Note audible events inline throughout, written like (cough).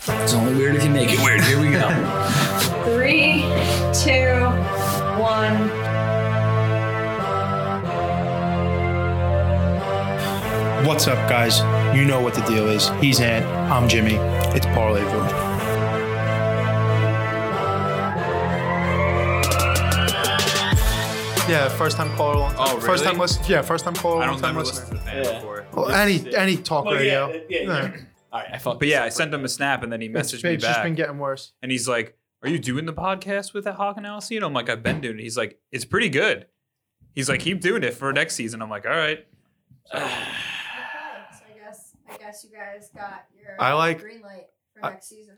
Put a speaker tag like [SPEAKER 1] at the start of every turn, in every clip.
[SPEAKER 1] It's only weird if you make it weird. Here we go.
[SPEAKER 2] Three, two, one.
[SPEAKER 3] What's up, guys? You know what the deal is. He's Ant. I'm Jimmy. It's Parlayville. Yeah, first time caller. Long
[SPEAKER 4] Oh,
[SPEAKER 3] First
[SPEAKER 4] really?
[SPEAKER 3] time listen. Yeah, first time caller.
[SPEAKER 4] I
[SPEAKER 3] Long
[SPEAKER 4] don't
[SPEAKER 3] time
[SPEAKER 4] remember
[SPEAKER 3] listener.
[SPEAKER 4] listening to Fan
[SPEAKER 5] Yeah.
[SPEAKER 4] before.
[SPEAKER 3] Well, any any talk
[SPEAKER 5] Well, yeah,
[SPEAKER 3] radio.
[SPEAKER 5] yeah, yeah. All right, I fucked.
[SPEAKER 4] But yeah, I sent him a snap and then he
[SPEAKER 3] It's,
[SPEAKER 4] messaged me
[SPEAKER 3] it's just
[SPEAKER 4] back
[SPEAKER 3] been getting worse.
[SPEAKER 4] and he's like, "Are you doing the podcast with that Hawk and Alcyon?" I'm like, "I've been doing." it. He's like, "It's pretty good." He's like, "Keep doing it for next season." I'm like, "All right."
[SPEAKER 6] Okay, so I guess I guess you guys got your
[SPEAKER 3] I like-
[SPEAKER 6] green light for
[SPEAKER 3] I-
[SPEAKER 6] next
[SPEAKER 3] (laughs)
[SPEAKER 6] season.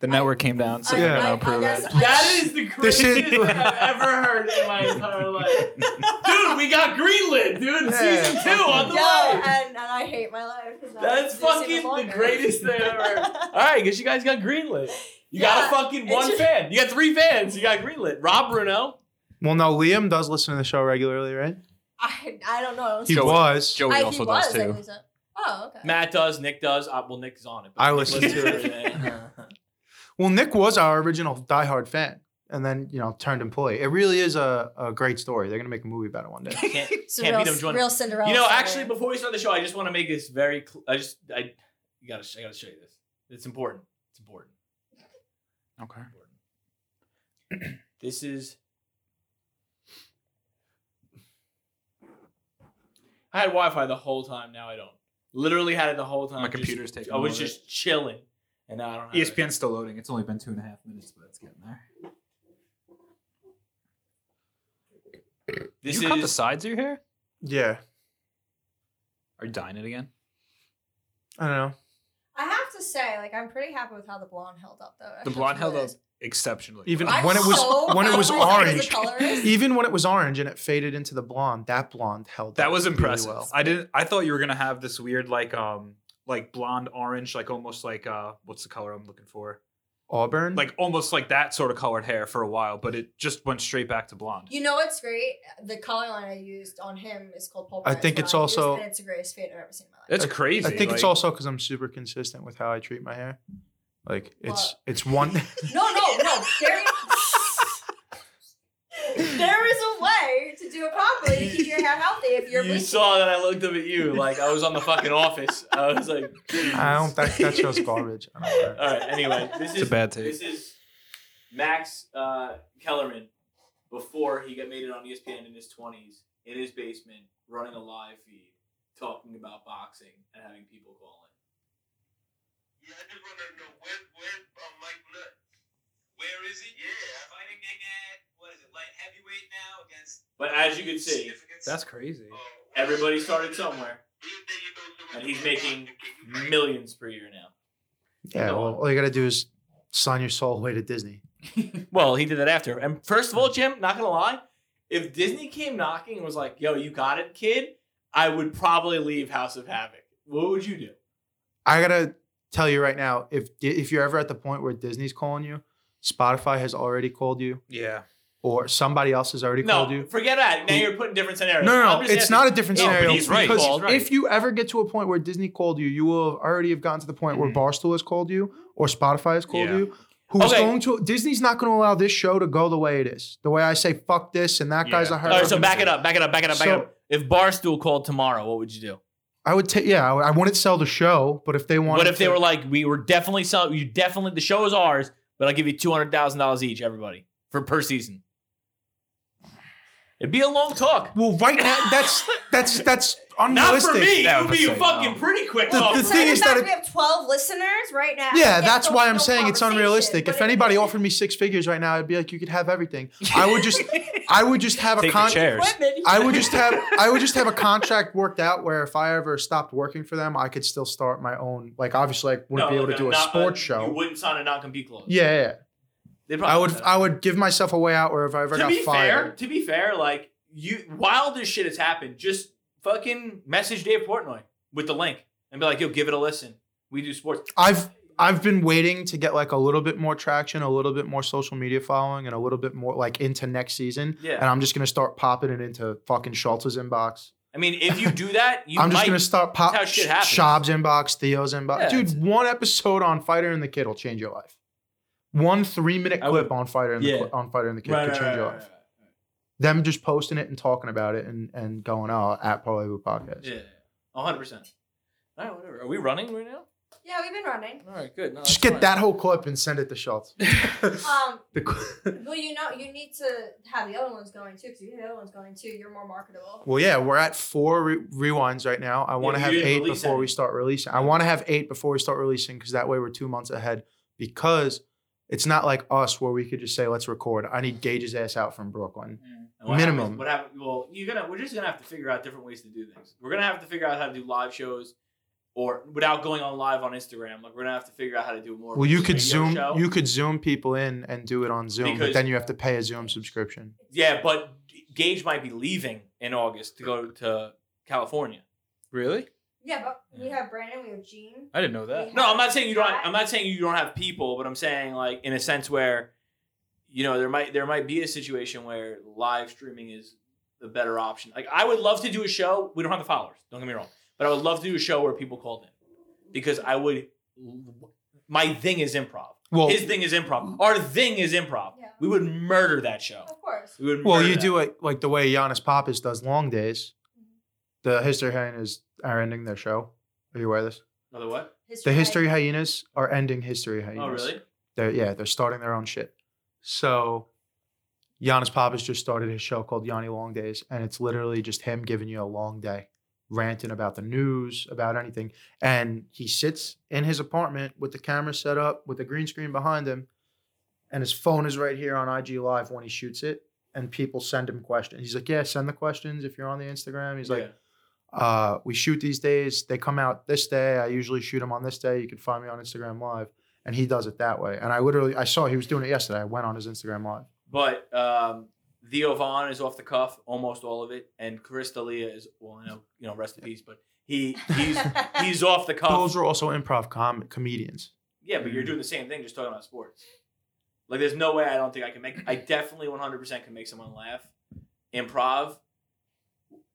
[SPEAKER 4] the network came down, so
[SPEAKER 6] I-
[SPEAKER 3] Yeah.
[SPEAKER 4] yeah.
[SPEAKER 6] I-
[SPEAKER 4] I,
[SPEAKER 6] I guess I-
[SPEAKER 5] That is the
[SPEAKER 3] This
[SPEAKER 5] craziest
[SPEAKER 3] shit-
[SPEAKER 5] I've ever heard in my entire life. Dude, we got greenlit, dude.
[SPEAKER 3] Yeah.
[SPEAKER 5] Season two on the
[SPEAKER 6] yeah,
[SPEAKER 5] line.
[SPEAKER 6] and, and I hate my life. 'cause
[SPEAKER 5] That's
[SPEAKER 6] this even
[SPEAKER 5] fucking the
[SPEAKER 6] longer. (laughs)
[SPEAKER 5] greatest thing ever. All right, guess you guys got greenlit. You got
[SPEAKER 6] Yeah,
[SPEAKER 5] a fucking
[SPEAKER 6] it's
[SPEAKER 5] one
[SPEAKER 6] just-
[SPEAKER 5] fan. You got three fans. You got greenlit. Rob Bruno.
[SPEAKER 3] Well, no, Liam does listen to the show regularly, right?
[SPEAKER 6] I, I don't know.
[SPEAKER 3] He
[SPEAKER 4] Joey-
[SPEAKER 3] was.
[SPEAKER 4] Joey
[SPEAKER 6] I, he
[SPEAKER 4] also
[SPEAKER 6] was,
[SPEAKER 4] does
[SPEAKER 6] I
[SPEAKER 4] too.
[SPEAKER 6] lose it. Oh, okay.
[SPEAKER 5] Matt does. Nick does. Uh, well, Nick's on it. but
[SPEAKER 3] I
[SPEAKER 5] Nick
[SPEAKER 3] listen
[SPEAKER 5] listens
[SPEAKER 3] to it. Well, Nick was our original diehard fan, and then you know turned employee. It really is a, a great story. They're gonna make a movie about it
[SPEAKER 4] (laughs)
[SPEAKER 3] one day.
[SPEAKER 5] Can't-
[SPEAKER 6] It's a
[SPEAKER 5] can't
[SPEAKER 6] real,
[SPEAKER 5] beat him, Jordan.
[SPEAKER 6] real Cinderella.
[SPEAKER 5] You know,
[SPEAKER 6] story.
[SPEAKER 5] actually, before we start the show, I just want to make this very. Cl- I just, I, you gotta, sh- I gotta show you this. It's important. It's important.
[SPEAKER 4] Okay.
[SPEAKER 5] important. this is. I had Wi-Fi the whole time. Now I don't. Literally had it the whole time.
[SPEAKER 4] My
[SPEAKER 5] just-
[SPEAKER 4] computer's taking
[SPEAKER 5] I was
[SPEAKER 4] over. E
[SPEAKER 5] just chilling, and now I don't. Have it.
[SPEAKER 4] ESPN's still loading. It's only (laughs) been two and a half minutes, but it's getting there.
[SPEAKER 5] This
[SPEAKER 4] you cut the
[SPEAKER 5] is
[SPEAKER 4] sides of your hair?
[SPEAKER 3] Yeah,
[SPEAKER 4] Are you dyeing it again?
[SPEAKER 3] I don't know.
[SPEAKER 6] I have to say, like, I'm pretty happy with how the blonde held up, though.
[SPEAKER 4] The blonde held up exceptionally.
[SPEAKER 3] Even
[SPEAKER 4] well.
[SPEAKER 6] I'm
[SPEAKER 3] when it was-
[SPEAKER 6] so
[SPEAKER 3] when it was
[SPEAKER 6] happy with how the
[SPEAKER 3] orange.
[SPEAKER 6] color is.
[SPEAKER 3] Even when it was orange and it faded into the blonde, that blonde held.
[SPEAKER 4] That
[SPEAKER 3] up
[SPEAKER 4] was
[SPEAKER 3] really
[SPEAKER 4] impressive.
[SPEAKER 3] well.
[SPEAKER 4] I didn't. I thought you were gonna have this weird, like, um, like blonde orange, like almost like uh, what's the color I'm looking for?
[SPEAKER 3] Auburn,
[SPEAKER 4] Like almost like that sort of colored hair for a while, but it just went straight back to blonde.
[SPEAKER 6] You know what's great? The color line I used on him is called Pulp.
[SPEAKER 3] I think it's also-
[SPEAKER 6] and it's the greatest fade I've ever seen in my life.
[SPEAKER 3] (laughs)
[SPEAKER 4] That's
[SPEAKER 3] I-
[SPEAKER 4] crazy.
[SPEAKER 3] I think it's
[SPEAKER 4] like-
[SPEAKER 3] also because I'm super consistent with how I treat my hair. Like it's it's
[SPEAKER 4] (laughs)
[SPEAKER 3] one.
[SPEAKER 6] No, no, no. There is, (laughs) there is a way to do it properly to keep your hair healthy if
[SPEAKER 3] (laughs)
[SPEAKER 6] you're
[SPEAKER 5] You
[SPEAKER 6] bleaching.
[SPEAKER 5] saw that I looked up
[SPEAKER 4] (laughs)
[SPEAKER 5] at you like I was on the fucking office. I was like,
[SPEAKER 3] I don't. That that
[SPEAKER 4] (laughs)
[SPEAKER 3] show's garbage. I don't care.
[SPEAKER 5] All right. Anyway, this
[SPEAKER 4] It's a
[SPEAKER 5] is
[SPEAKER 4] bad
[SPEAKER 5] This
[SPEAKER 4] taste.
[SPEAKER 5] is Max uh, Kellerman before he got made it on E ESPN in his 20s, in his basement, running a live feed, talking about boxing and having people call in.
[SPEAKER 7] Yeah, I just want to know where where uh, Mike Nutt? Where is he? Yeah, fighting at what is it light heavyweight now against.
[SPEAKER 5] But as you can see,
[SPEAKER 4] That's crazy.
[SPEAKER 7] Oh,
[SPEAKER 5] everybody started somewhere, and he's making millions per year now.
[SPEAKER 3] Yeah. Well, all you gotta do is sign your soul away to Disney.
[SPEAKER 5] Well, he did that after. And first of all, Jim, not gonna lie, if Disney came knocking and was like, "Yo, you got it, kid," I would probably leave House of Havoc. What would you do?
[SPEAKER 3] I gotta tell you right now, if if you're ever at the point where Disney's calling you, Spotify has already called you,
[SPEAKER 4] Yeah.
[SPEAKER 3] or somebody else has already
[SPEAKER 5] No,
[SPEAKER 3] called you.
[SPEAKER 5] forget that. Now
[SPEAKER 3] Who-
[SPEAKER 5] you're putting different scenarios.
[SPEAKER 3] No, no,
[SPEAKER 5] I'm
[SPEAKER 3] no.
[SPEAKER 5] just
[SPEAKER 3] It's
[SPEAKER 5] asking-
[SPEAKER 3] not a different
[SPEAKER 5] No, but
[SPEAKER 3] scenario.
[SPEAKER 4] he's right.
[SPEAKER 3] because
[SPEAKER 5] He's right.
[SPEAKER 3] if you ever get to a point where Disney called you, you will have already have gotten to the point where
[SPEAKER 4] Mhm.
[SPEAKER 3] Barstool has called you or Spotify has called
[SPEAKER 4] Yeah.
[SPEAKER 3] you. Who's
[SPEAKER 5] Mm-hmm. Okay.
[SPEAKER 3] going to Disney's not going to allow this show to go the way it is. The way I say fuck this and that guy's
[SPEAKER 4] Yeah.
[SPEAKER 3] a
[SPEAKER 5] All
[SPEAKER 3] hurt.
[SPEAKER 5] right, so back it up, back it up, back it up, back it
[SPEAKER 3] So-
[SPEAKER 5] up. If Barstool called tomorrow, what would you do?
[SPEAKER 3] I would take yeah, I, I wouldn't sell the show, but if they wanted
[SPEAKER 5] What if they
[SPEAKER 3] to-
[SPEAKER 5] were like, we were definitely selling, you definitely, the show is ours, but I'll give you $200,000 each, everybody, for per season? It'd be a long talk.
[SPEAKER 3] Well, right now that's that's that's
[SPEAKER 5] (laughs) Not
[SPEAKER 3] unrealistic.
[SPEAKER 5] for me.
[SPEAKER 4] That
[SPEAKER 5] It would be
[SPEAKER 4] would be
[SPEAKER 5] fucking
[SPEAKER 4] no.
[SPEAKER 5] pretty quick
[SPEAKER 3] The-
[SPEAKER 5] talk.
[SPEAKER 3] the
[SPEAKER 5] for
[SPEAKER 6] So
[SPEAKER 3] thing
[SPEAKER 5] me.
[SPEAKER 6] the
[SPEAKER 3] is
[SPEAKER 6] fact
[SPEAKER 3] that it-
[SPEAKER 6] we have 12 listeners right now.
[SPEAKER 3] Yeah,
[SPEAKER 6] and
[SPEAKER 3] that's
[SPEAKER 6] no-
[SPEAKER 3] why I'm
[SPEAKER 6] no
[SPEAKER 3] saying it's
[SPEAKER 6] conversation,
[SPEAKER 3] unrealistic.
[SPEAKER 6] but
[SPEAKER 3] If
[SPEAKER 6] it-
[SPEAKER 3] anybody offered me six figures right now, I'd be like, you could have
[SPEAKER 5] (laughs)
[SPEAKER 3] everything. I would just, I would just have a
[SPEAKER 4] Take the
[SPEAKER 3] contract.
[SPEAKER 4] chairs.
[SPEAKER 6] Equipment,
[SPEAKER 3] I would just have, I would just have a contract worked out where if I ever stopped working for them, I could still start my own. Like obviously, I wouldn't
[SPEAKER 5] No,
[SPEAKER 3] be able to
[SPEAKER 5] no,
[SPEAKER 3] do a
[SPEAKER 5] not-
[SPEAKER 3] sports
[SPEAKER 5] You
[SPEAKER 3] show.
[SPEAKER 5] wouldn't sign a non compete clause.
[SPEAKER 3] Yeah, yeah, yeah.
[SPEAKER 5] They probably
[SPEAKER 3] I would,
[SPEAKER 5] said that.
[SPEAKER 3] I would give myself a way out where if I ever
[SPEAKER 5] to
[SPEAKER 3] got
[SPEAKER 5] be fair,
[SPEAKER 3] fired.
[SPEAKER 5] to be fair, like you, while this shit has happened, just fucking message Dave Portnoy with the link and be like, "Yo, give it a listen. We do sports."
[SPEAKER 3] I've, I've been waiting to get like a little bit more traction, a little bit more social media following, and a little bit more like into next season.
[SPEAKER 5] Yeah,
[SPEAKER 3] And I'm just gonna start popping it into fucking Schultz's inbox.
[SPEAKER 5] I mean, if you do that, you
[SPEAKER 3] I'm
[SPEAKER 5] might.
[SPEAKER 3] just gonna start pop
[SPEAKER 5] That's how shit happens.
[SPEAKER 3] Shab's inbox, Theo's inbox.
[SPEAKER 5] Yeah, it's-
[SPEAKER 3] Dude, one episode on Fighter and the Kid will change your life. One three minute
[SPEAKER 5] I
[SPEAKER 3] clip
[SPEAKER 5] would-
[SPEAKER 3] on Fighter and
[SPEAKER 5] Yeah.
[SPEAKER 3] the Cli- on Fighter and the Kid could change your life.
[SPEAKER 5] right,
[SPEAKER 3] Them just posting it and talking about it and, and going, oh, at Parlaywood Podcast.
[SPEAKER 5] right. Yeah, one hundred percent. All right, whatever. Are we running right now?
[SPEAKER 6] (laughs) Yeah, we've been running.
[SPEAKER 5] All right, good. No,
[SPEAKER 3] Just
[SPEAKER 5] that's
[SPEAKER 3] get that whole clip and send it to
[SPEAKER 5] (laughs)
[SPEAKER 3] Schultz.
[SPEAKER 6] Um,
[SPEAKER 3] The (laughs) cl-
[SPEAKER 6] well, you know, you need to have the other ones going too, because if you have the other ones going too, you're more marketable.
[SPEAKER 3] well, yeah, we're at four re- rewinds right now. I want to
[SPEAKER 5] you
[SPEAKER 3] have
[SPEAKER 5] didn't
[SPEAKER 3] eight
[SPEAKER 5] release
[SPEAKER 3] before
[SPEAKER 5] any.
[SPEAKER 3] we start releasing. I want to have eight before we start releasing because that way we're two months ahead. Because it's not like us where we could just say, let's record. I need Gage's ass out from Brooklyn.
[SPEAKER 5] fine. And what
[SPEAKER 3] Minimum.
[SPEAKER 5] happens- what happened? Well, you're gonna. We're just gonna have to figure out different ways to do things. We're gonna have to figure out how to do live shows, or without going on live on Instagram. Like we're gonna have to figure out how to do more. of
[SPEAKER 3] Well,
[SPEAKER 5] a
[SPEAKER 3] you could
[SPEAKER 5] radio
[SPEAKER 3] zoom.
[SPEAKER 5] show.
[SPEAKER 3] You could zoom people in and do it on Zoom,
[SPEAKER 5] Because-
[SPEAKER 3] but then you have to pay a Zoom subscription.
[SPEAKER 5] Yeah, but Gage might be leaving in August to go to California.
[SPEAKER 4] Really?
[SPEAKER 6] Yeah, but we have Brandon, we have Gene.
[SPEAKER 4] I didn't know that.
[SPEAKER 5] No, I'm not saying you don't. I'm not saying you don't have people, but I'm saying like in a sense where, you know, there might there might be a situation where live streaming is the better option. Like I would love to do a show. We don't have the followers. Don't get me wrong, but I would love to do a show where people called in because I would. My thing is improv.
[SPEAKER 3] Well,
[SPEAKER 5] His thing is improv. Our thing is improv.
[SPEAKER 6] Yeah.
[SPEAKER 5] We would murder that show.
[SPEAKER 6] Of course.
[SPEAKER 5] We would.
[SPEAKER 3] well,
[SPEAKER 5] murder
[SPEAKER 3] you
[SPEAKER 5] that.
[SPEAKER 3] do it like the way Giannis Pappas does long days. The History Hyenas are ending their show. Are you aware of this?
[SPEAKER 5] Another what?
[SPEAKER 3] The History Hyenas are ending History Hyenas.
[SPEAKER 5] Oh, really?
[SPEAKER 3] They're yeah, they're starting their own shit. So Giannis Pappas just started his show called Yanni Long Days, and it's literally just him giving you a long day, ranting about the news, about anything. And he sits in his apartment with the camera set up, with the green screen behind him, and his phone is right here on IG Live when he shoots it. And people send him questions. He's like, "Yeah, send the questions if you're on the Instagram." He's like,
[SPEAKER 5] Yeah.
[SPEAKER 3] uh, we shoot these days. They come out this day. I usually shoot them on this day. You can find me on Instagram Live. And he does it that way. And I literally, I saw he was doing it yesterday. I went on his Instagram Live.
[SPEAKER 5] But um, Theo Vaughn is off the cuff, almost all of it, and Chris D'Elia is well, I know, you know, rest in peace. But he
[SPEAKER 6] (laughs)
[SPEAKER 5] he's he's off the cuff.
[SPEAKER 3] Those are also improv com- comedians.
[SPEAKER 5] Yeah, but you're doing the same thing, just talking about sports. Like, there's no way I don't think I can make. I definitely 100% can make someone laugh, improv,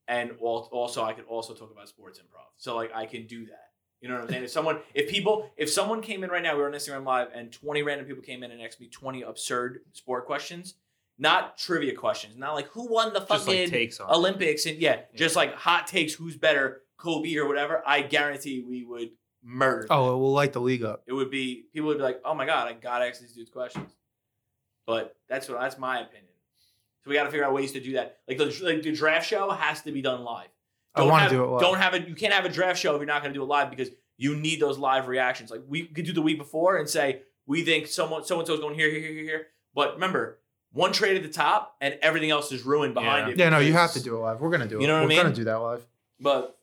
[SPEAKER 5] and al- also I could also talk about sports improv. So like, I can do that. You know what I'm saying? If someone, if people, if someone came in right now, we were on Instagram Live, and 20 random people came in and asked me 20 absurd sport questions, not trivia questions, not like who won the
[SPEAKER 4] Just
[SPEAKER 5] fucking
[SPEAKER 4] like takes on. it.
[SPEAKER 5] Olympics and yeah, just like hot takes, who's better, Kobe or whatever. I guarantee we would murder.
[SPEAKER 3] Oh, it will light the league up.
[SPEAKER 5] It would be people would be like, "Oh my god, I gotta ask these dudes questions." But that's what that's my opinion. So we got to figure out ways to do that. Like the like the draft show has to be done live.
[SPEAKER 3] I want
[SPEAKER 5] have-
[SPEAKER 3] to do it. Live.
[SPEAKER 5] Don't have it. You can't have a draft show if you're not going to do it live because you need those live reactions. Like we could do the week before and say we think someone so and so is going here here here here here. But remember, one trade at the top and everything else is ruined behind
[SPEAKER 4] Yeah.
[SPEAKER 5] it.
[SPEAKER 3] yeah, no, you
[SPEAKER 5] because-
[SPEAKER 3] have to do it live. We're gonna do it.
[SPEAKER 5] You know what I
[SPEAKER 3] We're gonna
[SPEAKER 5] mean?
[SPEAKER 3] do that live.
[SPEAKER 5] But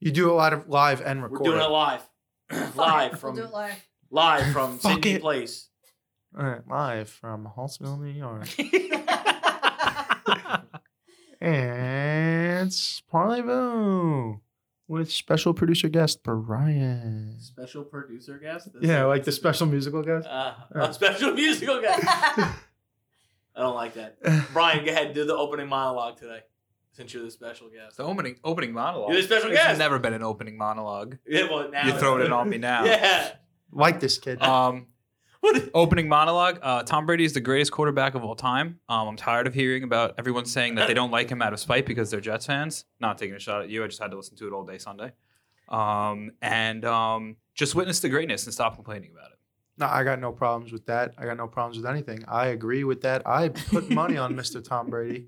[SPEAKER 3] You do a lot of live and
[SPEAKER 5] we're
[SPEAKER 3] record.
[SPEAKER 5] doing it live, (clears throat) live
[SPEAKER 6] We'll
[SPEAKER 5] from
[SPEAKER 6] do it
[SPEAKER 5] (laughs)
[SPEAKER 6] live.
[SPEAKER 5] live from
[SPEAKER 3] Fuck
[SPEAKER 5] Sydney
[SPEAKER 3] it.
[SPEAKER 5] Place.
[SPEAKER 3] All right, live from Hallsville, New
[SPEAKER 5] (laughs)
[SPEAKER 3] York. it's Parleyville with special producer guest Brian.
[SPEAKER 5] Special producer guest.
[SPEAKER 3] Yeah, like the special musical guest.
[SPEAKER 5] Uh,
[SPEAKER 3] Uh.
[SPEAKER 5] a special (laughs) musical guest.
[SPEAKER 4] (laughs)
[SPEAKER 5] I don't like that. Brian, go ahead. Do the opening monologue today, since you're the special guest.
[SPEAKER 4] The opening opening monologue.
[SPEAKER 5] You're the special
[SPEAKER 4] It's
[SPEAKER 5] guest.
[SPEAKER 4] never been an opening monologue.
[SPEAKER 5] Yeah, well, now
[SPEAKER 4] You're
[SPEAKER 5] it's-
[SPEAKER 4] throwing it on (laughs) me now.
[SPEAKER 5] Yeah.
[SPEAKER 3] (laughs) like this kid.
[SPEAKER 4] Um,
[SPEAKER 5] What?
[SPEAKER 4] opening monologue. Uh, Tom Brady is the greatest quarterback of all time. Um, I'm tired of hearing about everyone saying that they don't like him out of spite because they're Jets fans. Not taking a shot at you. I just had to listen to it all day Sunday. Um, and um, just witness the greatness and stop complaining about it.
[SPEAKER 3] no, I got no problems with that. I got no problems with anything. I agree with that. I put money on Mr. Tom Brady.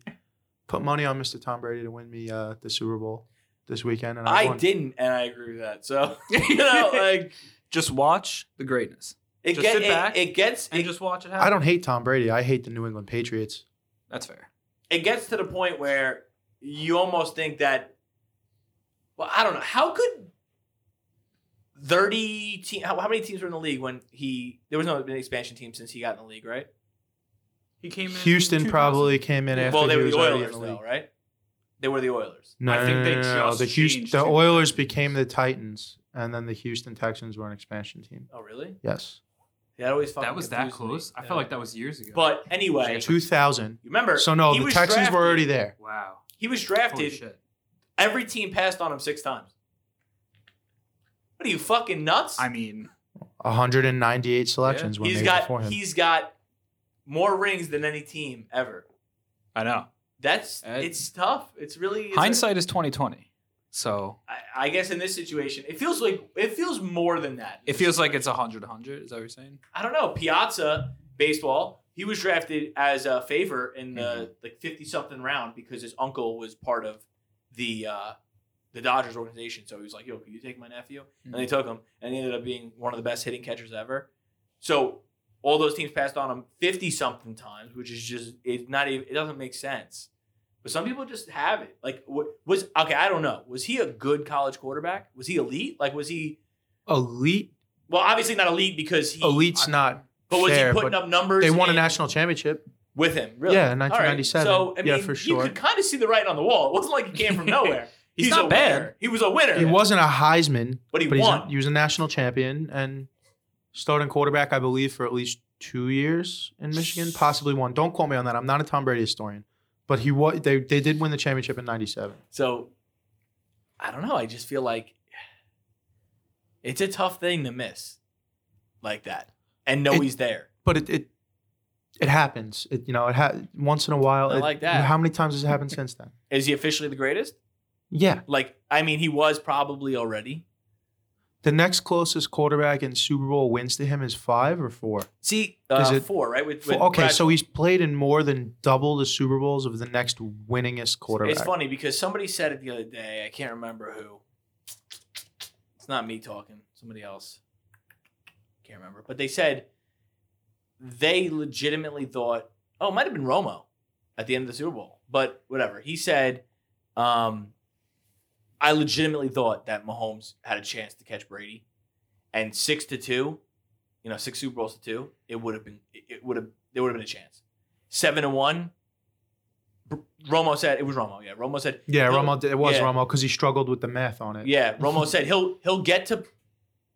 [SPEAKER 3] Put money on Mr. Tom Brady to win me uh, the Super Bowl this weekend, and I,
[SPEAKER 5] I
[SPEAKER 3] won.
[SPEAKER 5] didn't, and I agree with that. So
[SPEAKER 4] (laughs)
[SPEAKER 5] you know, like
[SPEAKER 4] Just watch the greatness
[SPEAKER 5] it
[SPEAKER 4] Just
[SPEAKER 5] gets
[SPEAKER 4] sit
[SPEAKER 5] it,
[SPEAKER 4] back
[SPEAKER 5] it gets
[SPEAKER 4] and
[SPEAKER 5] it,
[SPEAKER 4] just watch it happen.
[SPEAKER 3] I don't hate Tom Brady. I hate the New England Patriots.
[SPEAKER 4] That's fair.
[SPEAKER 5] it gets to the point where you almost think that. Well, I don't know. How could thirty team? How, how many teams were in the league when he? There was no been an expansion team since he got in the league, right?
[SPEAKER 4] He came in
[SPEAKER 3] Houston probably came in after
[SPEAKER 5] well, they
[SPEAKER 3] he
[SPEAKER 5] were
[SPEAKER 3] was
[SPEAKER 5] the
[SPEAKER 3] already in
[SPEAKER 5] Oilers,
[SPEAKER 3] the
[SPEAKER 5] though,
[SPEAKER 3] league.
[SPEAKER 5] right? They were the Oilers.
[SPEAKER 3] No,
[SPEAKER 4] I think
[SPEAKER 3] no,
[SPEAKER 4] they
[SPEAKER 3] no, no, no.
[SPEAKER 4] just
[SPEAKER 3] the Houston,
[SPEAKER 4] changed
[SPEAKER 3] the
[SPEAKER 4] to-
[SPEAKER 3] Oilers became the Titans, and then the Houston Texans were an expansion team.
[SPEAKER 5] Oh, really?
[SPEAKER 3] Yes,
[SPEAKER 5] That always fucking
[SPEAKER 4] That was that
[SPEAKER 5] confused me.
[SPEAKER 4] close. I
[SPEAKER 5] Yeah.
[SPEAKER 4] felt like that was years ago.
[SPEAKER 5] But anyway,
[SPEAKER 3] two thousand.
[SPEAKER 5] you remember?
[SPEAKER 3] So no,
[SPEAKER 5] he
[SPEAKER 3] the
[SPEAKER 5] was
[SPEAKER 3] Texans
[SPEAKER 5] drafted-
[SPEAKER 3] were already there.
[SPEAKER 4] wow,
[SPEAKER 5] He was
[SPEAKER 4] holy
[SPEAKER 5] drafted
[SPEAKER 4] shit.
[SPEAKER 5] Every team passed on him six times. What are you fucking nuts?
[SPEAKER 4] I mean,
[SPEAKER 3] 198 selections when
[SPEAKER 5] he's
[SPEAKER 3] made
[SPEAKER 5] got
[SPEAKER 3] before him.
[SPEAKER 5] he's got more rings than any team ever.
[SPEAKER 4] I know.
[SPEAKER 5] That's
[SPEAKER 8] Uh,
[SPEAKER 5] it's tough. It's really it's a-
[SPEAKER 4] Hindsight is twenty twenty. So
[SPEAKER 5] I, I guess in this situation, it feels like it feels more than that.
[SPEAKER 4] it feels like it's 100 100. Is that what you're saying?
[SPEAKER 5] I don't know. Piazza baseball. He was drafted as a favor in the like fifty something round because his uncle was part of the uh, the Dodgers organization. So he was like, "Yo, can you take my nephew?" And they took him, and he ended up being one of the best hitting catchers ever. So all those teams passed on him fifty something times, which is just it's not even it doesn't make sense. But some people just have it. Like what was okay? I don't know. Was he a good college quarterback? Was he elite? Like was he?
[SPEAKER 3] elite.
[SPEAKER 5] Well, obviously not elite because he
[SPEAKER 3] Elite's not.
[SPEAKER 5] but was
[SPEAKER 3] fair,
[SPEAKER 5] he putting
[SPEAKER 3] but
[SPEAKER 5] up numbers?
[SPEAKER 3] They won a
[SPEAKER 5] in-
[SPEAKER 3] national championship.
[SPEAKER 5] with him, really?
[SPEAKER 3] Yeah, in
[SPEAKER 5] All right,
[SPEAKER 3] 1997.
[SPEAKER 5] So I mean,
[SPEAKER 3] Yeah, for
[SPEAKER 5] you
[SPEAKER 3] sure.
[SPEAKER 5] could kind of see the writing on the wall. It wasn't like he came
[SPEAKER 3] (laughs)
[SPEAKER 5] from nowhere.
[SPEAKER 4] He's
[SPEAKER 5] He's
[SPEAKER 4] not
[SPEAKER 5] a
[SPEAKER 4] bad.
[SPEAKER 5] winner. He was a winner.
[SPEAKER 3] He wasn't a Heisman,
[SPEAKER 5] but he
[SPEAKER 3] but he's a,
[SPEAKER 5] won.
[SPEAKER 3] he was a national champion and starting quarterback, I believe, for at least two years in Michigan, possibly one. Don't quote me on that. I'm not a Tom Brady historian, but he was. They they did win the championship in '97.
[SPEAKER 5] so I don't know. I just feel like it's a tough thing to miss like that and know
[SPEAKER 3] It-
[SPEAKER 5] he's there.
[SPEAKER 3] But it it it happens. It you know it ha- once in a while.
[SPEAKER 5] I
[SPEAKER 3] it-
[SPEAKER 5] like that.
[SPEAKER 3] How many times has it happened since
[SPEAKER 5] (laughs)
[SPEAKER 3] then?
[SPEAKER 5] Is he officially the greatest?
[SPEAKER 3] Yeah,
[SPEAKER 5] Like, I mean, he was probably already.
[SPEAKER 3] the next closest quarterback in Super Bowl wins to him is five or four.
[SPEAKER 5] See, uh,
[SPEAKER 3] Is it-
[SPEAKER 5] four right? With,
[SPEAKER 3] Four-
[SPEAKER 5] with
[SPEAKER 3] okay,
[SPEAKER 5] Bradshaw.
[SPEAKER 3] so he's played in more than double the Super Bowls of the next winningest quarterback.
[SPEAKER 5] It's funny because somebody said it the other day. I can't remember who. It's not me talking. Somebody else. Can't remember. But they said they legitimately thought, oh, it might have been Romo at the end of the Super Bowl. But whatever. He said, um, I legitimately thought that Mahomes had a chance to catch Brady. And six to two, you know, six Super Bowls to two, it would have been it- it would have there would have been a chance. Seven to one, Br- Romo said it was Romo. Yeah, Romo said
[SPEAKER 3] Yeah,
[SPEAKER 5] he'll-
[SPEAKER 3] Romo. did- It was
[SPEAKER 5] yeah.
[SPEAKER 3] Romo because he struggled with the math on it.
[SPEAKER 5] Yeah, Romo said he'll he'll get to.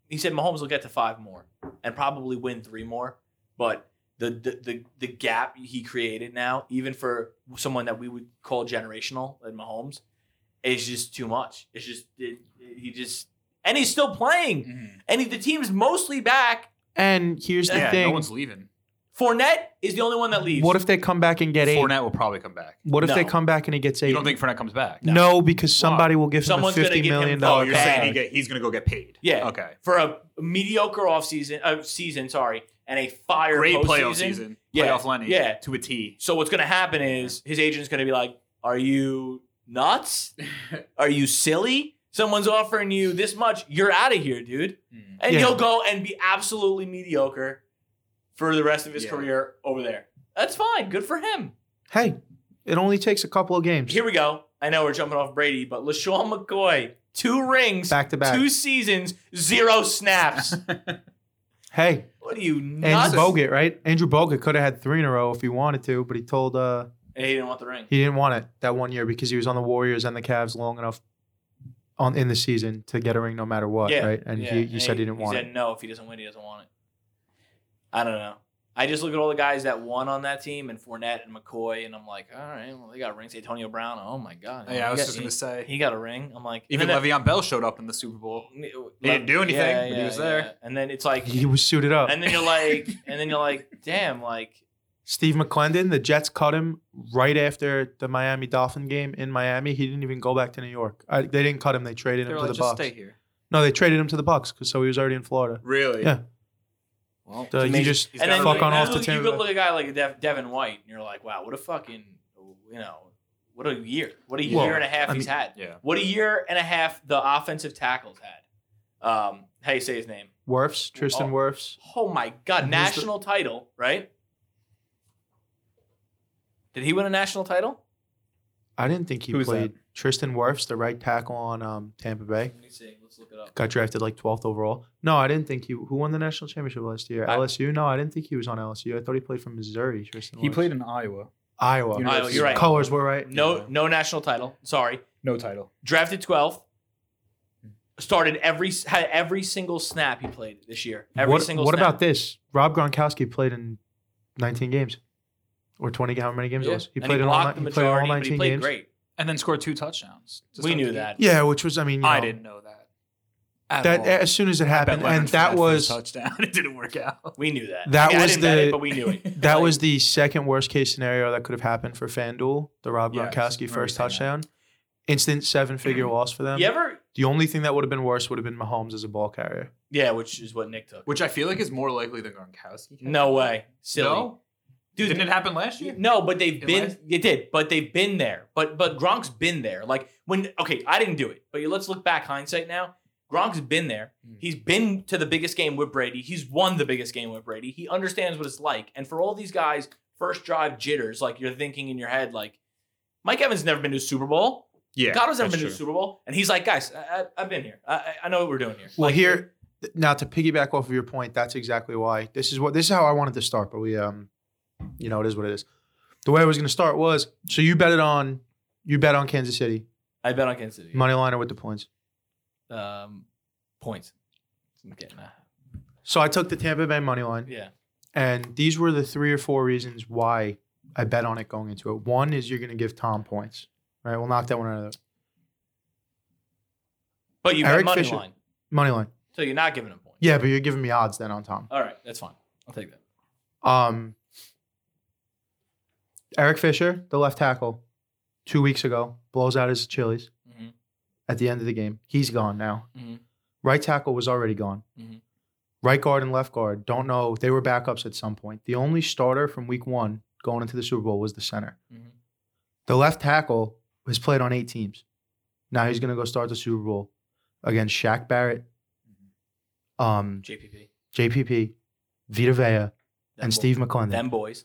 [SPEAKER 5] He said Mahomes will get to five more and probably win three more, but the the the, the gap he created now, even for someone that we would call generational, like Mahomes, is just too much. It's just it, he just and he's still
[SPEAKER 4] Mm.
[SPEAKER 5] playing,
[SPEAKER 4] Mm-hmm.
[SPEAKER 5] and he, the team's mostly back.
[SPEAKER 3] And here's the
[SPEAKER 4] Yeah, no
[SPEAKER 3] thing:
[SPEAKER 4] one's leaving.
[SPEAKER 5] Fournette is the only one that leaves.
[SPEAKER 3] what if they come back and get eight?
[SPEAKER 4] Fournette will probably come back.
[SPEAKER 3] What if they
[SPEAKER 5] No.
[SPEAKER 3] come back and he gets eight?
[SPEAKER 4] You don't think Fournette comes back?
[SPEAKER 3] no. because somebody will give
[SPEAKER 5] Someone's
[SPEAKER 3] him
[SPEAKER 5] gonna
[SPEAKER 3] a fifty
[SPEAKER 5] give him-
[SPEAKER 3] million
[SPEAKER 5] Oh,
[SPEAKER 3] dollar.
[SPEAKER 5] you're saying he
[SPEAKER 4] get, he's going to go get paid?
[SPEAKER 5] Yeah.
[SPEAKER 4] Okay.
[SPEAKER 5] for a mediocre offseason, uh, season, sorry, and a fire
[SPEAKER 4] Great playoff
[SPEAKER 5] postseason.
[SPEAKER 4] season.
[SPEAKER 5] Yeah,
[SPEAKER 4] Playoff Lenny.
[SPEAKER 5] yeah.
[SPEAKER 4] To a T.
[SPEAKER 5] So what's going to happen is his agent's going to be like, "Are you nuts? Are you silly? Someone's offering you this much. You're out of here, dude." And
[SPEAKER 3] Yeah.
[SPEAKER 5] he'll go and be absolutely mediocre for the rest of his
[SPEAKER 4] Yeah.
[SPEAKER 5] career over there. That's fine. Good for him.
[SPEAKER 3] Hey, it only takes a couple of games.
[SPEAKER 5] Here we go. I know we're jumping off Brady, but LaShawn McCoy, two rings,
[SPEAKER 3] Back to back.
[SPEAKER 5] two seasons,
[SPEAKER 3] (laughs)
[SPEAKER 5] zero snaps.
[SPEAKER 3] Hey,
[SPEAKER 5] what are you
[SPEAKER 3] Andrew
[SPEAKER 5] nuts?
[SPEAKER 3] Bogut, right? Andrew Bogut could have had three in a row if he wanted to, but he told uh
[SPEAKER 5] And he didn't want the ring.
[SPEAKER 3] he didn't want it that one year because he was on the Warriors and the Cavs long enough on in the season to get a ring no matter what,
[SPEAKER 5] Yeah,
[SPEAKER 3] right? And
[SPEAKER 5] Yeah,
[SPEAKER 3] he, you said he didn't want
[SPEAKER 5] said
[SPEAKER 3] it.
[SPEAKER 5] no. If he doesn't win, he doesn't want it. I don't know. I just look at all the guys that won on that team and Fournette and McCoy, and I'm like, all right, well, they got rings. Antonio Brown, oh my god.
[SPEAKER 4] Yeah, I was
[SPEAKER 5] He
[SPEAKER 4] just
[SPEAKER 5] got-
[SPEAKER 4] going to say.
[SPEAKER 5] he, he got a ring. I'm like,
[SPEAKER 4] even
[SPEAKER 5] and then-
[SPEAKER 4] Le'Veon Bell showed up in the Super Bowl.
[SPEAKER 5] Le-
[SPEAKER 4] didn't do anything,
[SPEAKER 5] yeah,
[SPEAKER 4] but he
[SPEAKER 5] yeah,
[SPEAKER 4] was
[SPEAKER 5] yeah.
[SPEAKER 4] there.
[SPEAKER 5] And then it's like,
[SPEAKER 3] (laughs) He was suited up.
[SPEAKER 5] and then you're like, and then you're like, damn, like,
[SPEAKER 3] Steve McClendon, the Jets cut him right after the Miami Dolphin game in Miami. He didn't even go back to New York. I, they didn't cut him. They traded him
[SPEAKER 4] They're
[SPEAKER 3] to
[SPEAKER 4] like,
[SPEAKER 3] the
[SPEAKER 4] just
[SPEAKER 3] Bucks.
[SPEAKER 4] stay here.
[SPEAKER 3] No, they traded him to the Bucks because so he was already in Florida.
[SPEAKER 4] Really?
[SPEAKER 3] Yeah.
[SPEAKER 4] Well,
[SPEAKER 3] So you
[SPEAKER 5] amazing.
[SPEAKER 3] just
[SPEAKER 4] Oh, He's
[SPEAKER 5] and
[SPEAKER 4] got
[SPEAKER 5] then
[SPEAKER 4] a
[SPEAKER 3] fuck
[SPEAKER 5] you,
[SPEAKER 4] ring.
[SPEAKER 3] on
[SPEAKER 5] you
[SPEAKER 3] off to
[SPEAKER 5] look, you
[SPEAKER 3] Tampa.
[SPEAKER 5] could look at a guy like Dev, Devin White, and you're like, wow, what a fucking, you know, what a year, what a year
[SPEAKER 3] Well,
[SPEAKER 5] and a half
[SPEAKER 3] I
[SPEAKER 5] he's
[SPEAKER 3] mean-
[SPEAKER 5] had.
[SPEAKER 4] yeah.
[SPEAKER 5] What a year and a half the offensive tackles had. Um, how you say his name?
[SPEAKER 3] Werfs, Tristan
[SPEAKER 5] Oh.
[SPEAKER 3] Werfs.
[SPEAKER 5] Oh my God,
[SPEAKER 3] Who's the-
[SPEAKER 5] national title, right? Did he win a national title?
[SPEAKER 3] I didn't think he
[SPEAKER 4] Who is that?
[SPEAKER 3] played. Tristan Werfs, the right tackle on um, Tampa Bay,
[SPEAKER 5] Let me see. Let's look it up.
[SPEAKER 3] got drafted like 12th overall. No, I didn't think he. Who won the national championship last year?
[SPEAKER 5] I-
[SPEAKER 3] LSU. No, I didn't think he was on LSU. I thought he played for Missouri. Tristan.
[SPEAKER 4] He
[SPEAKER 3] Wirfs.
[SPEAKER 4] played in Iowa.
[SPEAKER 3] Iowa.
[SPEAKER 4] You know-
[SPEAKER 5] Oh, you're right.
[SPEAKER 3] Colors were right.
[SPEAKER 5] No, no national title. Sorry.
[SPEAKER 4] No title.
[SPEAKER 5] Drafted 12th. Started every had every single snap he played this year. Every
[SPEAKER 3] what
[SPEAKER 5] single.
[SPEAKER 3] what
[SPEAKER 5] snap.
[SPEAKER 3] about this? Rob Gronkowski played in 19 games or 20. How many games
[SPEAKER 5] Yeah.
[SPEAKER 3] it was? He
[SPEAKER 5] And
[SPEAKER 3] played in all.
[SPEAKER 5] blocked
[SPEAKER 3] ni- He
[SPEAKER 5] the
[SPEAKER 3] played in all
[SPEAKER 5] majority, but
[SPEAKER 3] 19
[SPEAKER 5] he played
[SPEAKER 3] games.
[SPEAKER 5] Great.
[SPEAKER 4] and then scored two touchdowns. to
[SPEAKER 5] we
[SPEAKER 4] start
[SPEAKER 5] knew
[SPEAKER 4] the game.
[SPEAKER 5] that.
[SPEAKER 3] Yeah, which was I mean, you
[SPEAKER 4] I
[SPEAKER 3] know,
[SPEAKER 4] didn't know that. At
[SPEAKER 3] that
[SPEAKER 4] all.
[SPEAKER 3] as soon as it
[SPEAKER 4] I bet
[SPEAKER 3] happened,
[SPEAKER 4] Leonard
[SPEAKER 3] and
[SPEAKER 4] for
[SPEAKER 3] that
[SPEAKER 4] first
[SPEAKER 3] was
[SPEAKER 4] touchdown. (laughs) It didn't work out.
[SPEAKER 5] We knew that.
[SPEAKER 3] That
[SPEAKER 5] I mean, I
[SPEAKER 3] was
[SPEAKER 5] didn't bet it,
[SPEAKER 3] the-
[SPEAKER 5] but we knew it.
[SPEAKER 3] that
[SPEAKER 5] Like,
[SPEAKER 3] was the second worst case scenario that could have happened for FanDuel. The Rob
[SPEAKER 4] Yes, I
[SPEAKER 3] Gronkowski
[SPEAKER 4] remember
[SPEAKER 3] first
[SPEAKER 4] you saying
[SPEAKER 3] touchdown, instant seven
[SPEAKER 5] (clears throat)
[SPEAKER 3] figure loss for them.
[SPEAKER 5] You ever?
[SPEAKER 3] The only thing that would have been worse would have been Mahomes as a ball carrier.
[SPEAKER 5] Yeah, which is what Nick took.
[SPEAKER 4] Which I feel like is more likely than Gronkowski.
[SPEAKER 5] No way. Silly.
[SPEAKER 4] No?
[SPEAKER 5] Dude,
[SPEAKER 4] Didn't it happen last year?
[SPEAKER 5] No, but they've
[SPEAKER 4] It
[SPEAKER 5] been
[SPEAKER 4] last-
[SPEAKER 5] it did, but they've been there. But but Gronk's been there. Like when okay, I didn't do it, but let's look back hindsight now. Gronk's been there.
[SPEAKER 4] Mm.
[SPEAKER 5] He's been to the biggest game with Brady. He's won the biggest game with Brady. He understands what it's like. And for all these guys, first drive jitters, like you're thinking in your head, like Mike Evans never been to a Super Bowl.
[SPEAKER 4] Yeah.
[SPEAKER 5] Gatto's never been to a Super Bowl, and he's like, guys, I, I, I've been here. I, I- I know what we're doing here.
[SPEAKER 3] Well,
[SPEAKER 5] Like,
[SPEAKER 3] here now to piggyback off of your point, that's exactly why this is what this is how I wanted to start. But we, um, you know, it is what it is. The way I was going to start was so you bet it on you bet on Kansas City
[SPEAKER 5] I bet on Kansas City.
[SPEAKER 3] money line or with the points.
[SPEAKER 5] Um, points. I'm getting that.
[SPEAKER 3] So I took the Tampa Bay money line.
[SPEAKER 5] Yeah.
[SPEAKER 3] And these were the three or four reasons why I bet on it going into it. One is you're going to give Tom points, right? We'll knock that one out of the
[SPEAKER 5] But you
[SPEAKER 3] Eric
[SPEAKER 5] bet money
[SPEAKER 3] Fisher-
[SPEAKER 5] line,
[SPEAKER 3] money line.
[SPEAKER 5] so you're not giving him points.
[SPEAKER 3] Yeah, but you're giving me odds then on Tom.
[SPEAKER 5] All right, that's fine. I'll take that.
[SPEAKER 3] Um, Eric Fisher, the left tackle, two weeks ago blows out his Achilles
[SPEAKER 5] Mhm.
[SPEAKER 3] at the end of the game. He's gone now.
[SPEAKER 5] Mhm.
[SPEAKER 3] Right tackle was already gone.
[SPEAKER 5] Mhm.
[SPEAKER 3] Right guard and left guard don't know. They were backups at some point. The only starter from week one going into the Super Bowl was the center.
[SPEAKER 5] Mhm.
[SPEAKER 3] The left tackle has played on eight teams. Now he's going to go start the Super Bowl against Shaq Barrett, um,
[SPEAKER 5] JPP.
[SPEAKER 3] JPP, Vita Vea,
[SPEAKER 5] Them
[SPEAKER 3] and Steve McClendon.
[SPEAKER 5] Boys. Them boys.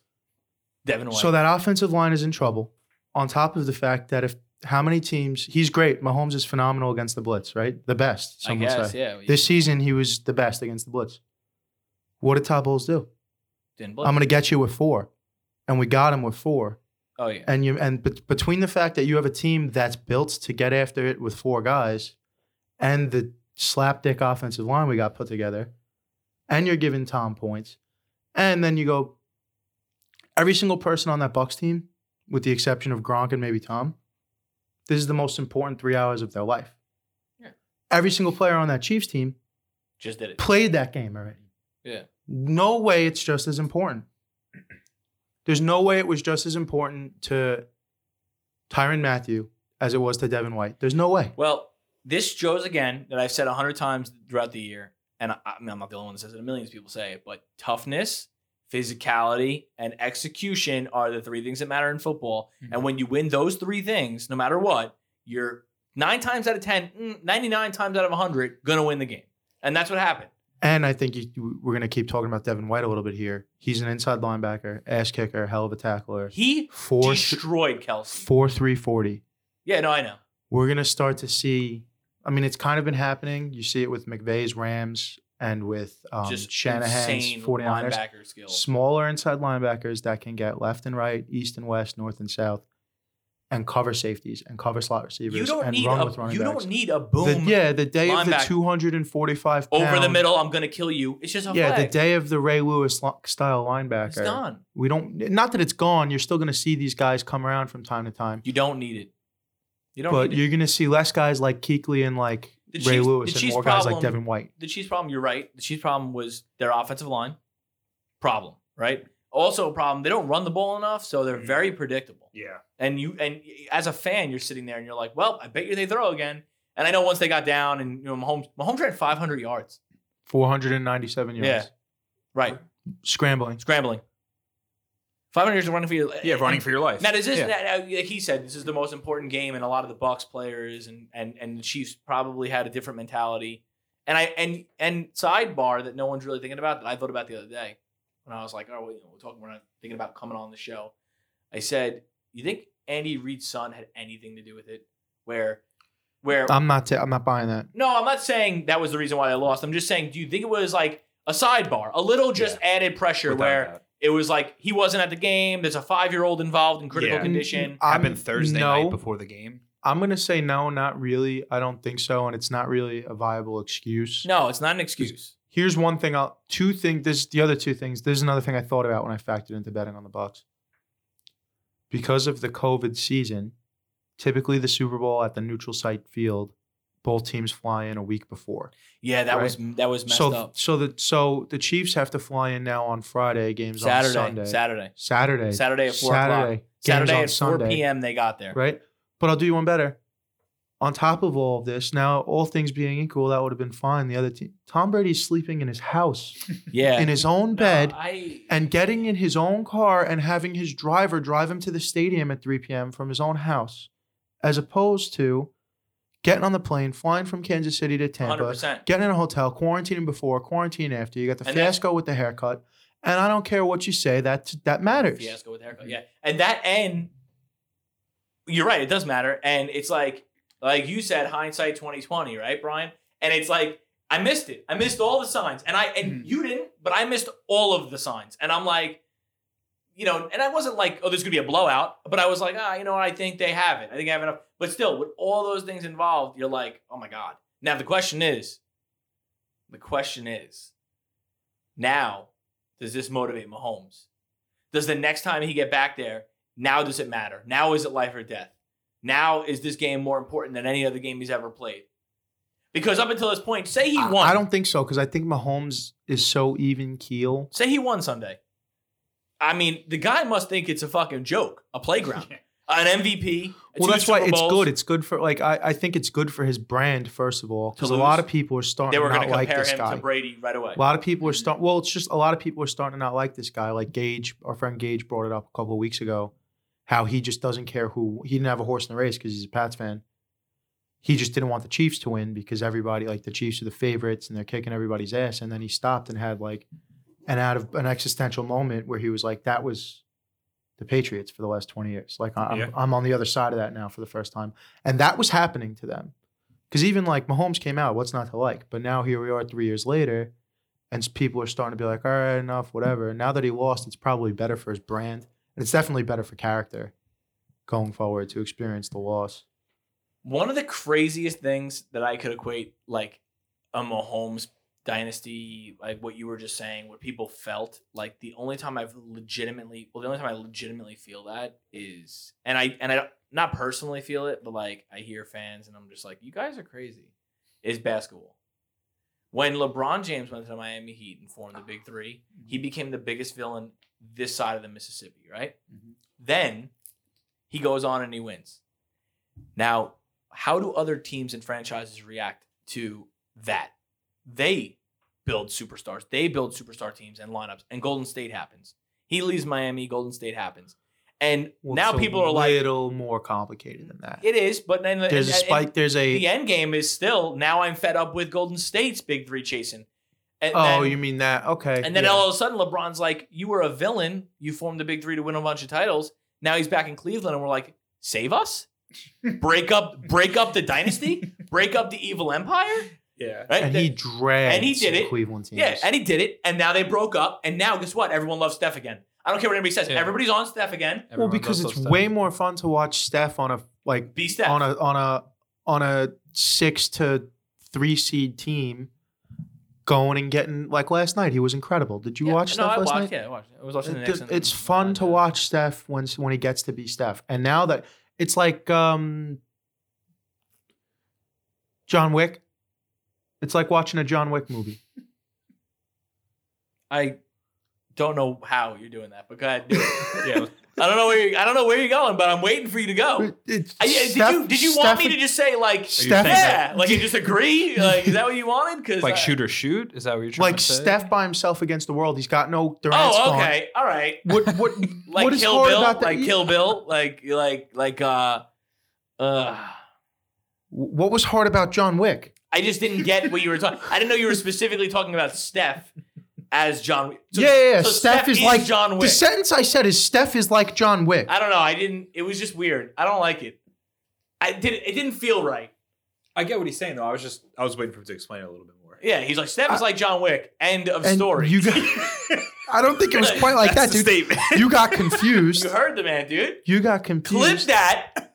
[SPEAKER 5] Devin White.
[SPEAKER 3] So that offensive line is in trouble. On top of the fact that if how many teams he's great. Mahomes is phenomenal against the blitz, right? The best,
[SPEAKER 5] I
[SPEAKER 3] some would
[SPEAKER 5] guess,
[SPEAKER 3] say.
[SPEAKER 5] yeah. you
[SPEAKER 3] This season he was the best against the blitz. What did Todd Bowles do?
[SPEAKER 5] didn't
[SPEAKER 3] I'm gonna get you with four. And we got him with four.
[SPEAKER 5] Oh yeah.
[SPEAKER 3] And you and bet between the fact that you have a team that's built to get after it with four guys and the slapdick offensive line we got put together, and you're giving Tom points, and then you go every single person on that Bucks team, with the exception of Gronk and maybe Tom, this is the most important three hours of their life.
[SPEAKER 5] Yeah.
[SPEAKER 3] Every single player on that Chiefs team
[SPEAKER 5] Just did it.
[SPEAKER 3] played that game already.
[SPEAKER 5] Yeah.
[SPEAKER 3] No way it's just as important. There's no way it was just as important to Tyron Matthew as it was to Devin White. There's no way.
[SPEAKER 5] Well, this shows again that I've said a hundred times throughout the year, and I, I mean, I'm not the only one that says it. Millions of people say it, but toughness, physicality, and execution are the three things that matter in football. And when you win those three things, no matter what, you're nine times out of ten, mm, 99 times out of hundred, gonna win the game. And that's what happened.
[SPEAKER 3] And I think you, we're going to keep talking about Devin White a little bit here. He's an inside linebacker, ass kicker, hell of a tackler.
[SPEAKER 5] He
[SPEAKER 3] Four,
[SPEAKER 5] destroyed Kelsey.
[SPEAKER 3] four three forty.
[SPEAKER 5] Yeah, no, I know.
[SPEAKER 3] We're going to start to see. I mean, it's kind of been happening. You see it with McVay's Rams and with um,
[SPEAKER 5] just
[SPEAKER 3] Shanahan's
[SPEAKER 5] insane
[SPEAKER 3] 49ers.
[SPEAKER 5] linebacker skill.
[SPEAKER 3] smaller inside linebackers that can get left and right, east and west, north and south, and cover safeties and cover slot receivers
[SPEAKER 5] You don't
[SPEAKER 3] and
[SPEAKER 5] need
[SPEAKER 3] run
[SPEAKER 5] a
[SPEAKER 3] with running
[SPEAKER 5] you
[SPEAKER 3] backs.
[SPEAKER 5] don't need a
[SPEAKER 3] The-
[SPEAKER 5] boom
[SPEAKER 3] yeah, the day of the
[SPEAKER 5] linebacker.
[SPEAKER 3] 245
[SPEAKER 5] over the
[SPEAKER 3] pound-
[SPEAKER 5] middle. I'm gonna kill you. It's just a
[SPEAKER 3] Yeah, the
[SPEAKER 5] flag.
[SPEAKER 3] day of the Ray Lewis lo- style
[SPEAKER 5] it's
[SPEAKER 3] linebacker.
[SPEAKER 5] gone.
[SPEAKER 3] We don't. Not that it's gone. You're still going to see these guys come around from time to time,
[SPEAKER 5] You don't need it. You don't
[SPEAKER 3] but
[SPEAKER 5] need it.
[SPEAKER 3] you're going to see less guys like Keekley and like
[SPEAKER 5] The
[SPEAKER 3] Ray
[SPEAKER 5] Chiefs-
[SPEAKER 3] Lewis
[SPEAKER 5] the
[SPEAKER 3] and
[SPEAKER 5] Chiefs'
[SPEAKER 3] more guys like
[SPEAKER 5] problem-
[SPEAKER 3] Devin White.
[SPEAKER 5] The Chiefs' problem. You're right. The Chiefs' problem was their offensive line problem. Right. Also, a problem. They don't run the ball enough, so they're
[SPEAKER 4] Mhm.
[SPEAKER 5] very predictable.
[SPEAKER 4] Yeah.
[SPEAKER 5] And you and as a fan, you're sitting there and you're like, well, I bet you they throw again. And I know once they got down and you know Mahomes, Mahomes ran 500 yards.
[SPEAKER 3] 497 yards
[SPEAKER 5] Right.
[SPEAKER 3] scrambling.
[SPEAKER 5] Scrambling. 500 yards of running for you.
[SPEAKER 4] Yeah, running for your life.
[SPEAKER 5] Now, is this
[SPEAKER 4] Yeah.
[SPEAKER 5] that- uh, like he said? This is the most important game, and a lot of the Bucks players and and and the Chiefs probably had a different mentality. And I and and sidebar that no one's really thinking about that I thought about the other day when I was like, oh, well, you know, we're talking, we're not thinking about coming on the show. I said, you think Andy Reid's son had anything to do with it? Where, where?
[SPEAKER 3] I'm not. i I'm not buying that.
[SPEAKER 5] no, I'm not saying that was the reason why they lost. I'm just saying, do you think it was like a sidebar, a little just added pressure
[SPEAKER 4] Without
[SPEAKER 5] where?
[SPEAKER 4] a doubt.
[SPEAKER 5] It was like he wasn't at the game. There's a five year old involved in critical
[SPEAKER 4] Yeah.
[SPEAKER 5] condition.
[SPEAKER 3] I'm-
[SPEAKER 4] happened Thursday
[SPEAKER 3] no.
[SPEAKER 4] night before the game.
[SPEAKER 3] I'm gonna say no, not really. I don't think so, and it's not really a viable excuse.
[SPEAKER 5] No, it's not an excuse.
[SPEAKER 3] Here's one thing. I'll two things. This the other two things. There's another thing I thought about when I factored into betting on the Bucks. Because of the COVID season, typically the Super Bowl at the neutral site field, both teams fly in a week before.
[SPEAKER 5] Yeah, that
[SPEAKER 3] Right.
[SPEAKER 5] was that was messed
[SPEAKER 3] so
[SPEAKER 5] up.
[SPEAKER 3] so the so the Chiefs have to fly in now on Friday. Games on
[SPEAKER 5] Saturday,
[SPEAKER 3] Sunday.
[SPEAKER 5] Saturday,
[SPEAKER 3] Saturday.
[SPEAKER 5] Saturday at four o'clock.
[SPEAKER 3] Saturday. Games
[SPEAKER 5] Saturday
[SPEAKER 3] on
[SPEAKER 5] at four
[SPEAKER 3] Sunday.
[SPEAKER 5] p.m. They got there.
[SPEAKER 3] Right. But I'll do you one better. On top of all of this, now all things being equal, that would have been fine. The other team, Tom Brady's sleeping in his house,
[SPEAKER 5] Yeah,
[SPEAKER 3] in his own bed,
[SPEAKER 7] No, I,
[SPEAKER 3] and getting in his own car and having his driver drive him to the stadium at 3 p.m. from his own house, as opposed to getting on the plane, flying from Kansas City to Tampa,
[SPEAKER 7] 100%.
[SPEAKER 3] getting in a hotel, quarantining before, quarantine after. You got the
[SPEAKER 7] And that-
[SPEAKER 3] fiasco with the haircut, and I don't care what you say. That that matters.
[SPEAKER 5] fiasco with haircut. Yeah, and that and you're right. It does matter, and it's like like you said, hindsight 2020, right, Brian? And it's like I missed it. I missed all the signs, and I and you didn't, but I missed all of the signs, and I'm like. You know, and I wasn't like, oh, there's gonna be a blowout, but I was like, ah, you know, what? I think they have it. I think I have enough. But still, with all those things involved, you're like, oh my god. Now the question is, the question is, now does this motivate Mahomes? Does the next time he get back there, now does it matter? Now is it life or death? Now is this game more important than any other game he's ever played? Because up until this point, say he
[SPEAKER 3] I,
[SPEAKER 5] won.
[SPEAKER 3] I don't think so because I think Mahomes is so even keel.
[SPEAKER 5] say he won Sunday. I mean, the guy must think it's a fucking joke, a playground,
[SPEAKER 3] (laughs)
[SPEAKER 5] an MVP.
[SPEAKER 3] Well,
[SPEAKER 5] two
[SPEAKER 3] that's why
[SPEAKER 5] Super
[SPEAKER 3] it's
[SPEAKER 5] Bowls.
[SPEAKER 3] good. It's good for like I, I think it's good for his brand first of all because
[SPEAKER 5] To
[SPEAKER 3] a lot
[SPEAKER 5] lose.
[SPEAKER 3] of people are starting
[SPEAKER 5] They were
[SPEAKER 3] to
[SPEAKER 5] going
[SPEAKER 3] not
[SPEAKER 5] to
[SPEAKER 3] like
[SPEAKER 5] compare
[SPEAKER 3] this
[SPEAKER 5] him
[SPEAKER 3] guy.
[SPEAKER 5] to Brady right away.
[SPEAKER 3] A lot of people are starting. Well, it's just a lot of people are starting to not like this guy. Like Gage, our friend Gage brought it up a couple of weeks ago, how he just doesn't care who he didn't have a horse in the race because he's a Pats fan. He just didn't want the Chiefs to win because everybody like the Chiefs are the favorites and they're kicking everybody's ass. And then he stopped and had like an out of an existential moment where he was like, "That was the Patriots for the last twenty years. Like I'm
[SPEAKER 4] Yeah.
[SPEAKER 3] I'm on the other side of that now for the first time." And that was happening to them because even like Mahomes came out, what's not to like? But now here we are three years later and s- people are starting to be like, all right, enough, whatever. now that he lost, it's probably better for his brand, and it's definitely better for character going forward to experience the loss.
[SPEAKER 5] one of the craziest things that I could equate like a Mahomes dynasty, like what you were just saying, what people felt, like the only time I've legitimately well, the only time I legitimately feel that is and I and I don't not personally feel it, but like I hear fans and I'm just like, you guys are crazy. Is basketball. When LeBron James went to the Miami Heat and formed the Big Three, he
[SPEAKER 3] Mm-hmm.
[SPEAKER 5] became the biggest villain this side of the Mississippi, right?
[SPEAKER 3] Mm-hmm.
[SPEAKER 5] Then he goes on and he wins. Now, how do other teams and franchises react to that? They build superstars. They build superstar teams and lineups. And Golden State happens. He leaves Miami. Golden State happens. And now people are
[SPEAKER 3] a
[SPEAKER 5] like,
[SPEAKER 3] little more complicated than that.
[SPEAKER 5] it is. But then
[SPEAKER 3] there's a
[SPEAKER 5] and- and-
[SPEAKER 3] spike. There's
[SPEAKER 5] the
[SPEAKER 3] a
[SPEAKER 5] end game is still now. I'm fed up with Golden State's big three chasing. And
[SPEAKER 3] oh,
[SPEAKER 5] then-
[SPEAKER 3] you mean that? Okay.
[SPEAKER 5] and then
[SPEAKER 3] yeah.
[SPEAKER 5] all of a sudden, LeBron's like, "You were a villain. You formed the big three to win a bunch of titles. Now he's back in Cleveland, and we're like,
[SPEAKER 3] (laughs)
[SPEAKER 5] save us, break up, break up the dynasty, break up the evil empire."
[SPEAKER 4] (laughs) Yeah.
[SPEAKER 5] Right?
[SPEAKER 3] and
[SPEAKER 5] The-
[SPEAKER 3] he dragged
[SPEAKER 5] and he did it.
[SPEAKER 3] Cleveland teams.
[SPEAKER 5] yeah, and he did it, and now they broke up, and now guess what? Everyone loves Steph again. I don't care what anybody says.
[SPEAKER 4] Yeah.
[SPEAKER 5] Everybody's on Steph again.
[SPEAKER 3] well, because it's way more fun to watch Steph on a like
[SPEAKER 5] Be Steph.
[SPEAKER 3] on a on a on a six to three seed team going and getting like last night he was incredible did you
[SPEAKER 5] Yeah,
[SPEAKER 3] watch
[SPEAKER 5] no,
[SPEAKER 3] Steph
[SPEAKER 5] I
[SPEAKER 3] last
[SPEAKER 5] watched,
[SPEAKER 3] night
[SPEAKER 5] Yeah, I watched. I was watching the
[SPEAKER 3] It-
[SPEAKER 5] Knicks and-
[SPEAKER 3] it's fun to watch Steph when when he gets to be Steph, and now that it's like um, John Wick. It's like watching a John Wick movie.
[SPEAKER 5] I don't know how you're doing that, but go ahead. do
[SPEAKER 4] (laughs)
[SPEAKER 5] it. yeah, I don't know where you, I don't know where you're going, but I'm waiting for you to go.
[SPEAKER 3] It's
[SPEAKER 5] Oh, I- I- did
[SPEAKER 3] Steph-
[SPEAKER 5] you did you want
[SPEAKER 3] Steph-
[SPEAKER 5] me to just say like
[SPEAKER 3] Steph-
[SPEAKER 5] yeah, like you just agree? Like is that what you wanted? Because
[SPEAKER 4] Like shoot or shoot? Is that what you're trying
[SPEAKER 3] like
[SPEAKER 4] to say?
[SPEAKER 3] Steph by himself against the world? He's got no Durant's
[SPEAKER 5] Oh,
[SPEAKER 3] gone.
[SPEAKER 5] okay, all right.
[SPEAKER 3] What
[SPEAKER 5] (laughs)
[SPEAKER 3] what
[SPEAKER 5] Like
[SPEAKER 3] what is
[SPEAKER 5] Kill
[SPEAKER 3] hard
[SPEAKER 5] Bill,
[SPEAKER 3] about e- that?
[SPEAKER 5] like Kill Bill, like like like uh, uh.
[SPEAKER 3] What was hard about John Wick?
[SPEAKER 5] I just didn't get what you were talking. I didn't know you were specifically talking about Steph as John. Wick. So-
[SPEAKER 3] yeah, yeah, yeah.
[SPEAKER 5] so
[SPEAKER 3] Steph, is, like
[SPEAKER 5] John Wick.
[SPEAKER 3] The sentence I said is Steph is like John Wick.
[SPEAKER 5] I don't know. I didn't. It was just weird. I don't like it. I did. It didn't feel right.
[SPEAKER 4] I get what he's saying though. I was just I was waiting for him to explain it a little bit more.
[SPEAKER 5] Yeah, he's like Steph is like John Wick. End of
[SPEAKER 3] And
[SPEAKER 5] story. (laughs)
[SPEAKER 3] You got, I don't think it was quite like that,
[SPEAKER 4] That's
[SPEAKER 3] dude.
[SPEAKER 4] the statement.
[SPEAKER 3] You got
[SPEAKER 5] (laughs) You
[SPEAKER 3] confused.
[SPEAKER 5] heard the man, dude.
[SPEAKER 3] You got confused.
[SPEAKER 5] Clip that.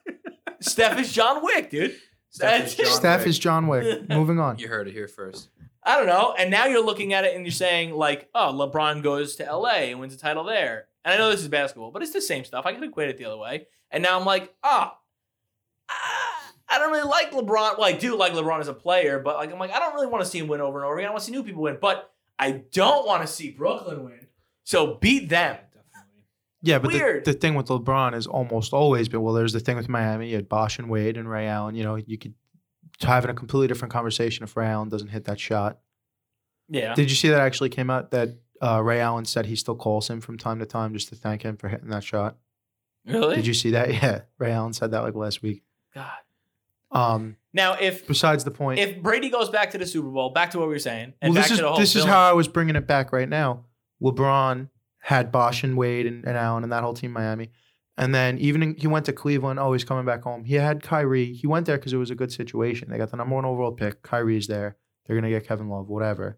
[SPEAKER 5] Steph is John Wick, dude.
[SPEAKER 4] Steph is
[SPEAKER 5] That's-
[SPEAKER 4] John
[SPEAKER 3] Steph
[SPEAKER 4] Wick.
[SPEAKER 3] is John
[SPEAKER 5] (laughs)
[SPEAKER 3] Wick. Moving on.
[SPEAKER 4] You heard it here first.
[SPEAKER 5] I don't know. And now you're looking at it and you're saying like, oh, LeBron goes to LA and wins a title there. And I know this is basketball, but it's the same stuff. I could equate it the other way. And now I'm like, ah, I don't really like LeBron. Well, I do like LeBron as a player, but like I'm like, I don't really want to see him win over and over again. I want to see new people win, but I don't want to see Brooklyn win. So beat them.
[SPEAKER 3] Yeah, but the,
[SPEAKER 5] Weird.
[SPEAKER 3] the thing with LeBron has almost always been well, there's the thing with Miami, you had Bosh and Wade and Ray Allen. You know, you could having a completely different conversation if Ray Allen doesn't hit that shot.
[SPEAKER 5] Yeah.
[SPEAKER 3] Did you see that actually came out that uh, Ray Allen said he still calls him from time to time just to thank him for hitting that shot?
[SPEAKER 5] Really?
[SPEAKER 3] Did you see that? (laughs) Yeah. Ray Allen said that like last week.
[SPEAKER 5] God.
[SPEAKER 3] Um,
[SPEAKER 5] Now if
[SPEAKER 3] besides the point,
[SPEAKER 5] if Brady goes back to the Super Bowl, back to what we were saying, and
[SPEAKER 3] well,
[SPEAKER 5] back
[SPEAKER 3] this is
[SPEAKER 5] to the whole
[SPEAKER 3] this is
[SPEAKER 5] Bill-
[SPEAKER 3] how I was bringing it back right now. LeBron had Bosh and Wade and, and Allen and that whole team Miami, and then even in, he went to Cleveland. Oh, he's coming back home. He had Kyrie. He went there because it was a good situation. They got the number one overall pick. Kyrie's there. They're gonna get Kevin Love. Whatever.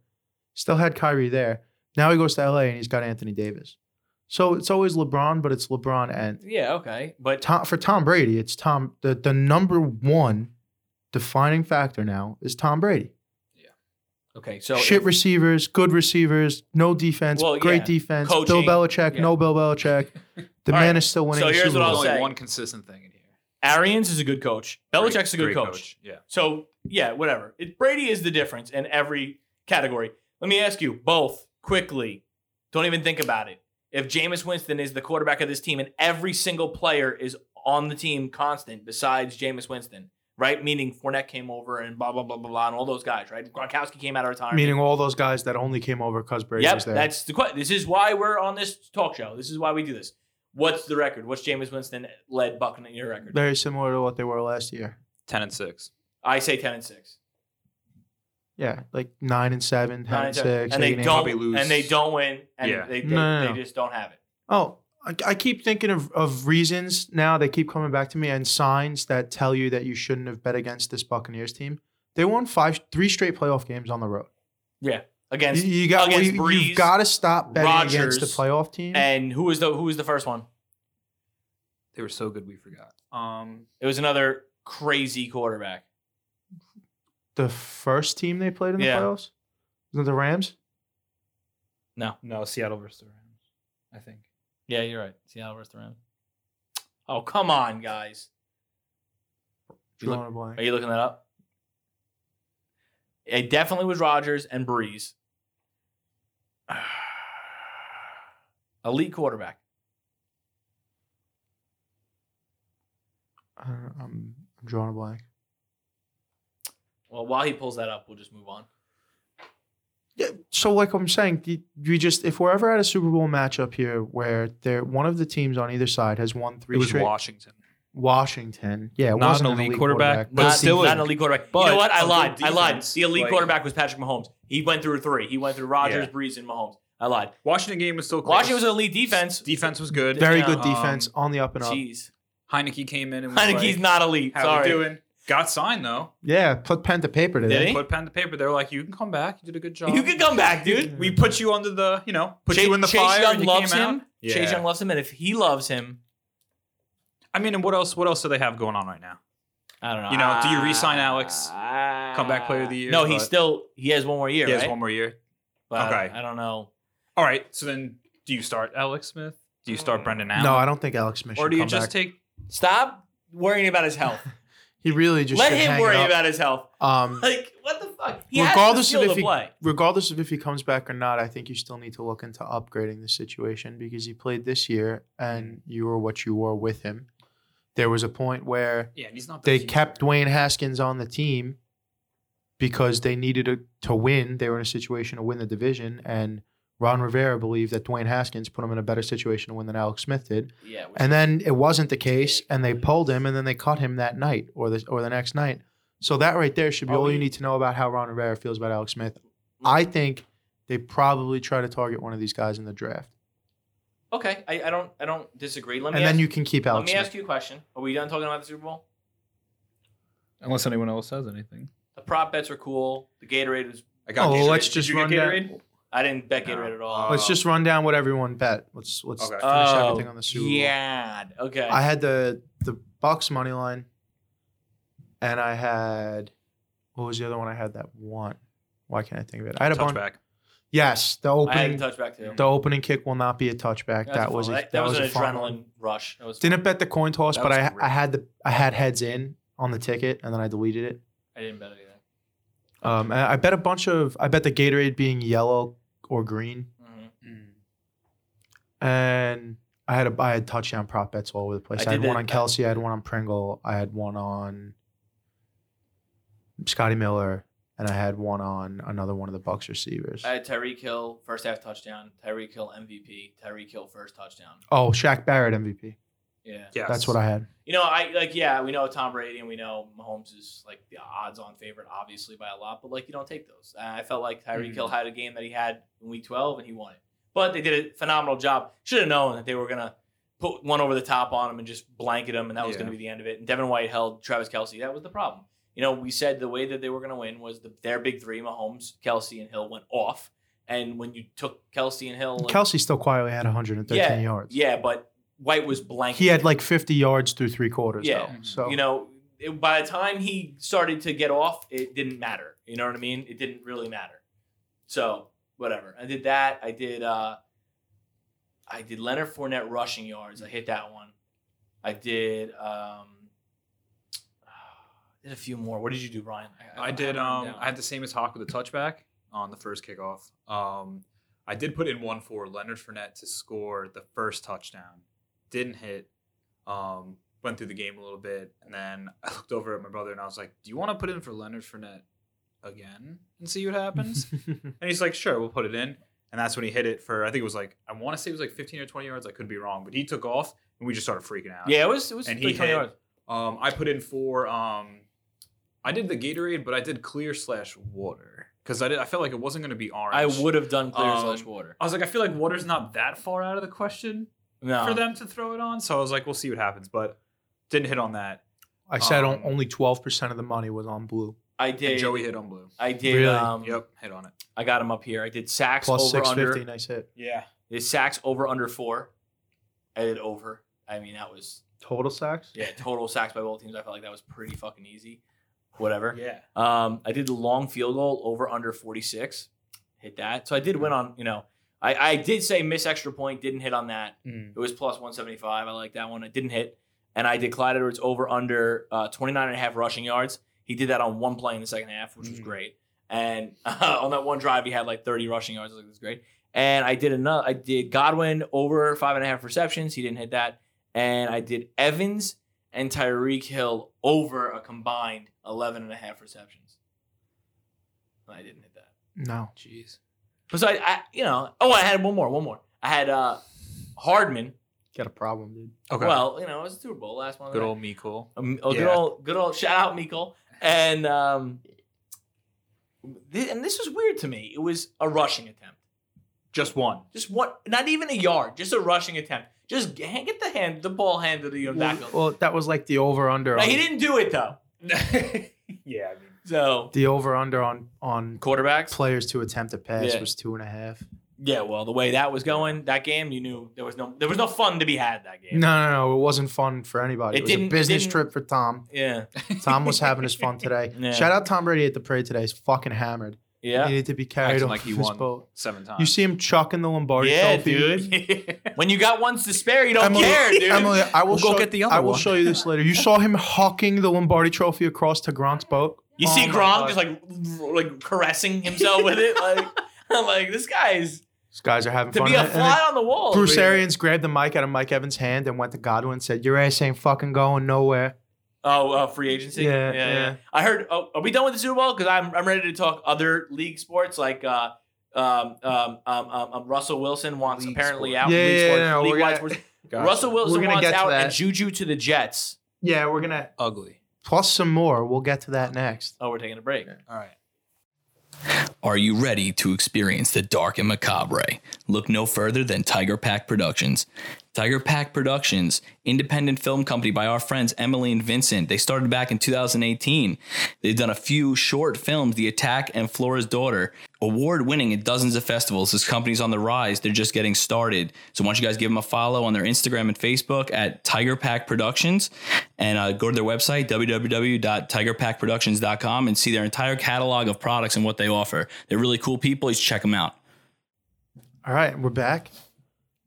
[SPEAKER 3] Still had Kyrie there. Now he goes to LA and he's got Anthony Davis. So it's always LeBron, but it's LeBron and
[SPEAKER 5] Yeah, okay. But
[SPEAKER 3] Tom, for Tom Brady, it's Tom. The, the number one defining factor now is Tom Brady.
[SPEAKER 5] okay, so
[SPEAKER 3] Shit
[SPEAKER 5] if-
[SPEAKER 3] receivers, good receivers, no defense,
[SPEAKER 5] Well,
[SPEAKER 3] great
[SPEAKER 5] yeah.
[SPEAKER 3] defense.
[SPEAKER 5] Coaching.
[SPEAKER 3] Bill Belichick,
[SPEAKER 5] Yeah.
[SPEAKER 3] no Bill Belichick.
[SPEAKER 5] (laughs)
[SPEAKER 3] The
[SPEAKER 5] All
[SPEAKER 3] man
[SPEAKER 5] right.
[SPEAKER 3] is still winning.
[SPEAKER 5] So
[SPEAKER 3] the
[SPEAKER 5] here's
[SPEAKER 3] Super
[SPEAKER 5] what I'll
[SPEAKER 4] There's
[SPEAKER 3] Bowl.
[SPEAKER 4] only
[SPEAKER 5] say.
[SPEAKER 4] one consistent thing in here.
[SPEAKER 5] Arians is a good coach. Belichick's a good
[SPEAKER 4] Great
[SPEAKER 5] coach.
[SPEAKER 4] Yeah.
[SPEAKER 5] So yeah, whatever. It, Brady is the difference in every category. Let me ask you both quickly. Don't even think about it. If Jameis Winston is the quarterback of this team and every single player is on the team constant besides Jameis Winston, right? Meaning Fournette came over and blah blah blah blah blah and all those guys, right? Gronkowski came out of retirement.
[SPEAKER 3] Meaning all those guys that only came over because Brady
[SPEAKER 5] yep,
[SPEAKER 3] was there.
[SPEAKER 5] that's the question. This is why we're on this talk show. This is why we do this. What's the record? What's Jameis Winston led Buccaneer record?
[SPEAKER 3] Very similar to what they were last year.
[SPEAKER 4] Ten and six.
[SPEAKER 5] I say ten and six.
[SPEAKER 3] Yeah, like nine and seven, ten
[SPEAKER 5] Nine
[SPEAKER 3] and
[SPEAKER 5] and seven.
[SPEAKER 3] six,
[SPEAKER 5] and
[SPEAKER 3] eight
[SPEAKER 5] they
[SPEAKER 3] and eight.
[SPEAKER 5] don't
[SPEAKER 4] probably lose.
[SPEAKER 5] and they don't win and
[SPEAKER 4] Yeah.
[SPEAKER 5] they, they,
[SPEAKER 3] No, no, no.
[SPEAKER 5] they just don't have it.
[SPEAKER 3] Oh, I, I keep thinking of, of reasons now. They keep coming back to me and signs that tell you that you shouldn't have bet against this Buccaneers team. They won five, three straight playoff games on the road. You,
[SPEAKER 5] Against
[SPEAKER 3] you got,
[SPEAKER 5] against
[SPEAKER 3] you,
[SPEAKER 5] Breeze,
[SPEAKER 3] have got to stop betting against the
[SPEAKER 5] Rodgers,
[SPEAKER 3] playoff team.
[SPEAKER 5] and who was the who was the first one?
[SPEAKER 4] They were so good we forgot. Um,
[SPEAKER 5] It was another crazy quarterback.
[SPEAKER 3] the first team they played in the
[SPEAKER 5] Yeah.
[SPEAKER 3] playoffs was it the Rams.
[SPEAKER 4] no, Seattle versus the Rams. I think.
[SPEAKER 5] Yeah, you're right. Seattle versus the Rams. Oh come on, guys. You look-
[SPEAKER 3] Drawing a blank.
[SPEAKER 5] Are you looking that up? It definitely was Rodgers and Breeze. (sighs) Elite quarterback.
[SPEAKER 3] I don't know, I'm, I'm drawing a blank.
[SPEAKER 5] Well, while he pulls that up, we'll just move on.
[SPEAKER 3] Yeah. So, like I'm saying, you- you just if we're ever at a Super Bowl matchup here where there one of the teams on either side has won three
[SPEAKER 4] It was
[SPEAKER 3] straight.
[SPEAKER 4] Washington.
[SPEAKER 3] Washington. Yeah, it
[SPEAKER 4] Not
[SPEAKER 3] wasn't
[SPEAKER 4] an elite quarterback, but
[SPEAKER 5] not,
[SPEAKER 4] still
[SPEAKER 5] not
[SPEAKER 4] a-
[SPEAKER 5] an elite quarterback. you
[SPEAKER 4] but
[SPEAKER 5] know what? I
[SPEAKER 4] a
[SPEAKER 5] lied.
[SPEAKER 4] good
[SPEAKER 5] I lied.
[SPEAKER 4] defense,
[SPEAKER 5] The elite
[SPEAKER 4] like-
[SPEAKER 5] quarterback was Patrick Mahomes. He went through three. He went through Rodgers,
[SPEAKER 4] Yeah.
[SPEAKER 5] Breeze, and Mahomes. I lied.
[SPEAKER 4] Washington game was still close.
[SPEAKER 5] Washington was an elite defense.
[SPEAKER 4] defense was good.
[SPEAKER 3] Very
[SPEAKER 5] Yeah.
[SPEAKER 3] good defense
[SPEAKER 4] Um,
[SPEAKER 3] on the up and up.
[SPEAKER 5] Jeez.
[SPEAKER 4] Heineke came in and was
[SPEAKER 5] Heineke's
[SPEAKER 4] like, (laughs)
[SPEAKER 5] not elite.
[SPEAKER 4] How we
[SPEAKER 5] Sorry.
[SPEAKER 4] doing? Got signed though.
[SPEAKER 3] Yeah, put pen to paper today.
[SPEAKER 5] Did he?
[SPEAKER 4] Put pen to paper. They were like, "You can come back. You did a good job.
[SPEAKER 5] You can come back, dude.
[SPEAKER 4] We put you under the, you know, put
[SPEAKER 5] Chase-
[SPEAKER 4] you in the
[SPEAKER 5] Chase
[SPEAKER 4] fire.
[SPEAKER 5] Young
[SPEAKER 4] and you
[SPEAKER 5] loves
[SPEAKER 4] came
[SPEAKER 5] him.
[SPEAKER 4] Out.
[SPEAKER 5] Chase Young loves him, and if he loves him,
[SPEAKER 4] I mean, and what else? What else do they have going on right now?
[SPEAKER 5] I don't know.
[SPEAKER 4] You know, do you re-sign Alex?
[SPEAKER 5] Ah.
[SPEAKER 4] Comeback player of the year,
[SPEAKER 5] No, he's
[SPEAKER 4] but-
[SPEAKER 5] still. He has one more year.
[SPEAKER 4] He has
[SPEAKER 5] right?
[SPEAKER 4] one more year.
[SPEAKER 5] But
[SPEAKER 4] okay.
[SPEAKER 5] I don't know.
[SPEAKER 4] All right. So then, do you start Alex Smith? Do you start Brendan Allen?
[SPEAKER 3] No, I don't think Alex Smith.
[SPEAKER 4] Or do you just
[SPEAKER 3] take?
[SPEAKER 4] take?
[SPEAKER 5] Stop worrying about
[SPEAKER 4] (laughs)
[SPEAKER 5] his health.
[SPEAKER 3] He really just
[SPEAKER 5] Let
[SPEAKER 3] should
[SPEAKER 5] him
[SPEAKER 3] hang it
[SPEAKER 5] worry
[SPEAKER 3] up.
[SPEAKER 5] about his health. (laughs)
[SPEAKER 3] Um,
[SPEAKER 5] Like what the fuck? He
[SPEAKER 3] Regardless of
[SPEAKER 5] has the skill
[SPEAKER 3] if
[SPEAKER 5] to
[SPEAKER 3] he-
[SPEAKER 5] play.
[SPEAKER 3] regardless of if he comes back or not, I think you still need to look into upgrading the situation because he played this year and you were what you were with him. There was a point where
[SPEAKER 4] Yeah, and he's not. the
[SPEAKER 3] they
[SPEAKER 4] future.
[SPEAKER 3] kept Dwayne Haskins on the team because they needed a, to win. They were in a situation to win the division, and Ron Rivera believed that Dwayne Haskins put him in a better situation to win than Alex Smith did.
[SPEAKER 5] Yeah. which-
[SPEAKER 3] And then it wasn't the case, and they pulled him, and then they caught him that night or the or the next night. So that right there should be
[SPEAKER 4] Oh,
[SPEAKER 3] all you need to know about how Ron Rivera feels about Alex Smith. I think they probably try to target one of these guys in the draft,
[SPEAKER 5] Okay, I, I don't I don't disagree. Let me
[SPEAKER 3] and
[SPEAKER 5] ask,
[SPEAKER 3] then you can keep
[SPEAKER 5] let
[SPEAKER 3] Alex.
[SPEAKER 5] me
[SPEAKER 3] Smith.
[SPEAKER 5] ask you a question. Are we done talking about the Super Bowl?
[SPEAKER 4] Unless anyone else says anything.
[SPEAKER 5] The prop bets were cool. The Gatorade was.
[SPEAKER 4] I
[SPEAKER 3] Oh,
[SPEAKER 4] got. Gatorade.
[SPEAKER 3] let's
[SPEAKER 4] Did
[SPEAKER 3] just
[SPEAKER 4] you get
[SPEAKER 3] run
[SPEAKER 4] Gatorade?
[SPEAKER 3] down.
[SPEAKER 5] I didn't bet
[SPEAKER 4] No.
[SPEAKER 5] Gatorade at all.
[SPEAKER 3] Let's just run down what everyone bet. Let's let's
[SPEAKER 4] Uh, Okay.
[SPEAKER 3] finish
[SPEAKER 5] oh,
[SPEAKER 3] everything on the Super Bowl.
[SPEAKER 5] Yeah. Okay.
[SPEAKER 3] I had the the Bucks money line, and I had what was the other one? I had that one. Why can't I think of it? I had a bunch.
[SPEAKER 4] Touchback.
[SPEAKER 3] Yes, the
[SPEAKER 5] I had a
[SPEAKER 3] opening
[SPEAKER 5] touchback too.
[SPEAKER 3] the opening kick will not be a touchback.
[SPEAKER 5] That's
[SPEAKER 3] that
[SPEAKER 5] fun.
[SPEAKER 3] was a,
[SPEAKER 5] that,
[SPEAKER 3] that was
[SPEAKER 5] an
[SPEAKER 3] a fun
[SPEAKER 5] adrenaline
[SPEAKER 3] one.
[SPEAKER 5] rush. That was fun.
[SPEAKER 3] Didn't bet the coin toss,
[SPEAKER 5] That
[SPEAKER 3] but
[SPEAKER 5] was
[SPEAKER 3] I
[SPEAKER 5] great.
[SPEAKER 3] I had the I had heads in on the ticket, and then I deleted it.
[SPEAKER 5] I didn't bet anything.
[SPEAKER 3] Um, I, I bet a bunch of. I bet the Gatorade being yellow or green,
[SPEAKER 5] Mm-hmm.
[SPEAKER 3] and I had a I had touchdown prop bets all over the place.
[SPEAKER 5] I
[SPEAKER 3] I, had
[SPEAKER 5] did
[SPEAKER 3] one
[SPEAKER 5] that-
[SPEAKER 3] on Kelsey. I had one on Pringle. I had one on Scotty Miller, and I had one on another one of the Bucks receivers.
[SPEAKER 5] I had Tyreek Hill first half touchdown, Tyreek Hill MVP, Tyreek Hill first touchdown.
[SPEAKER 3] oh, Shaq Barrett MVP.
[SPEAKER 5] Yeah.
[SPEAKER 4] Yes.
[SPEAKER 3] That's what I had.
[SPEAKER 5] You know, I like yeah, we know Tom Brady and we know Mahomes is like the odds on favorite, obviously by a lot, but like you don't take those. Uh, I felt like Tyreek Hill had a game that he had in week twelve and he won it. But they did a phenomenal job. Should have known that they were gonna put one over the top on him and just blanket him and that was
[SPEAKER 4] Yeah.
[SPEAKER 5] gonna be the end of it. And Devin White held Travis Kelsey. That was the problem. You know, we said the way that they were gonna win was the, their big three, Mahomes, Kelsey, and Hill went off. And when you took Kelsey and Hill like,
[SPEAKER 3] Kelsey still quietly had 113 yards.
[SPEAKER 5] Yeah, but White was blanket.
[SPEAKER 3] He had like 50 yards through three quarters.
[SPEAKER 5] Yeah.
[SPEAKER 3] though. So
[SPEAKER 5] you know, it, by the time he started to get off, it didn't matter. You know what I mean? It didn't really matter. So whatever. I did that. I did. uh I did Leonard Fournette rushing yards. I hit that one. I did. um Did a few more. What did you do, Ryan?
[SPEAKER 4] I did.
[SPEAKER 5] don't
[SPEAKER 4] Um,
[SPEAKER 5] remember
[SPEAKER 4] I had the same as Hawk with the touchback on the first kickoff. Um, I did put in one for Leonard Fournette to score the first touchdown. Didn't hit. Um, went through the game a little bit, and then I looked over at my brother and I was like, "Do you want to put in for Leonard Fournette again and see
[SPEAKER 3] (laughs)
[SPEAKER 4] what happens?" and he's like, "Sure, we'll put it in." And that's when he hit it for I think it was like I want to say it was like 15 or 20 yards. I could be wrong, but he took off and we just started freaking out.
[SPEAKER 5] down. Yeah, it was. It was.
[SPEAKER 4] and
[SPEAKER 5] like
[SPEAKER 4] he
[SPEAKER 5] 20
[SPEAKER 4] hit.
[SPEAKER 5] yards.
[SPEAKER 4] Um, I put in for um, I did the Gatorade, but I did clear slash water because I did. I felt like it wasn't going to be orange.
[SPEAKER 5] I would have done clear
[SPEAKER 4] Um,
[SPEAKER 5] slash water.
[SPEAKER 4] I was like, I feel like water's not that far out of the question
[SPEAKER 5] No.
[SPEAKER 4] for them to throw it on. So I was like, we'll see what happens. But didn't hit on that.
[SPEAKER 3] I said on
[SPEAKER 4] Um,
[SPEAKER 3] only 12% of the money was on blue.
[SPEAKER 5] I
[SPEAKER 4] And
[SPEAKER 5] did.
[SPEAKER 4] Joey hit on blue.
[SPEAKER 5] I did.
[SPEAKER 3] Really?
[SPEAKER 5] Um,
[SPEAKER 4] Yep, hit on it.
[SPEAKER 5] I got him up here. I did sacks
[SPEAKER 3] Plus
[SPEAKER 5] over under.
[SPEAKER 3] 650, nice hit.
[SPEAKER 4] Yeah.
[SPEAKER 5] Is sacks over under four? I did over. I mean, that was
[SPEAKER 3] Total sacks?
[SPEAKER 5] yeah, total sacks by both teams. I felt like that was pretty fucking easy. Whatever.
[SPEAKER 4] Yeah.
[SPEAKER 5] Um, I did the long field goal over under 46. Hit that. So I did win on, you know, I, I did say miss extra point, didn't hit on that.
[SPEAKER 4] Mm.
[SPEAKER 5] It was plus 175. I like that one. It didn't hit. And I did Clyde Edwards over under uh, 29 and a half rushing yards. He did that on one play in the second half, which was
[SPEAKER 4] Mhm.
[SPEAKER 5] great. And (laughs) on that one drive, he had like 30 rushing yards. I was like, that's great. And I did another, I did Godwin over five and a half receptions. He didn't hit that. And I did Evans and Tyreek Hill over a combined 11 and a half receptions. And I didn't hit that.
[SPEAKER 3] No.
[SPEAKER 4] Jeez.
[SPEAKER 5] But so I, I, you know, oh, I had one more, one more. I had uh Hardman.
[SPEAKER 3] Got a problem, dude.
[SPEAKER 4] Okay.
[SPEAKER 5] Well, you know, it was a Super Bowl last one. of the
[SPEAKER 4] Good
[SPEAKER 5] night.
[SPEAKER 4] old Miko.
[SPEAKER 5] Um, oh, good
[SPEAKER 4] Yeah.
[SPEAKER 5] old, good old. Shout out Mikkel. And um, thi- and this was weird to me. It was a rushing attempt.
[SPEAKER 4] Just one.
[SPEAKER 5] Just one, not even a yard. Just a rushing attempt. Just g- hand- get the hand, the ball handed to you in the backfield.
[SPEAKER 3] Well, um, that was like the over under.
[SPEAKER 5] Now, he didn't do it though.
[SPEAKER 4] yeah. I mean,
[SPEAKER 5] So
[SPEAKER 3] The over under on on
[SPEAKER 5] quarterbacks.
[SPEAKER 3] players to attempt a pass
[SPEAKER 5] Yeah.
[SPEAKER 3] was two and a half.
[SPEAKER 5] Yeah, well, the way that was going, that game, you knew there was no, there was no fun to be had that game.
[SPEAKER 3] No, no, no. It wasn't fun for anybody. It,
[SPEAKER 5] It
[SPEAKER 3] was
[SPEAKER 5] didn't-
[SPEAKER 3] a business
[SPEAKER 5] didn't-
[SPEAKER 3] trip for Tom.
[SPEAKER 5] Yeah,
[SPEAKER 3] Tom was having his fun today.
[SPEAKER 5] (laughs) Yeah.
[SPEAKER 3] Shout out Tom Brady at the parade today. He's fucking hammered. He
[SPEAKER 5] yeah,
[SPEAKER 3] needed to be carried
[SPEAKER 4] Acting
[SPEAKER 3] off
[SPEAKER 4] like
[SPEAKER 3] like
[SPEAKER 4] he
[SPEAKER 3] his
[SPEAKER 4] won.
[SPEAKER 3] boat.
[SPEAKER 4] seven times.
[SPEAKER 3] You see him chucking the Lombardi
[SPEAKER 5] yeah,
[SPEAKER 3] trophy.
[SPEAKER 5] dude. (laughs) when you got ones to spare, you don't
[SPEAKER 3] Emily, (laughs)
[SPEAKER 5] care, dude.
[SPEAKER 3] Emily, I will
[SPEAKER 4] We'll go
[SPEAKER 3] show-
[SPEAKER 4] get the other
[SPEAKER 3] I will
[SPEAKER 4] one.
[SPEAKER 3] show you this later. You saw him hawking the Lombardi trophy across to Gronk's boat.
[SPEAKER 5] You
[SPEAKER 3] Oh
[SPEAKER 5] see
[SPEAKER 3] my
[SPEAKER 5] Gronk
[SPEAKER 3] God.
[SPEAKER 5] just like r- like caressing himself with it,
[SPEAKER 3] (laughs)
[SPEAKER 5] like I'm like this guy is
[SPEAKER 3] These guys are having
[SPEAKER 5] to
[SPEAKER 3] fun.
[SPEAKER 5] be a
[SPEAKER 3] And then
[SPEAKER 5] fly on the wall.
[SPEAKER 3] Bruce
[SPEAKER 5] over here.
[SPEAKER 3] Arians grabbed the mic out of Mike Evans' hand and went to Godwin and said, "Your ass ain't fucking going nowhere."
[SPEAKER 5] Oh, uh, free agency.
[SPEAKER 3] Yeah,
[SPEAKER 5] yeah,
[SPEAKER 3] yeah.
[SPEAKER 5] I heard. Oh, are we done with the Super Bowl? Because I'm I'm ready to talk other league sports like. uh um, um, um, um, um, Russell Wilson wants
[SPEAKER 4] League
[SPEAKER 5] apparently
[SPEAKER 4] sports.
[SPEAKER 5] out.
[SPEAKER 3] Yeah,
[SPEAKER 5] league
[SPEAKER 3] yeah,
[SPEAKER 5] sports,
[SPEAKER 3] yeah, no, we're
[SPEAKER 5] league-wide
[SPEAKER 3] gonna-
[SPEAKER 5] sports.
[SPEAKER 4] Gotcha.
[SPEAKER 5] Russell Wilson
[SPEAKER 3] We're gonna
[SPEAKER 5] wants
[SPEAKER 3] get to
[SPEAKER 5] out
[SPEAKER 3] that.
[SPEAKER 5] and Juju to the Jets.
[SPEAKER 3] Yeah, we're gonna
[SPEAKER 4] ugly.
[SPEAKER 3] plus some more. We'll get to that next.
[SPEAKER 5] Oh, we're taking a break.
[SPEAKER 4] All right.
[SPEAKER 1] Are you ready to experience the dark and macabre? Look no further than Tiger Pack Productions. Tiger Pack Productions, independent film company by our friends Emily and Vincent. They started back in 2018. They've done a few short films, The Attack and Flora's Daughter. Award winning at dozens of festivals. This company's on the rise. They're just getting started. So why don't you guys give them a follow on their Instagram and Facebook at Tiger Pack Productions and uh, go to their website, www.tigerpackproductions.com, and see their entire catalog of products and what they offer. They're really cool people. You should check them out.
[SPEAKER 3] All right, we're back.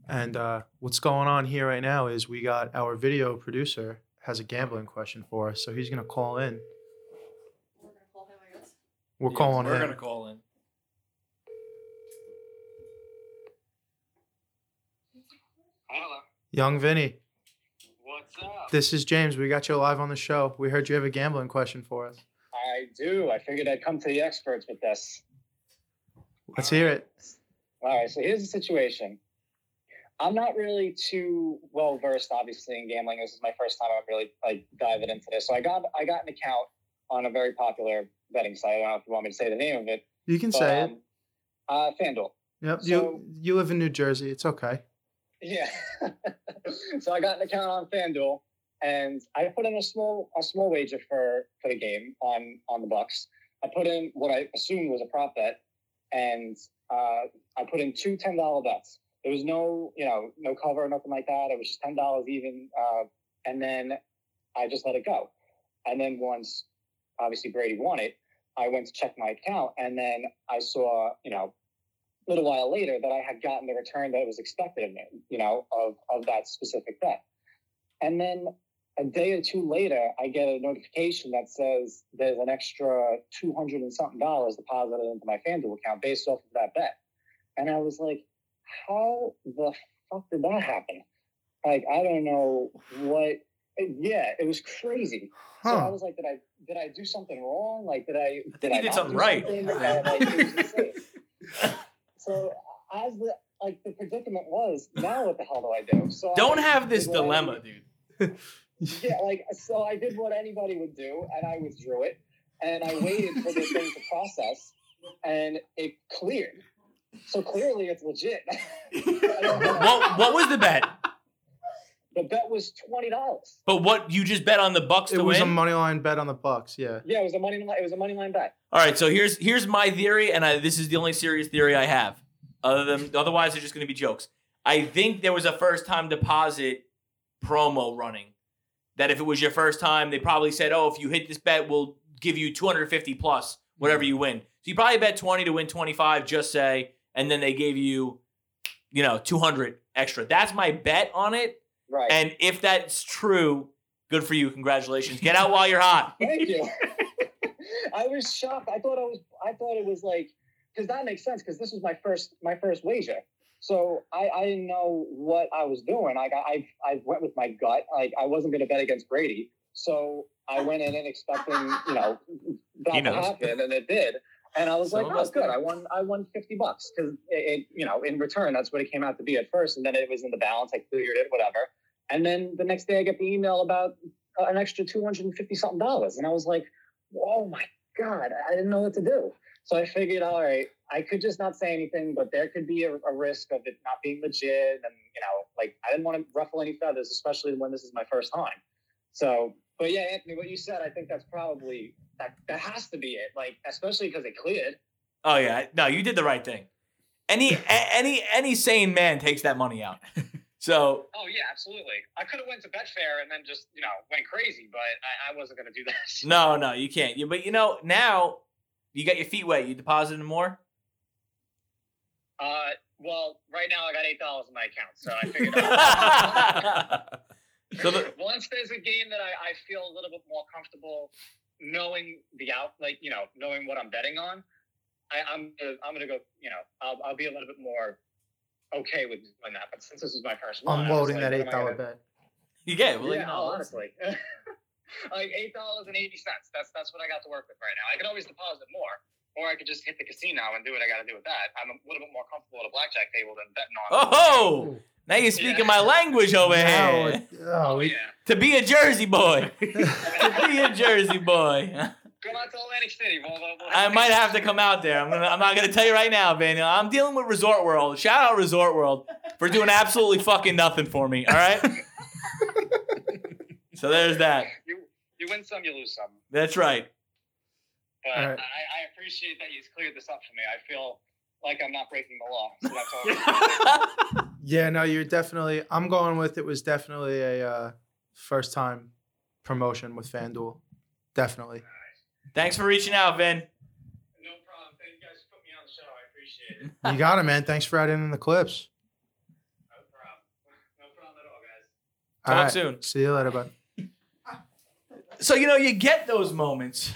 [SPEAKER 3] And uh, what's going on here right now is we got our video producer has a gambling question for us, so he's gonna call in.
[SPEAKER 6] We're gonna call him, I guess.
[SPEAKER 3] We're
[SPEAKER 5] Yeah,
[SPEAKER 3] calling
[SPEAKER 5] We're
[SPEAKER 3] him.
[SPEAKER 5] gonna call in.
[SPEAKER 9] Hello.
[SPEAKER 3] Young Vinny,
[SPEAKER 9] What's up?
[SPEAKER 3] this is James. We got you live on the show. We heard you have a gambling question for us.
[SPEAKER 9] I do. I figured I'd come to the experts with this.
[SPEAKER 3] Let's hear it.
[SPEAKER 9] All right, so here's the situation. I'm not really too well versed, obviously, in gambling. This is my first time I'm really like diving into this. So I got I got an account on a very popular betting site. I don't know if you want me to say the name of it.
[SPEAKER 3] You can say it.
[SPEAKER 9] uh, FanDuel.
[SPEAKER 3] Yep.
[SPEAKER 9] so-
[SPEAKER 3] you you live in New Jersey. It's okay.
[SPEAKER 9] Yeah. (laughs) so I got an account on FanDuel, and I put in a small a small wager for for the game on on the Bucks. I put in what I assumed was a prop bet, and uh, I put in two ten dollar bets. There was no you know no cover or nothing like that. It was just ten dollars even, uh, and then I just let it go. And then once obviously Brady won it, I went to check my account, and then I saw you know a little while later that I had gotten the return that was expected of me, you know, of, of that specific bet. And then a day or two later, I get a notification that says there's an extra 200 and something dollars deposited into my FanDuel account based off of that bet. And I was like, how the fuck did that happen? Like, I don't know what. Yeah, it was crazy. So I
[SPEAKER 3] Huh.
[SPEAKER 9] was like, did I did I do something wrong? Like, did I?
[SPEAKER 5] I think you
[SPEAKER 9] I
[SPEAKER 5] did
[SPEAKER 9] not
[SPEAKER 5] something
[SPEAKER 9] do
[SPEAKER 5] right.
[SPEAKER 9] something? Uh, like,
[SPEAKER 5] (laughs)
[SPEAKER 9] it was insane. so as the like the predicament was, now what the hell do I do? So I-
[SPEAKER 5] Don't have this
[SPEAKER 9] Well,
[SPEAKER 5] dilemma, dude.
[SPEAKER 9] (laughs) yeah, like so I did what anybody would do, and I withdrew it, and I waited for the thing to process, and it cleared. So clearly, it's legit. (laughs)
[SPEAKER 5] (laughs) what What was the bet?
[SPEAKER 9] the bet was twenty dollars.
[SPEAKER 5] But what you just bet on the Bucks
[SPEAKER 3] It
[SPEAKER 5] to
[SPEAKER 3] was
[SPEAKER 5] win?
[SPEAKER 3] a money line bet on the Bucks. Yeah.
[SPEAKER 9] Yeah, it was a money. li- It was a money line bet.
[SPEAKER 5] All right, so here's here's my theory, and I, this is the only serious theory I have. Other than otherwise, they're just going to be jokes. I think there was a first time deposit promo running. That if it was your first time, they probably said, "Oh, if you hit this bet, we'll give you 250 plus whatever you win." So you probably bet 20 to win 25, just say, and then they gave you, you know, 200 extra. That's my bet on it.
[SPEAKER 9] Right.
[SPEAKER 5] And if that's true, good for you. Congratulations. Get out while you're hot.
[SPEAKER 9] Thank you. I was shocked. I thought I was. I thought it was like because that makes sense because this was my first my first wager. So I, I didn't know what I was doing. Like I, I I went with my gut. Like I wasn't going to bet against Brady. So I went in and expecting you know that
[SPEAKER 4] He
[SPEAKER 9] to
[SPEAKER 4] knows.
[SPEAKER 9] happen, and it did. And I was
[SPEAKER 5] Some
[SPEAKER 9] like,
[SPEAKER 5] of
[SPEAKER 9] oh,
[SPEAKER 5] us
[SPEAKER 9] good.
[SPEAKER 5] did.
[SPEAKER 9] I won. I won fifty bucks because it, it, you know, in return, that's what it came out to be at first, and then it was in the balance. I cleared it, whatever. And then the next day, I get the email about uh, an extra two hundred and fifty something dollars, and I was like, oh my god, I didn't know what to do. So I figured, all right, I could just not say anything, but there could be a, a risk of it not being legit, and you know, like I didn't want to ruffle any feathers, especially when this is my first time. So, but yeah, Anthony, what you said, I think that's probably that. That has to be it. Like, especially because it cleared.
[SPEAKER 5] Oh yeah, no, you did the right thing. Any a- any any sane man takes that money out. So
[SPEAKER 9] Oh yeah, absolutely. I could have went to Betfair and then just you know went crazy, but I, I wasn't gonna do that.
[SPEAKER 5] no, no, you can't. You, but you know now you got your feet wet. You deposited more.
[SPEAKER 9] (laughs)
[SPEAKER 5] (laughs)
[SPEAKER 9] Uh, well, right now I got eight dollars in my account, so I
[SPEAKER 5] (laughs)
[SPEAKER 9] figured.
[SPEAKER 5] so the,
[SPEAKER 9] once there's a game that I, I feel a little bit more comfortable knowing the out, like you know, knowing what I'm betting on, I, I'm gonna- I'm gonna go. You know, I'll, I'll be a little bit more okay with doing that. But since this is my first one, I was
[SPEAKER 3] Unloading
[SPEAKER 9] like,
[SPEAKER 3] that
[SPEAKER 9] what
[SPEAKER 3] eight
[SPEAKER 9] am I
[SPEAKER 3] dollar
[SPEAKER 9] gonna-
[SPEAKER 3] bet.
[SPEAKER 5] you get well,
[SPEAKER 9] yeah,
[SPEAKER 5] you know,
[SPEAKER 9] oh, honestly. (laughs) like eight dollars and eighty cents. That's that's what I got to work with right now. I could always deposit more, or I could just hit the casino and do what I got to do with that. I'm a little bit more comfortable at a blackjack table than betting on.
[SPEAKER 5] Oh, ho! now you're speaking my language over
[SPEAKER 3] Now
[SPEAKER 5] here.
[SPEAKER 3] it- oh, we-
[SPEAKER 9] yeah. (laughs)
[SPEAKER 5] To be a Jersey boy, to be a Jersey boy, (laughs)
[SPEAKER 9] Go out to Atlantic City. We'll, we'll, we'll
[SPEAKER 5] I might have to
[SPEAKER 9] (laughs)
[SPEAKER 5] come out there. I'm gonna, I'm not gonna tell you right now, Van. I'm dealing with Resort World. Shout out Resort World for doing absolutely fucking nothing for me. All right. so there's that.
[SPEAKER 9] You you win some, you lose some.
[SPEAKER 5] That's right.
[SPEAKER 9] But
[SPEAKER 3] All right.
[SPEAKER 9] I, I appreciate that you've cleared this up for me. I feel like I'm not breaking the law. So
[SPEAKER 5] (laughs)
[SPEAKER 9] that's all.
[SPEAKER 3] yeah, no, you're definitely. I'm going with it was definitely a uh, first time promotion with FanDuel. Definitely.
[SPEAKER 5] Thanks for reaching out, Vin.
[SPEAKER 9] no problem. Thank you guys for putting me on the show. I appreciate it.
[SPEAKER 3] You got it, man. Thanks for adding in the clips.
[SPEAKER 9] (laughs) No problem. No problem at all, guys.
[SPEAKER 5] Talk
[SPEAKER 3] All right.
[SPEAKER 5] soon.
[SPEAKER 3] See you later, bud.
[SPEAKER 5] So you know you get those moments.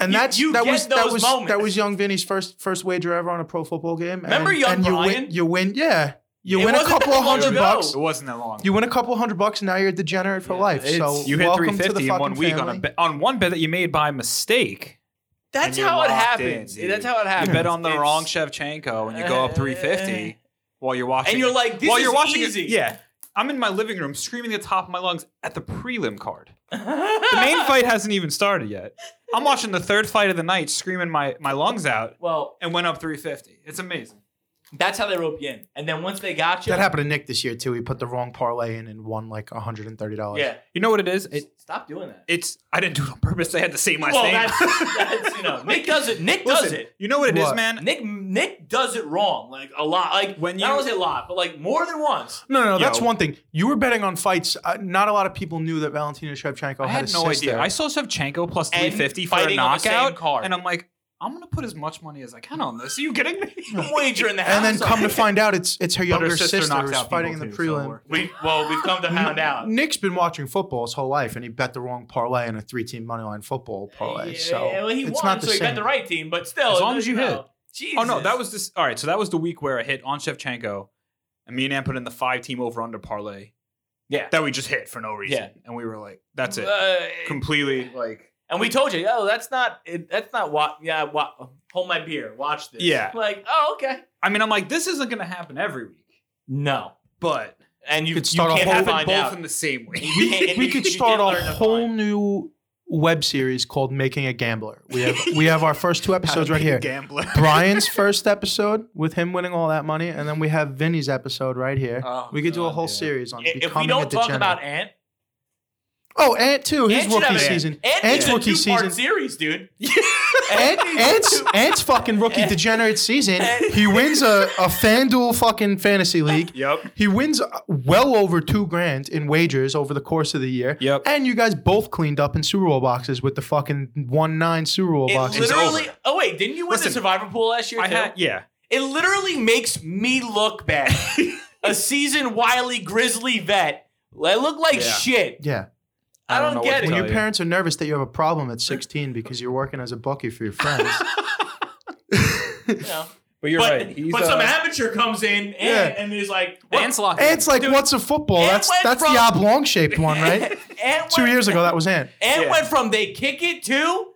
[SPEAKER 3] And
[SPEAKER 5] You-
[SPEAKER 3] that's
[SPEAKER 5] you
[SPEAKER 3] that
[SPEAKER 5] get
[SPEAKER 3] was that
[SPEAKER 5] those
[SPEAKER 3] was
[SPEAKER 5] moments.
[SPEAKER 3] that was young Vinny's first first wager ever on a pro football game.
[SPEAKER 5] Remember
[SPEAKER 3] and,
[SPEAKER 5] young
[SPEAKER 3] and you
[SPEAKER 5] Brian?
[SPEAKER 3] win you win yeah. You
[SPEAKER 5] It
[SPEAKER 3] win a
[SPEAKER 5] wasn't
[SPEAKER 3] couple
[SPEAKER 5] that
[SPEAKER 3] of
[SPEAKER 5] long
[SPEAKER 3] hundred
[SPEAKER 5] ago.
[SPEAKER 3] bucks.
[SPEAKER 4] It wasn't that long.
[SPEAKER 3] You win a couple hundred bucks and now you're a degenerate for
[SPEAKER 5] Yeah,
[SPEAKER 3] life.
[SPEAKER 5] it's-
[SPEAKER 3] So
[SPEAKER 4] You hit
[SPEAKER 3] welcome to
[SPEAKER 4] 350
[SPEAKER 3] the
[SPEAKER 4] in
[SPEAKER 3] fucking
[SPEAKER 4] one week on a
[SPEAKER 3] family.
[SPEAKER 4] bet, on one bet that you made by mistake.
[SPEAKER 5] That's
[SPEAKER 4] And you're
[SPEAKER 5] how it
[SPEAKER 4] locked
[SPEAKER 5] happens.
[SPEAKER 4] in, dude.
[SPEAKER 5] That's how it happens.
[SPEAKER 4] You bet on the
[SPEAKER 5] It's- Eh.
[SPEAKER 4] wrong Shevchenko and you go up 350 while you're watching.
[SPEAKER 5] and you're like, this
[SPEAKER 4] while
[SPEAKER 5] is
[SPEAKER 4] you're watching
[SPEAKER 5] easy.
[SPEAKER 4] It, yeah, I'm in my living room screaming at the top of my lungs at the prelim
[SPEAKER 5] (laughs)
[SPEAKER 4] card.
[SPEAKER 5] the
[SPEAKER 4] The main fight hasn't even started yet. I'm watching the third fight of the night, screaming my, my lungs out,
[SPEAKER 5] (laughs) Well,
[SPEAKER 4] and went up 350. It's amazing.
[SPEAKER 5] that's how they rope you in. And then once they got you,
[SPEAKER 3] That happened to Nick this year too. He put the wrong parlay in and won like hundred and thirty dollars.
[SPEAKER 5] Yeah.
[SPEAKER 4] You know what it is? It,
[SPEAKER 5] Stop doing that.
[SPEAKER 4] it's I didn't do it on purpose. They had the same last
[SPEAKER 5] well,
[SPEAKER 4] name. (laughs)
[SPEAKER 5] that's, that's you know Nick does it. Nick does
[SPEAKER 4] Listen,
[SPEAKER 5] it.
[SPEAKER 4] You know what it is,
[SPEAKER 3] What?
[SPEAKER 4] man?
[SPEAKER 5] Nick Nick does it wrong like a lot. Like
[SPEAKER 4] When
[SPEAKER 5] I
[SPEAKER 4] you-
[SPEAKER 5] don't say a lot, but like more
[SPEAKER 3] (laughs)
[SPEAKER 5] than once.
[SPEAKER 3] No, no, no, that's
[SPEAKER 4] Yo.
[SPEAKER 3] one thing. You were betting on fights. Uh, not a lot of people knew that Valentina Shevchenko
[SPEAKER 4] I
[SPEAKER 3] had,
[SPEAKER 4] had
[SPEAKER 3] a
[SPEAKER 4] no
[SPEAKER 3] sister.
[SPEAKER 4] idea. I saw Shevchenko plus
[SPEAKER 5] And
[SPEAKER 4] 350 for a
[SPEAKER 5] fighting on the same
[SPEAKER 4] knockout,
[SPEAKER 5] card.
[SPEAKER 4] and I'm like, I'm gonna put as much money as I can on this. Are you kidding me?
[SPEAKER 3] (laughs)
[SPEAKER 5] Wager in the house.
[SPEAKER 3] and then come
[SPEAKER 5] (laughs)
[SPEAKER 3] to find out, it's it's her
[SPEAKER 4] But
[SPEAKER 3] younger sister,
[SPEAKER 4] knocks
[SPEAKER 3] who's
[SPEAKER 4] out
[SPEAKER 3] fighting in
[SPEAKER 4] people
[SPEAKER 3] the
[SPEAKER 4] too, so
[SPEAKER 3] prelim.
[SPEAKER 4] we're-
[SPEAKER 5] we well we've come to hound out.
[SPEAKER 3] Nick's been watching football his whole life, and he bet the wrong parlay in a three-team money line football parlay.
[SPEAKER 5] Yeah,
[SPEAKER 3] Oh, so
[SPEAKER 5] well, he
[SPEAKER 3] it's
[SPEAKER 5] won,
[SPEAKER 3] not the
[SPEAKER 5] so he
[SPEAKER 3] same.
[SPEAKER 5] got the right team, but still,
[SPEAKER 4] As long as you
[SPEAKER 5] know,
[SPEAKER 4] hit.
[SPEAKER 5] Jesus.
[SPEAKER 4] Oh no, that was this. All right, so that was the week where I hit on Shevchenko, and me and Ann put in the five team over under parlay.
[SPEAKER 5] Yeah.
[SPEAKER 4] that we just hit for no reason.
[SPEAKER 5] Yeah.
[SPEAKER 4] and we were like, that's it,
[SPEAKER 5] Uh,
[SPEAKER 4] completely like.
[SPEAKER 5] and we told you, oh, that's not it, that's not what. Yeah, wa- hold my beer, watch this.
[SPEAKER 4] Yeah.
[SPEAKER 5] like oh okay,
[SPEAKER 4] I mean, I'm like, this isn't gonna happen every week,
[SPEAKER 5] no,
[SPEAKER 4] but
[SPEAKER 5] and you,
[SPEAKER 3] Could
[SPEAKER 5] you
[SPEAKER 3] start a
[SPEAKER 5] can't
[SPEAKER 3] whole-
[SPEAKER 4] happen
[SPEAKER 5] find
[SPEAKER 4] both
[SPEAKER 5] out.
[SPEAKER 4] in the same week.
[SPEAKER 5] (laughs) You
[SPEAKER 3] (laughs)
[SPEAKER 5] can't-
[SPEAKER 3] we
[SPEAKER 5] you-
[SPEAKER 3] could
[SPEAKER 5] you
[SPEAKER 3] start
[SPEAKER 5] can't learn
[SPEAKER 3] a
[SPEAKER 5] to
[SPEAKER 3] whole
[SPEAKER 5] find.
[SPEAKER 3] new web series called "Making a Gambler." We have we have our first
[SPEAKER 5] (laughs)
[SPEAKER 3] two
[SPEAKER 4] How to
[SPEAKER 3] episodes
[SPEAKER 4] be
[SPEAKER 3] right
[SPEAKER 4] a
[SPEAKER 3] here. (laughs)
[SPEAKER 4] Gambler.
[SPEAKER 3] Brian's first episode with him winning all that money, and then we have Vinny's episode right here.
[SPEAKER 5] Oh,
[SPEAKER 3] we could do a
[SPEAKER 5] God,
[SPEAKER 3] whole
[SPEAKER 5] yeah.
[SPEAKER 3] series on
[SPEAKER 5] If we
[SPEAKER 3] becoming a
[SPEAKER 5] don't talk
[SPEAKER 3] degenerate.
[SPEAKER 5] about Ant,
[SPEAKER 3] oh, Ant too. His
[SPEAKER 5] Ant should have
[SPEAKER 3] rookie
[SPEAKER 5] an Ant.
[SPEAKER 3] season.
[SPEAKER 5] Ant
[SPEAKER 3] Ant's
[SPEAKER 5] is a
[SPEAKER 3] rookie
[SPEAKER 5] two-part
[SPEAKER 3] season. (laughs)
[SPEAKER 5] series, dude.
[SPEAKER 3] Ant, Ant's, Ant's fucking rookie
[SPEAKER 5] Ant-
[SPEAKER 3] degenerate season.
[SPEAKER 5] Ant-
[SPEAKER 3] He wins a, a FanDuel fucking fantasy league.
[SPEAKER 4] Yep.
[SPEAKER 3] He wins uh, well over two grand in wagers over the course of the year.
[SPEAKER 4] Yep.
[SPEAKER 3] And you guys both cleaned up in Super Bowl boxes with the fucking one nine Super Bowl
[SPEAKER 5] It
[SPEAKER 3] boxes.
[SPEAKER 5] literally.
[SPEAKER 4] over.
[SPEAKER 5] Oh wait, didn't you win
[SPEAKER 4] Listen,
[SPEAKER 5] the Survivor Pool last year
[SPEAKER 4] I
[SPEAKER 5] too?
[SPEAKER 4] had yeah.
[SPEAKER 5] It literally makes me look
[SPEAKER 3] (laughs)
[SPEAKER 5] bad. a seasoned wily grizzly vet. I look like
[SPEAKER 4] Yeah.
[SPEAKER 5] shit.
[SPEAKER 3] yeah.
[SPEAKER 5] I don't,
[SPEAKER 4] know what
[SPEAKER 5] get
[SPEAKER 4] to
[SPEAKER 5] it.
[SPEAKER 4] tell
[SPEAKER 3] When your
[SPEAKER 4] you.
[SPEAKER 3] parents are nervous that you have a problem at 16 because you're working as a bucky for your
[SPEAKER 5] (laughs)
[SPEAKER 3] friends.
[SPEAKER 5] You know?
[SPEAKER 4] But you're
[SPEAKER 5] but
[SPEAKER 4] right. He's,
[SPEAKER 5] but some
[SPEAKER 4] uh,
[SPEAKER 5] amateur comes in and,
[SPEAKER 3] Yeah.
[SPEAKER 5] and is like,
[SPEAKER 4] Ant's locked in.
[SPEAKER 3] Ant's like, what's a football?
[SPEAKER 5] Ant
[SPEAKER 3] That's
[SPEAKER 5] went
[SPEAKER 3] that's
[SPEAKER 5] from-
[SPEAKER 3] the oblong shaped
[SPEAKER 5] (laughs)
[SPEAKER 3] one, right?
[SPEAKER 5] Ant
[SPEAKER 3] Two
[SPEAKER 5] went,
[SPEAKER 3] years ago, that was Ant.
[SPEAKER 5] Ant
[SPEAKER 4] Yeah.
[SPEAKER 5] went from they kick
[SPEAKER 3] (laughs)
[SPEAKER 5] it to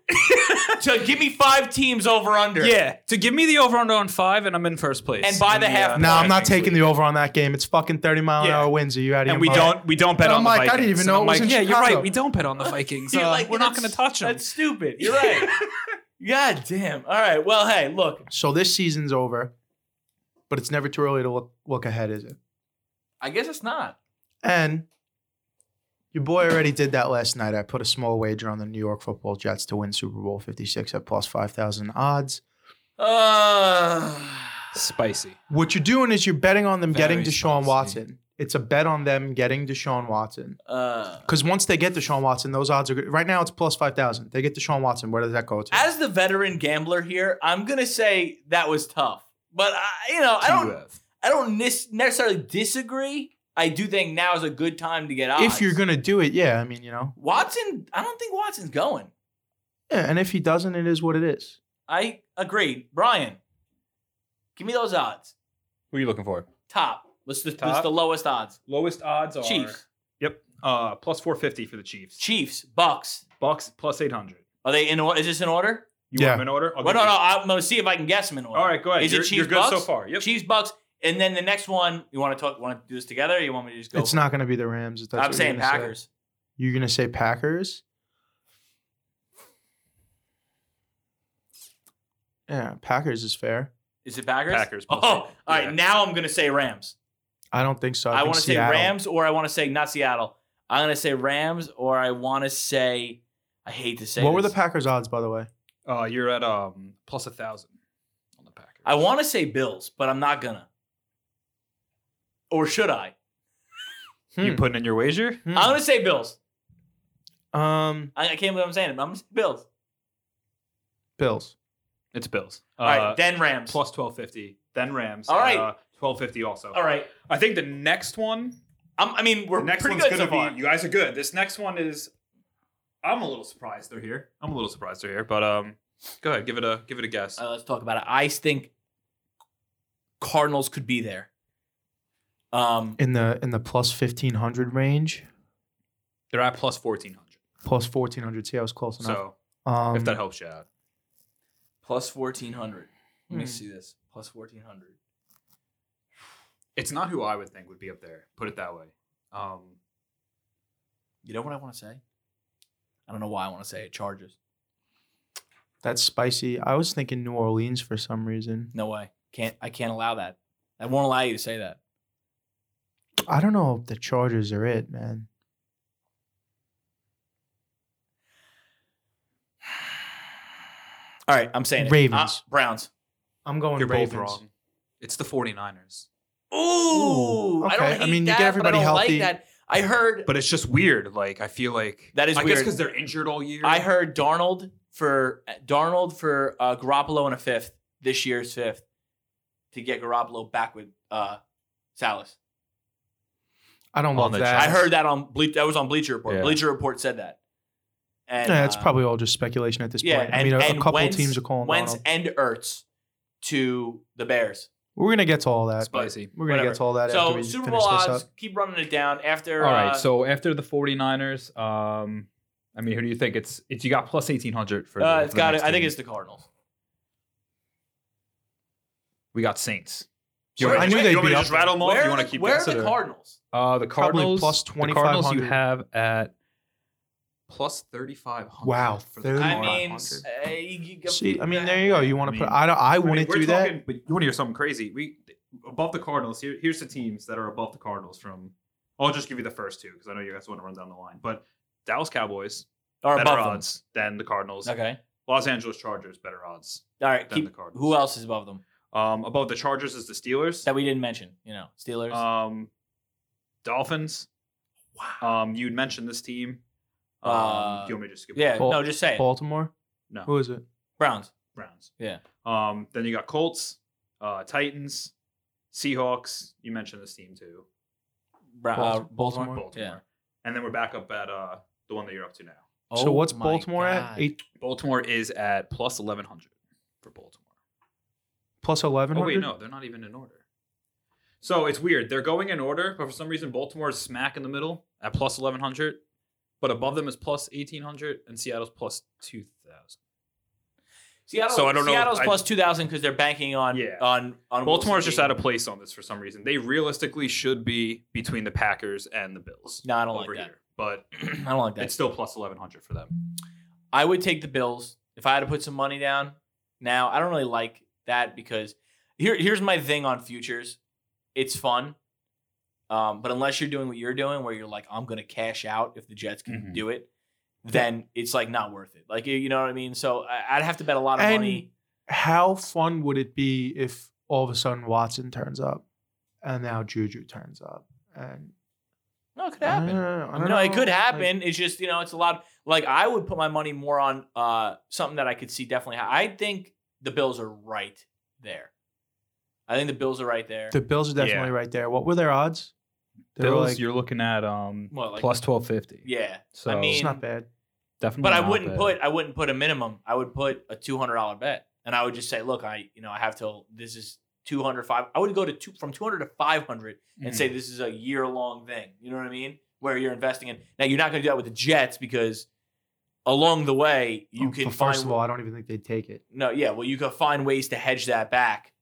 [SPEAKER 5] to give me five teams over under.
[SPEAKER 4] Yeah, to give me the over under on five, and I'm in first place.
[SPEAKER 5] And by the
[SPEAKER 4] In
[SPEAKER 5] half-
[SPEAKER 4] uh,
[SPEAKER 3] No, I'm not
[SPEAKER 4] Vikings
[SPEAKER 3] taking
[SPEAKER 4] league.
[SPEAKER 3] the over on that game. It's fucking 30 mile an
[SPEAKER 4] Yeah.
[SPEAKER 3] hour winds. Are you out of
[SPEAKER 4] And we
[SPEAKER 3] your mind?
[SPEAKER 4] don't we don't bet
[SPEAKER 3] And I'm
[SPEAKER 4] on the
[SPEAKER 3] like, I
[SPEAKER 4] Vikings.
[SPEAKER 3] didn't even
[SPEAKER 4] And
[SPEAKER 3] know
[SPEAKER 4] I'm
[SPEAKER 3] it was
[SPEAKER 4] like,
[SPEAKER 3] in
[SPEAKER 4] yeah, you're
[SPEAKER 3] Chicago.
[SPEAKER 4] right. We don't bet
[SPEAKER 3] (laughs)
[SPEAKER 4] on the Vikings.
[SPEAKER 5] You're
[SPEAKER 4] uh,
[SPEAKER 5] like,
[SPEAKER 4] we're not going
[SPEAKER 5] that's-
[SPEAKER 4] to touch them.
[SPEAKER 5] That's stupid. You're right.
[SPEAKER 4] (laughs)
[SPEAKER 5] God damn. All right. Well, hey, look.
[SPEAKER 3] So this season's over, but it's never too early to look, look ahead, is it?
[SPEAKER 5] I guess it's not.
[SPEAKER 3] And your boy already did that last night. I put a small wager on the New York Football Jets to win Super Bowl 56 at plus 5,000 odds.
[SPEAKER 5] Uh,
[SPEAKER 4] Spicy.
[SPEAKER 3] What you're doing is you're betting on them
[SPEAKER 4] Very
[SPEAKER 3] getting Deshaun
[SPEAKER 4] spicy.
[SPEAKER 3] Watson. It's a bet on them getting Deshaun Watson.
[SPEAKER 5] uh,
[SPEAKER 3] Because once they get Deshaun Watson, those odds are good. Right now, it's plus 5,000. They get Deshaun Watson. Where does that go to?
[SPEAKER 5] as the veteran gambler here, I'm gonna say that was tough. But I, you know, I don't, I don't nis- necessarily disagree. I do think now is a good time to get odds.
[SPEAKER 3] if you're going to do it, yeah. I mean, you know.
[SPEAKER 5] Watson, I don't think Watson's going.
[SPEAKER 3] Yeah, and if he doesn't, it is what it is.
[SPEAKER 5] I agree, Brian. Give me those odds.
[SPEAKER 4] Who are you looking for?
[SPEAKER 5] Top. What's the what's
[SPEAKER 4] Top?
[SPEAKER 5] the lowest odds?
[SPEAKER 4] Lowest odds are
[SPEAKER 5] Chiefs,
[SPEAKER 4] Yep. Uh, plus four fifty for the Chiefs.
[SPEAKER 5] Chiefs, Bucks.
[SPEAKER 4] Bucks plus eight hundred.
[SPEAKER 5] Are they in order? Is this in order?
[SPEAKER 4] You
[SPEAKER 3] Yeah.
[SPEAKER 4] want them in order? I'll
[SPEAKER 5] Well,
[SPEAKER 4] give
[SPEAKER 5] no,
[SPEAKER 4] you-
[SPEAKER 5] no. I'm gonna see if I can guess them in order.
[SPEAKER 4] All right, go ahead.
[SPEAKER 5] Is
[SPEAKER 4] you're,
[SPEAKER 5] it Chiefs
[SPEAKER 4] you're good
[SPEAKER 5] Bucks?
[SPEAKER 4] so far. Yep.
[SPEAKER 5] Chiefs, Bucks, and then the next one. You want to talk? Want to do this together? Or you want me to just go?
[SPEAKER 3] it's
[SPEAKER 5] for
[SPEAKER 3] not going to be the Rams. If
[SPEAKER 5] it?
[SPEAKER 3] that's
[SPEAKER 5] I'm
[SPEAKER 3] what
[SPEAKER 5] saying
[SPEAKER 3] you're gonna say.
[SPEAKER 5] Packers.
[SPEAKER 3] You're going to say Packers? Yeah, Packers is fair.
[SPEAKER 5] Is it Packers?
[SPEAKER 4] Packers,
[SPEAKER 5] Oh,
[SPEAKER 4] plus
[SPEAKER 5] all
[SPEAKER 4] eight.
[SPEAKER 5] right.
[SPEAKER 4] Yeah.
[SPEAKER 5] Now I'm gonna say Rams.
[SPEAKER 3] I don't think so.
[SPEAKER 5] I,
[SPEAKER 3] think
[SPEAKER 5] want to say
[SPEAKER 3] Seattle.
[SPEAKER 5] Rams, or I want to say not Seattle. I'm gonna say Rams, or I want to say. I hate to say.
[SPEAKER 3] What were the
[SPEAKER 5] this.
[SPEAKER 3] Packers odds, by the way?
[SPEAKER 4] Uh, you're at um plus a thousand on the Packers.
[SPEAKER 5] I want to say Bills, but I'm not gonna. Or should I?
[SPEAKER 4] You
[SPEAKER 3] Hmm.
[SPEAKER 4] putting in your wager?
[SPEAKER 3] Hmm.
[SPEAKER 5] I'm gonna say Bills.
[SPEAKER 3] um,
[SPEAKER 5] I, I can't believe I'm saying it, but I'm gonna say Bills.
[SPEAKER 3] Bills.
[SPEAKER 4] It's Bills.
[SPEAKER 5] All right,
[SPEAKER 4] Uh,
[SPEAKER 5] then Rams.
[SPEAKER 4] plus twelve fifty. Then Rams.
[SPEAKER 5] All right.
[SPEAKER 4] Uh, twelve fifty also.
[SPEAKER 5] All right.
[SPEAKER 4] I think the next one
[SPEAKER 5] I'm, I mean, we're
[SPEAKER 4] The next
[SPEAKER 5] pretty
[SPEAKER 4] one's
[SPEAKER 5] good so
[SPEAKER 4] gonna
[SPEAKER 5] far.
[SPEAKER 4] be. You guys are good. This next one is I'm a little surprised they're here. I'm a little surprised they're here, but um, go ahead, give it a give it a guess.
[SPEAKER 5] Uh, let's talk about it. I think Cardinals could be there. Um,
[SPEAKER 3] in the in the plus fifteen hundred range,
[SPEAKER 4] They're at plus fourteen hundred.
[SPEAKER 3] plus fourteen hundred. See, I was close enough.
[SPEAKER 4] So
[SPEAKER 3] um,
[SPEAKER 4] if that helps you out,
[SPEAKER 5] plus fourteen hundred. Let me
[SPEAKER 3] Hmm.
[SPEAKER 5] see this. Plus fourteen hundred.
[SPEAKER 4] it's not who I would think would be up there. Put it that way. Um,
[SPEAKER 5] You know what I want to say? I don't know why I want to say it. Chargers.
[SPEAKER 3] that's spicy. I was thinking New Orleans for some reason.
[SPEAKER 5] No way. Can't. I can't allow that. I won't allow you to say
[SPEAKER 3] (sighs)
[SPEAKER 5] that.
[SPEAKER 3] I don't know if the Chargers are it, man.
[SPEAKER 5] All right, I'm saying it.
[SPEAKER 3] Ravens.
[SPEAKER 5] Uh, Browns.
[SPEAKER 3] I'm going
[SPEAKER 4] you're
[SPEAKER 3] Ravens.
[SPEAKER 4] both wrong. It's the 49ers.
[SPEAKER 3] okay.
[SPEAKER 5] Ooh, I don't
[SPEAKER 3] I
[SPEAKER 5] hate
[SPEAKER 3] mean, you get
[SPEAKER 5] that, but I
[SPEAKER 3] everybody
[SPEAKER 5] don't
[SPEAKER 3] healthy.
[SPEAKER 5] Like that. I heard,
[SPEAKER 4] But it's just weird. Like I feel like
[SPEAKER 5] That is
[SPEAKER 4] I guess
[SPEAKER 5] weird.
[SPEAKER 4] because they're injured all year.
[SPEAKER 5] I heard Darnold for Darnold for uh, Garoppolo in a fifth this year's fifth to get Garoppolo back with uh, Salas.
[SPEAKER 3] I don't
[SPEAKER 4] On
[SPEAKER 3] love
[SPEAKER 4] the
[SPEAKER 3] that.
[SPEAKER 5] I heard that on Ble- that was on Bleacher Report.
[SPEAKER 4] Yeah.
[SPEAKER 5] Bleacher Report said that. And
[SPEAKER 3] Yeah, it's
[SPEAKER 5] uh,
[SPEAKER 3] probably all just speculation at this
[SPEAKER 5] yeah.
[SPEAKER 3] point.
[SPEAKER 5] And,
[SPEAKER 3] I mean, a, a
[SPEAKER 5] and
[SPEAKER 3] couple
[SPEAKER 5] Wentz,
[SPEAKER 3] teams are calling
[SPEAKER 5] Wentz
[SPEAKER 3] Donald.
[SPEAKER 5] and Ertz to the Bears.
[SPEAKER 3] We're gonna get to all that.
[SPEAKER 4] spicy.
[SPEAKER 3] We're gonna
[SPEAKER 5] whatever.
[SPEAKER 3] get to all that after
[SPEAKER 5] So
[SPEAKER 3] we
[SPEAKER 5] Super
[SPEAKER 3] finish
[SPEAKER 5] Bowl
[SPEAKER 3] this
[SPEAKER 5] odds,
[SPEAKER 3] up.
[SPEAKER 5] keep running it down after.
[SPEAKER 4] All
[SPEAKER 5] uh,
[SPEAKER 4] right. So after the 49ers, um, I mean, who do you think it's? It's you got plus 1800 for.
[SPEAKER 5] uh,
[SPEAKER 4] the,
[SPEAKER 5] it's
[SPEAKER 4] for the
[SPEAKER 5] got.
[SPEAKER 4] next
[SPEAKER 5] I think
[SPEAKER 4] team.
[SPEAKER 5] it's the Cardinals.
[SPEAKER 4] we got Saints.
[SPEAKER 5] So I knew they'd
[SPEAKER 4] you want me
[SPEAKER 3] be
[SPEAKER 4] to
[SPEAKER 3] up
[SPEAKER 4] just
[SPEAKER 3] there.
[SPEAKER 4] rattle them off? You
[SPEAKER 5] where are
[SPEAKER 4] want
[SPEAKER 5] the,
[SPEAKER 4] to keep
[SPEAKER 5] where are
[SPEAKER 4] this
[SPEAKER 5] the
[SPEAKER 4] or-
[SPEAKER 5] Cardinals?
[SPEAKER 4] Uh,
[SPEAKER 3] Probably
[SPEAKER 4] the Cardinals
[SPEAKER 3] plus
[SPEAKER 4] The Cardinals you
[SPEAKER 3] 2500.
[SPEAKER 4] have at plus 3500.
[SPEAKER 3] Wow,
[SPEAKER 4] for the
[SPEAKER 3] 3500.
[SPEAKER 5] I
[SPEAKER 3] Come on,
[SPEAKER 5] mean,
[SPEAKER 4] 500.
[SPEAKER 5] uh, you, uh, you,
[SPEAKER 3] See, I mean, there you go. You want
[SPEAKER 4] I
[SPEAKER 3] to put?
[SPEAKER 4] mean-
[SPEAKER 3] I don't. I
[SPEAKER 4] I mean,
[SPEAKER 3] wouldn't
[SPEAKER 4] we're
[SPEAKER 3] do that.
[SPEAKER 4] talking- But you want to hear something crazy? We above the Cardinals. Here, here's the teams that are above the Cardinals. From I'll just give you the first two because I know you guys want to run down the line. But Dallas Cowboys
[SPEAKER 5] or
[SPEAKER 4] better
[SPEAKER 5] above them.
[SPEAKER 4] odds than the Cardinals.
[SPEAKER 5] Okay.
[SPEAKER 4] Los Angeles Chargers better odds
[SPEAKER 5] All right.
[SPEAKER 4] than the
[SPEAKER 5] Keep,
[SPEAKER 4] Cardinals.
[SPEAKER 5] who else is above them
[SPEAKER 4] Um, above the Chargers is the Steelers.
[SPEAKER 5] that we didn't mention? You know, Steelers.
[SPEAKER 4] Um, Dolphins. Wow. Um, you'd mentioned this team. Um,
[SPEAKER 5] Uh,
[SPEAKER 4] do you want me to just skip?
[SPEAKER 5] yeah.
[SPEAKER 3] Bal-
[SPEAKER 5] no, just say it.
[SPEAKER 3] Baltimore.
[SPEAKER 4] No.
[SPEAKER 3] Who is it?
[SPEAKER 5] Browns.
[SPEAKER 4] Browns.
[SPEAKER 5] Yeah.
[SPEAKER 4] Um, then you got Colts, uh, Titans, Seahawks. You mentioned this team too.
[SPEAKER 5] Bra- uh,
[SPEAKER 3] Baltimore.
[SPEAKER 5] Baltimore.
[SPEAKER 3] Baltimore.
[SPEAKER 4] Baltimore. And then we're back up at uh, the one that you're up to now.
[SPEAKER 5] Yeah.
[SPEAKER 3] so
[SPEAKER 5] Oh
[SPEAKER 3] what's
[SPEAKER 5] my
[SPEAKER 3] Baltimore at?
[SPEAKER 5] God.
[SPEAKER 3] Eight
[SPEAKER 4] Baltimore is at plus 1100 for Baltimore.
[SPEAKER 3] plus eleven
[SPEAKER 4] Oh, wait,
[SPEAKER 3] hundred.
[SPEAKER 4] no, they're not even in order. So it's weird. They're going in order, but for some reason, Baltimore is smack in the middle at plus 1100, but above them is plus 1800, and Seattle's plus 2000.
[SPEAKER 5] Seattle,
[SPEAKER 4] So I don't know if
[SPEAKER 5] Seattle's
[SPEAKER 4] I-
[SPEAKER 5] plus two thousand because they're banking on
[SPEAKER 4] Yeah.
[SPEAKER 5] on on
[SPEAKER 4] Baltimore's
[SPEAKER 5] Wilson
[SPEAKER 4] just out
[SPEAKER 5] being-
[SPEAKER 4] of place on this for some reason. They realistically should be between the Packers and the Bills
[SPEAKER 5] No, I don't like
[SPEAKER 4] over
[SPEAKER 5] that.
[SPEAKER 4] here, but
[SPEAKER 5] I
[SPEAKER 4] (clears throat)
[SPEAKER 5] don't like that.
[SPEAKER 4] it's still plus 1100 for them.
[SPEAKER 5] I would take the Bills if I had to put some money down. Now I don't really like that because here here's my thing on futures. It's fun, um, but unless you're doing what you're doing, where you're like, I'm gonna cash out if the Jets can
[SPEAKER 3] Mm-hmm.
[SPEAKER 4] Mhm.
[SPEAKER 5] do it, then it's like not worth it. Like you- you know what I mean. So I, I'd have to bet a lot of
[SPEAKER 3] And-
[SPEAKER 5] money.
[SPEAKER 3] How fun would it be if all of a sudden Watson turns up, and now Juju turns up, and
[SPEAKER 5] No, it could
[SPEAKER 3] I don't
[SPEAKER 5] happen.
[SPEAKER 3] know, I
[SPEAKER 5] No,
[SPEAKER 3] don't
[SPEAKER 5] it could
[SPEAKER 3] know, like-
[SPEAKER 5] happen. it's just you know, it's a lot. Like I would put my money more on uh something that I could see definitely. ha- I think the Bills are right there. I think the Bills are right there.
[SPEAKER 3] The Bills are definitely right there. What were their odds? They were like,
[SPEAKER 4] you're looking at um,
[SPEAKER 5] What, like-
[SPEAKER 4] 1250.
[SPEAKER 5] yeah,
[SPEAKER 4] So
[SPEAKER 5] I mean-
[SPEAKER 3] it's not bad.
[SPEAKER 4] definitely.
[SPEAKER 5] but I
[SPEAKER 4] not
[SPEAKER 5] wouldn't
[SPEAKER 4] bad.
[SPEAKER 5] put I wouldn't put a minimum. I would put a two hundred dollar bet, and I would just say, look, I you know I have till this is two hundred five. I would go to two from two hundred to five hundred and
[SPEAKER 3] Mm-hmm.
[SPEAKER 5] say this is a year long thing. You know what I mean? Where you're investing in now, you're not going to do that with the Jets because along the way you
[SPEAKER 3] Oh,
[SPEAKER 5] can
[SPEAKER 3] but
[SPEAKER 5] find
[SPEAKER 3] first of all, I don't even think they'd take it.
[SPEAKER 5] no, yeah, well, you can find ways to hedge that back.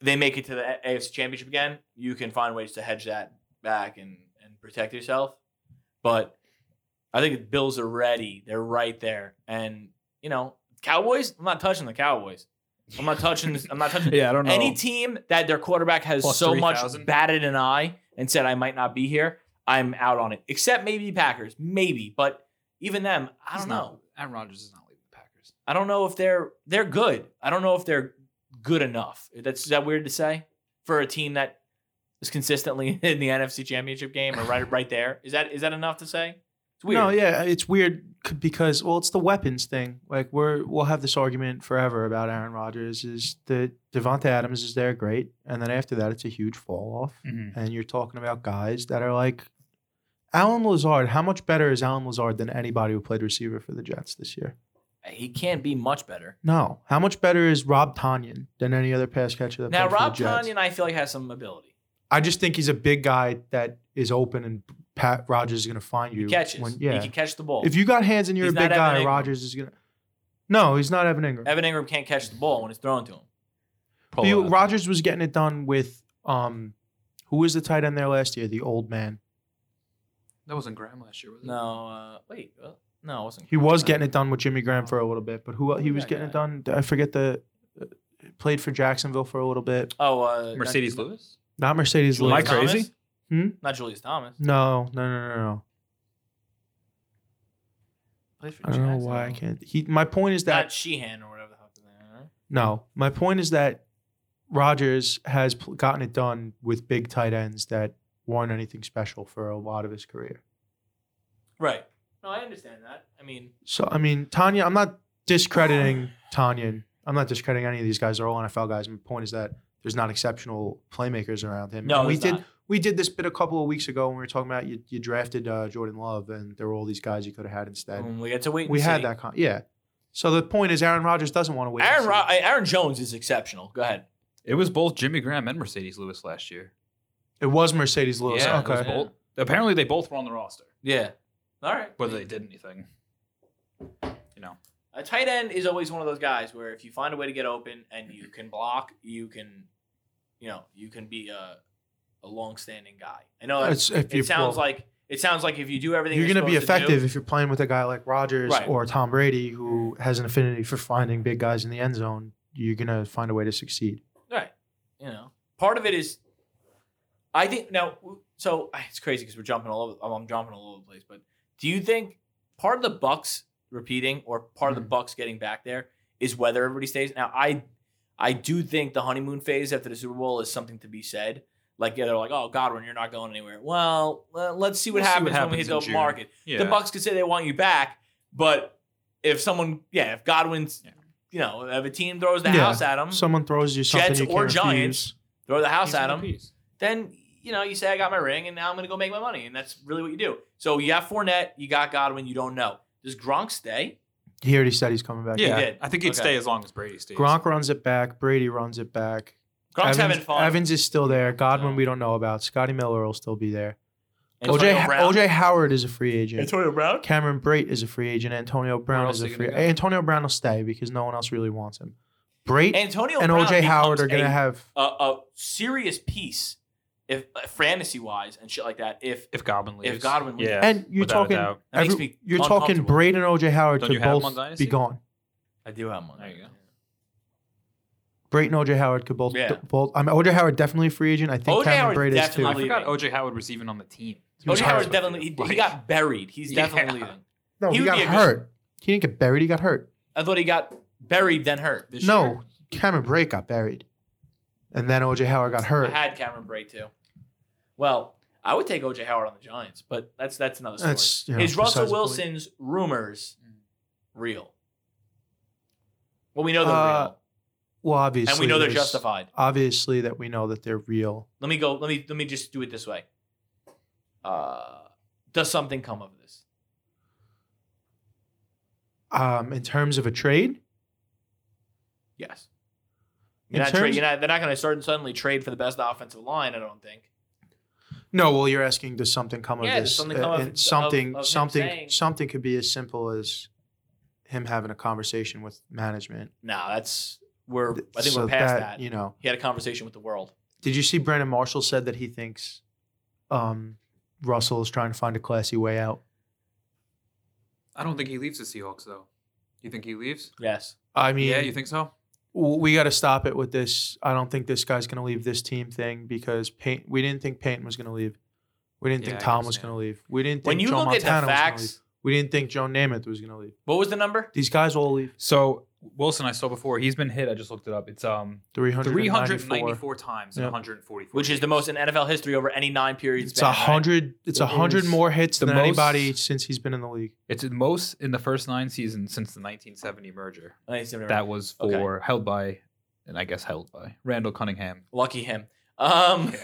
[SPEAKER 5] They make it to the A- AFC Championship again. You can find ways to hedge that back and and protect yourself. But I think the Bills are ready. They're right there, and you know, Cowboys. I'm not touching the Cowboys. I'm not touching. This, I'm not touching
[SPEAKER 4] Mm-hmm. (laughs) Yeah, I don't
[SPEAKER 5] any team that their quarterback has
[SPEAKER 4] Plus
[SPEAKER 5] so much
[SPEAKER 4] 3,000?
[SPEAKER 5] batted an eye and said I might not be here. I'm out on it, except maybe Packers, maybe. But even them, I don't know.
[SPEAKER 4] Aaron Rodgers is not leaving the Packers.
[SPEAKER 5] I don't know if they're they're good. I don't know if they're good enough. That's is that weird to say for a team that is consistently (laughs) in the NFC Championship game or right right there. Is that is that enough to say? It's weird.
[SPEAKER 3] No, yeah, it's weird c- because well, it's the weapons thing. Like we're we'll have this argument forever about Aaron Rodgers is that Devonta Adams is there
[SPEAKER 4] Mm-hmm.
[SPEAKER 3] great, and then after that it's a huge fall off, and you're talking about guys that are like Alan Lazard, how much better is Alan Lazard than anybody who played receiver for the Jets this year?
[SPEAKER 5] He can't be much better.
[SPEAKER 3] No. How much better is Rob Tanyan than any other pass catcher that
[SPEAKER 5] Now,
[SPEAKER 3] played
[SPEAKER 5] Rob
[SPEAKER 3] for the Jets?
[SPEAKER 5] Tanyan, I feel like has some ability.
[SPEAKER 3] I just think he's a big guy that is open and Pat Rogers is going to find
[SPEAKER 5] He
[SPEAKER 3] you.
[SPEAKER 5] catches.
[SPEAKER 3] when- yeah.
[SPEAKER 5] He can catch the ball.
[SPEAKER 3] if you got hands and you're
[SPEAKER 5] He's
[SPEAKER 3] a
[SPEAKER 5] not
[SPEAKER 3] big
[SPEAKER 5] Evan
[SPEAKER 3] guy,
[SPEAKER 5] Ingram.
[SPEAKER 3] Rogers is going to. No, he's not Evan Ingram.
[SPEAKER 5] Evan Ingram can't catch the ball when it's thrown to him.
[SPEAKER 4] Pull
[SPEAKER 3] You-
[SPEAKER 4] it up.
[SPEAKER 3] Rogers was getting it done with um, who was the tight end there last year? The old man.
[SPEAKER 4] That wasn't Graham last year, was it?
[SPEAKER 5] No, uh, wait. Uh, no, it wasn't.
[SPEAKER 3] He was getting it done with Jimmy Graham for a little bit, but who he was
[SPEAKER 5] Oh, Yeah,
[SPEAKER 3] getting
[SPEAKER 5] yeah.
[SPEAKER 3] it done? I forget the. uh, Played for Jacksonville for a little bit.
[SPEAKER 5] Oh, uh,
[SPEAKER 4] Mercedes
[SPEAKER 5] not,
[SPEAKER 4] Lewis?
[SPEAKER 3] Not Mercedes
[SPEAKER 5] Julius
[SPEAKER 3] Lewis.
[SPEAKER 4] Am I
[SPEAKER 5] Thomas?
[SPEAKER 4] crazy?
[SPEAKER 3] Hmm?
[SPEAKER 5] Not Julius Thomas.
[SPEAKER 3] No, no, no, no, no.
[SPEAKER 5] Plays for
[SPEAKER 3] I don't know
[SPEAKER 5] Jacksonville.
[SPEAKER 3] why I can't. He. My point is that
[SPEAKER 5] Not Sheehan or whatever the fuck. his name is, right?
[SPEAKER 3] No, my point is that Rodgers has pl- gotten it done with big tight ends that weren't anything special for a lot of his career.
[SPEAKER 5] Right. No, I understand that. I mean,
[SPEAKER 3] So I mean, Tanya, I'm not discrediting Tanya. I'm not discrediting any of these guys. They're all NFL guys. My point is that there's not exceptional playmakers around him.
[SPEAKER 5] no,
[SPEAKER 3] And we
[SPEAKER 5] it's
[SPEAKER 3] did
[SPEAKER 5] not.
[SPEAKER 3] we did this bit a couple of weeks ago when we were talking about you, you drafted uh, Jordan Love and there were all these guys you could have had instead.
[SPEAKER 5] When we get to Oh, wait. and
[SPEAKER 3] we had
[SPEAKER 5] see.
[SPEAKER 3] that con- yeah. So the point is Aaron Rodgers doesn't want to wait. and
[SPEAKER 5] Aaron
[SPEAKER 3] see.
[SPEAKER 5] Ro- Aaron Jones is exceptional. Go ahead.
[SPEAKER 4] It was both Jimmy Graham and Mercedes Lewis last year.
[SPEAKER 3] it was Mercedes Lewis.
[SPEAKER 4] Yeah, it was
[SPEAKER 3] okay.
[SPEAKER 4] both. Apparently, they both were on the roster,
[SPEAKER 5] Yeah. All right.
[SPEAKER 4] whether they did anything. You know,
[SPEAKER 5] A tight end is always one of those guys where if you find a way to get open and you can block, you can, you know, you can be a, a long-standing guy. I know that's,
[SPEAKER 3] It's- if
[SPEAKER 5] it
[SPEAKER 3] you-
[SPEAKER 5] sounds
[SPEAKER 3] well-
[SPEAKER 5] like it sounds like if you do everything,
[SPEAKER 3] you're
[SPEAKER 5] going to
[SPEAKER 3] be effective if you're playing with a guy like Rodgers
[SPEAKER 5] Right.
[SPEAKER 3] or Tom Brady, who has an affinity for finding big guys in the end zone. You're gonna find a way to succeed.
[SPEAKER 5] right. You know, part of it is, I think now. So it's crazy because we're jumping all over. I'm, I'm jumping all over the place. But do you think part of the Bucks repeating or part
[SPEAKER 4] Mm.
[SPEAKER 5] of the Bucks getting back there is whether everybody stays? Now, I, I do think the honeymoon phase after the Super Bowl is something to be said. Like yeah, they're like, oh Godwin, you're not going anywhere. Well, le- let's see what,
[SPEAKER 4] We'll see
[SPEAKER 5] happens,
[SPEAKER 4] what
[SPEAKER 5] when
[SPEAKER 4] happens
[SPEAKER 5] we hit
[SPEAKER 4] in
[SPEAKER 5] the
[SPEAKER 4] June.
[SPEAKER 5] open market.
[SPEAKER 4] yeah.
[SPEAKER 5] The Bucks could say they want you back, but if someone, yeah, if Godwin's,
[SPEAKER 4] Yeah.
[SPEAKER 5] you know, if a team throws the
[SPEAKER 3] Yeah.
[SPEAKER 5] house at him,
[SPEAKER 3] Someone throws you something
[SPEAKER 5] Jets
[SPEAKER 3] you can't
[SPEAKER 5] or Giants. throw the house
[SPEAKER 4] He's
[SPEAKER 5] at
[SPEAKER 4] in
[SPEAKER 5] him,
[SPEAKER 4] the piece.
[SPEAKER 5] then you know you say I got my ring and now I'm gonna go make my money, and that's really what you do. So you got Fournette, you got Godwin, you don't know. Does Gronk stay?
[SPEAKER 3] refuse. He already said he's coming back.
[SPEAKER 4] Yeah,
[SPEAKER 5] did.
[SPEAKER 4] I think he'd
[SPEAKER 5] Okay.
[SPEAKER 4] stay as long as Brady stays.
[SPEAKER 3] Gronk runs it back. Brady runs it back. Evans,
[SPEAKER 5] Gronk's having fun.
[SPEAKER 3] Evans is still there. Godwin
[SPEAKER 5] No.
[SPEAKER 3] we don't know about. Scotty Miller will still be there.
[SPEAKER 5] And
[SPEAKER 3] OJ
[SPEAKER 5] Antonio Brown.
[SPEAKER 3] OJ Howard is a free agent.
[SPEAKER 5] Antonio Brown.
[SPEAKER 3] Cameron Brate is a free agent. Antonio Brown
[SPEAKER 4] else
[SPEAKER 3] is a
[SPEAKER 4] they gonna
[SPEAKER 3] free.
[SPEAKER 4] go?
[SPEAKER 3] Antonio Brown will stay because no one else really wants him. Brate
[SPEAKER 5] Antonio
[SPEAKER 3] and
[SPEAKER 5] Brown
[SPEAKER 3] OJ Howard
[SPEAKER 5] becomes
[SPEAKER 3] are gonna
[SPEAKER 5] a,
[SPEAKER 3] have
[SPEAKER 5] a, a serious piece, if uh, fantasy wise and shit like that. If
[SPEAKER 4] if Godwin leaves.
[SPEAKER 5] if Godwin leaves.
[SPEAKER 4] yeah.
[SPEAKER 3] And you're
[SPEAKER 4] without a
[SPEAKER 3] talking,
[SPEAKER 4] doubt.
[SPEAKER 5] That makes
[SPEAKER 3] every-
[SPEAKER 5] me
[SPEAKER 3] you're talking
[SPEAKER 5] uncomfortable.
[SPEAKER 3] Braid and OJ Howard
[SPEAKER 4] Don't
[SPEAKER 3] could
[SPEAKER 4] you have him
[SPEAKER 3] both
[SPEAKER 4] on
[SPEAKER 3] be
[SPEAKER 4] Dynasty?
[SPEAKER 3] gone.
[SPEAKER 5] I do have one.
[SPEAKER 4] There you go.
[SPEAKER 3] Braid and OJ Howard could both.
[SPEAKER 5] Yeah.
[SPEAKER 3] both I mean, OJ Howard definitely a free agent. I think
[SPEAKER 5] O.J.
[SPEAKER 3] Cameron
[SPEAKER 5] Howard
[SPEAKER 3] Braid is
[SPEAKER 5] definitely
[SPEAKER 4] I
[SPEAKER 3] too.
[SPEAKER 5] leaving.
[SPEAKER 4] forgot OJ Howard was even on the team.
[SPEAKER 3] He was
[SPEAKER 5] OJ Howard
[SPEAKER 3] hurt.
[SPEAKER 5] definitely he, he
[SPEAKER 4] Like-
[SPEAKER 5] got buried. He's
[SPEAKER 4] Yeah.
[SPEAKER 5] definitely leaving.
[SPEAKER 3] No,
[SPEAKER 5] He
[SPEAKER 3] he,
[SPEAKER 5] would
[SPEAKER 3] got
[SPEAKER 5] be a good-
[SPEAKER 3] hurt. he didn't get buried. He got hurt.
[SPEAKER 5] I thought he got buried then hurt. This
[SPEAKER 3] no,
[SPEAKER 5] year.
[SPEAKER 3] Cameron Braid got buried, and then OJ Howard got hurt.
[SPEAKER 5] I had Cameron Bray too. Well, I would take OJ Howard on the Giants, but that's that's another story.
[SPEAKER 3] That's, you know,
[SPEAKER 5] Is
[SPEAKER 3] besides the
[SPEAKER 5] Russell
[SPEAKER 3] point.
[SPEAKER 5] Wilson's rumors real? Well, we know they're
[SPEAKER 3] Uh,
[SPEAKER 5] real,
[SPEAKER 3] Well, obviously,
[SPEAKER 5] and we know they're
[SPEAKER 3] there's-
[SPEAKER 5] justified.
[SPEAKER 3] Obviously, that we know that they're real.
[SPEAKER 5] Let me go. Let me let me just do it this way. Uh, does something come of this?
[SPEAKER 3] Um, in terms of a trade,
[SPEAKER 5] Yes.
[SPEAKER 3] In
[SPEAKER 5] You're not, tra-
[SPEAKER 3] terms-
[SPEAKER 5] you're not, they're not going to start suddenly trade for the best offensive line. I don't think.
[SPEAKER 3] no. Well, you're asking, does something come
[SPEAKER 5] Yeah,
[SPEAKER 3] of
[SPEAKER 5] does
[SPEAKER 3] this? uh,
[SPEAKER 5] something come of-
[SPEAKER 3] and
[SPEAKER 5] of-
[SPEAKER 3] something,
[SPEAKER 5] of him
[SPEAKER 3] something,
[SPEAKER 5] saying-
[SPEAKER 3] something could be as simple as him having a conversation with management.
[SPEAKER 5] No, that's we're. I think
[SPEAKER 3] So
[SPEAKER 5] we're past that.
[SPEAKER 3] You know,
[SPEAKER 5] He had a conversation with the world.
[SPEAKER 3] did you see Brandon Marshall said that he thinks um, Russell is trying to find a classy way out?
[SPEAKER 4] I don't think he leaves the Seahawks though. You think he leaves?
[SPEAKER 5] Yes.
[SPEAKER 3] I mean,
[SPEAKER 4] yeah, you think so?
[SPEAKER 3] w- we got to stop it with this. I don't think this guy's going to leave this team thing because Payton, we didn't think Payton was going to leave. We didn't
[SPEAKER 4] Yeah,
[SPEAKER 3] think
[SPEAKER 4] I
[SPEAKER 3] Tom was
[SPEAKER 4] understand.
[SPEAKER 3] going to leave. We didn't think
[SPEAKER 5] When you
[SPEAKER 3] Joe
[SPEAKER 5] look at
[SPEAKER 3] Montana was
[SPEAKER 5] the
[SPEAKER 3] going to
[SPEAKER 5] facts,
[SPEAKER 3] leave. We didn't think Joe Namath was going to leave.
[SPEAKER 5] what was the number?
[SPEAKER 3] These guys all leave.
[SPEAKER 4] So Wilson, I saw before he's been hit. I just looked it up. It's um
[SPEAKER 3] 394.
[SPEAKER 4] 394 times in
[SPEAKER 3] Yeah.
[SPEAKER 4] 144,
[SPEAKER 5] Which is the
[SPEAKER 4] games.
[SPEAKER 5] most in NFL history over any nine periods.
[SPEAKER 3] It's a hundred. It's a
[SPEAKER 4] It
[SPEAKER 3] hundred
[SPEAKER 4] is
[SPEAKER 3] more hits
[SPEAKER 4] the
[SPEAKER 3] than anybody
[SPEAKER 4] most-
[SPEAKER 3] since he's been in the league.
[SPEAKER 4] It's the most in the first nine seasons since the 1970 merger. That was
[SPEAKER 5] Okay.
[SPEAKER 4] for held by, and I guess held by Randall Cunningham.
[SPEAKER 5] Lucky him. Um,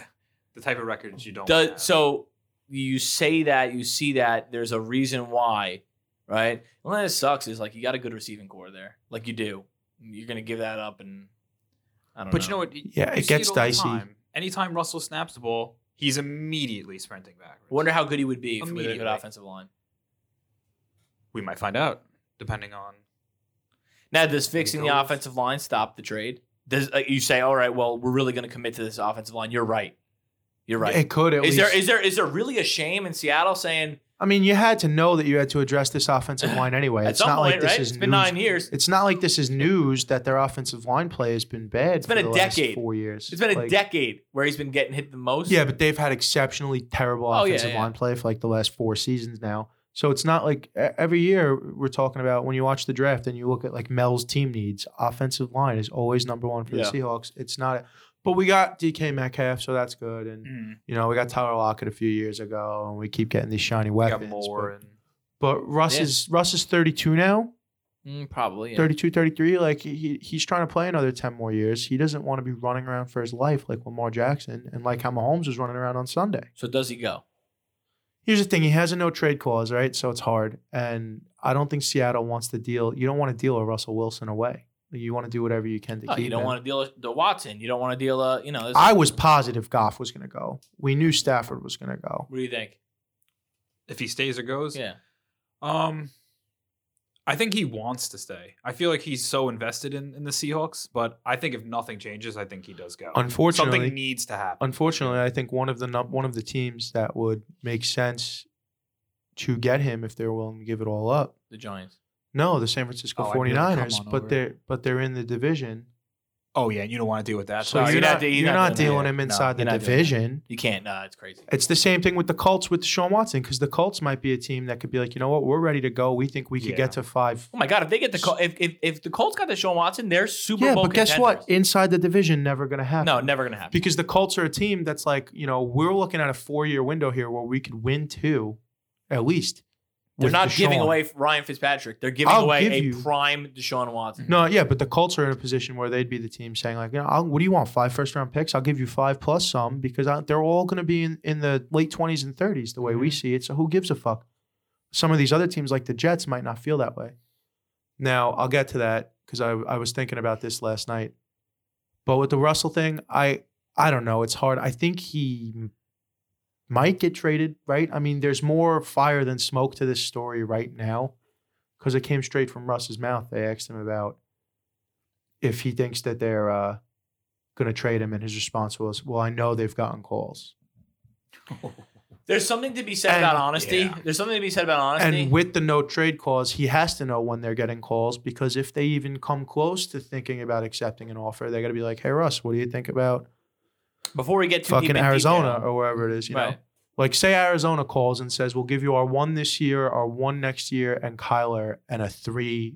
[SPEAKER 4] The type of records you don't.
[SPEAKER 5] (laughs)
[SPEAKER 3] Oh,
[SPEAKER 5] does-
[SPEAKER 4] have.
[SPEAKER 5] so you say that, you see that, there's a reason why, right? The only thing that sucks is like you got a good receiving core there, like you do. You're gonna give that up, and I don't
[SPEAKER 4] But you know
[SPEAKER 5] know.
[SPEAKER 4] what?
[SPEAKER 3] Yeah, it
[SPEAKER 4] see
[SPEAKER 3] gets
[SPEAKER 4] all the
[SPEAKER 3] dicey.
[SPEAKER 4] time. Anytime Russell snaps the ball, he's immediately sprinting back.
[SPEAKER 5] I wonder how good he would be if we had a good
[SPEAKER 4] Immediately.
[SPEAKER 5] offensive line.
[SPEAKER 4] we might find out, depending on.
[SPEAKER 5] Now, does fixing the
[SPEAKER 4] goes.
[SPEAKER 5] offensive line stop the trade? Does uh, you say, all right, well, we're really going to commit to this offensive line? You're right. You're right.
[SPEAKER 3] It could at
[SPEAKER 5] Is
[SPEAKER 3] least.
[SPEAKER 5] there is there is there really a shame in Seattle saying
[SPEAKER 3] I mean, you had to know that you had to address this
[SPEAKER 5] (sighs)
[SPEAKER 3] offensive line anyway.
[SPEAKER 5] at
[SPEAKER 3] it's
[SPEAKER 5] some
[SPEAKER 3] not
[SPEAKER 5] point,
[SPEAKER 3] like this
[SPEAKER 5] right?
[SPEAKER 3] is
[SPEAKER 5] It's been
[SPEAKER 3] news.
[SPEAKER 5] nine years.
[SPEAKER 3] It's not like this is news that their offensive line play has been bad.
[SPEAKER 5] It's been
[SPEAKER 3] for
[SPEAKER 5] a
[SPEAKER 3] the last
[SPEAKER 5] decade.
[SPEAKER 3] four years.
[SPEAKER 5] It's been a
[SPEAKER 3] Like,
[SPEAKER 5] decade where he's been getting hit the most.
[SPEAKER 3] Yeah, but they've had exceptionally terrible
[SPEAKER 5] Oh, yeah,
[SPEAKER 3] offensive
[SPEAKER 5] yeah.
[SPEAKER 3] line play for like the last four seasons now. So it's not like e- every year we're talking about when you watch the draft and you look at like Mel's team needs. Offensive line is always number one for
[SPEAKER 5] Yeah.
[SPEAKER 3] the Seahawks. It's not, but we got DK Metcalf, so that's good.
[SPEAKER 4] Hmm.
[SPEAKER 5] Mm.
[SPEAKER 3] And you know we got Tyler Lockett a few years ago, and we keep getting these shiny
[SPEAKER 4] Got
[SPEAKER 3] weapons.
[SPEAKER 4] more
[SPEAKER 3] But,
[SPEAKER 4] and
[SPEAKER 3] but Russ
[SPEAKER 5] Yeah.
[SPEAKER 3] is Russ is 32 now,
[SPEAKER 5] Mm, probably. Yeah.
[SPEAKER 3] 32, 33. Like he he's trying to play another 10 more years. He doesn't want to be running around for his life like Lamar Jackson and like how Mahomes was running around on Sunday
[SPEAKER 5] So does he go?
[SPEAKER 3] here's the thing he has a no trade clause right so it's hard and i don't think seattle wants to deal you don't want to deal a russell wilson away you want to do whatever you can to
[SPEAKER 5] No,
[SPEAKER 3] keep
[SPEAKER 5] you don't
[SPEAKER 3] him
[SPEAKER 5] want to deal with the Watson. You don't want to deal. Uh, you know. this-
[SPEAKER 3] i was positive goff was going to go we knew stafford was going to go
[SPEAKER 5] What do you think?
[SPEAKER 4] if he stays or goes,
[SPEAKER 5] Yeah.
[SPEAKER 4] Um, I think he wants to stay. I feel like he's so invested in, in the Seahawks, but I think if nothing changes, I think he does go.
[SPEAKER 3] unfortunately
[SPEAKER 4] Something needs to happen.
[SPEAKER 3] unfortunately i think one of the num- one of the teams that would make sense to get him if they're willing to give it all up
[SPEAKER 5] The Giants.
[SPEAKER 3] no the san francisco
[SPEAKER 4] Oh, I'd be like, come
[SPEAKER 3] 49ers
[SPEAKER 4] on over.
[SPEAKER 3] but they're but they're in the division
[SPEAKER 4] Oh yeah, and you don't want to deal with that.
[SPEAKER 5] So
[SPEAKER 3] so
[SPEAKER 5] you're
[SPEAKER 3] you're
[SPEAKER 5] not
[SPEAKER 3] not,
[SPEAKER 5] de- you're
[SPEAKER 3] you're
[SPEAKER 5] not
[SPEAKER 3] not
[SPEAKER 5] doing that.
[SPEAKER 3] dealing him
[SPEAKER 5] No,
[SPEAKER 3] inside
[SPEAKER 5] you're
[SPEAKER 3] the
[SPEAKER 5] not doing that.
[SPEAKER 3] division
[SPEAKER 5] You can't. Nah, it's crazy.
[SPEAKER 3] It's the same thing with the Colts with Deshaun Watson because the Colts might be a team that could be like, you know what, we're ready to go. We think we could
[SPEAKER 4] Yeah.
[SPEAKER 3] get to five.
[SPEAKER 5] Oh my God! If they get the Col- if, if if the Colts got the Sean Watson, they're Super
[SPEAKER 3] Yeah,
[SPEAKER 5] Bowl.
[SPEAKER 3] but guess what?
[SPEAKER 5] contenders.
[SPEAKER 3] Inside the division, never going to happen.
[SPEAKER 5] No, never gonna happen.
[SPEAKER 3] Because the Colts are a team that's like, you know, we're looking at a four year window here where we could win two at least.
[SPEAKER 5] They're
[SPEAKER 3] with
[SPEAKER 5] not giving
[SPEAKER 3] Deshaun.
[SPEAKER 5] away Ryan Fitzpatrick. They're giving
[SPEAKER 3] I'll
[SPEAKER 5] away
[SPEAKER 3] give
[SPEAKER 5] a
[SPEAKER 3] you-
[SPEAKER 5] prime Deshaun Watson.
[SPEAKER 3] No, yeah, but the Colts are in a position where they'd be the team saying like, you know, I'll, what do you want? Five first round picks? I'll give you five plus some because I, they're all going to be in, in the late twenties and thirties the way we see it. So who gives a fuck? Some of these other teams like the Jets might not feel that way. Now I'll get to that because I I was thinking about this last night, but with the Russell thing, I I don't know. It's hard. I think he m- might get traded. Right? I mean, there's more fire than smoke to this story right now because it came straight from Russ's mouth. They asked him about if he thinks that they're uh, going to trade him, and his response was, "Well, I know they've gotten calls."
[SPEAKER 5] There's something to be said
[SPEAKER 3] And-
[SPEAKER 5] about honesty.
[SPEAKER 4] Yeah.
[SPEAKER 5] There's something to be said about honesty.
[SPEAKER 3] And with the no trade clause, he has to know when they're getting calls because if they even come close to thinking about accepting an offer, they're going to be like, "Hey, Russ, what do you think about
[SPEAKER 5] Before we get too deep
[SPEAKER 3] fucking
[SPEAKER 5] in
[SPEAKER 3] Arizona
[SPEAKER 5] detail-
[SPEAKER 3] or wherever it is?" You know,
[SPEAKER 5] Right.
[SPEAKER 3] like say Arizona calls and says, "We'll give you our one this year, our one next year, and Kyler, and a three,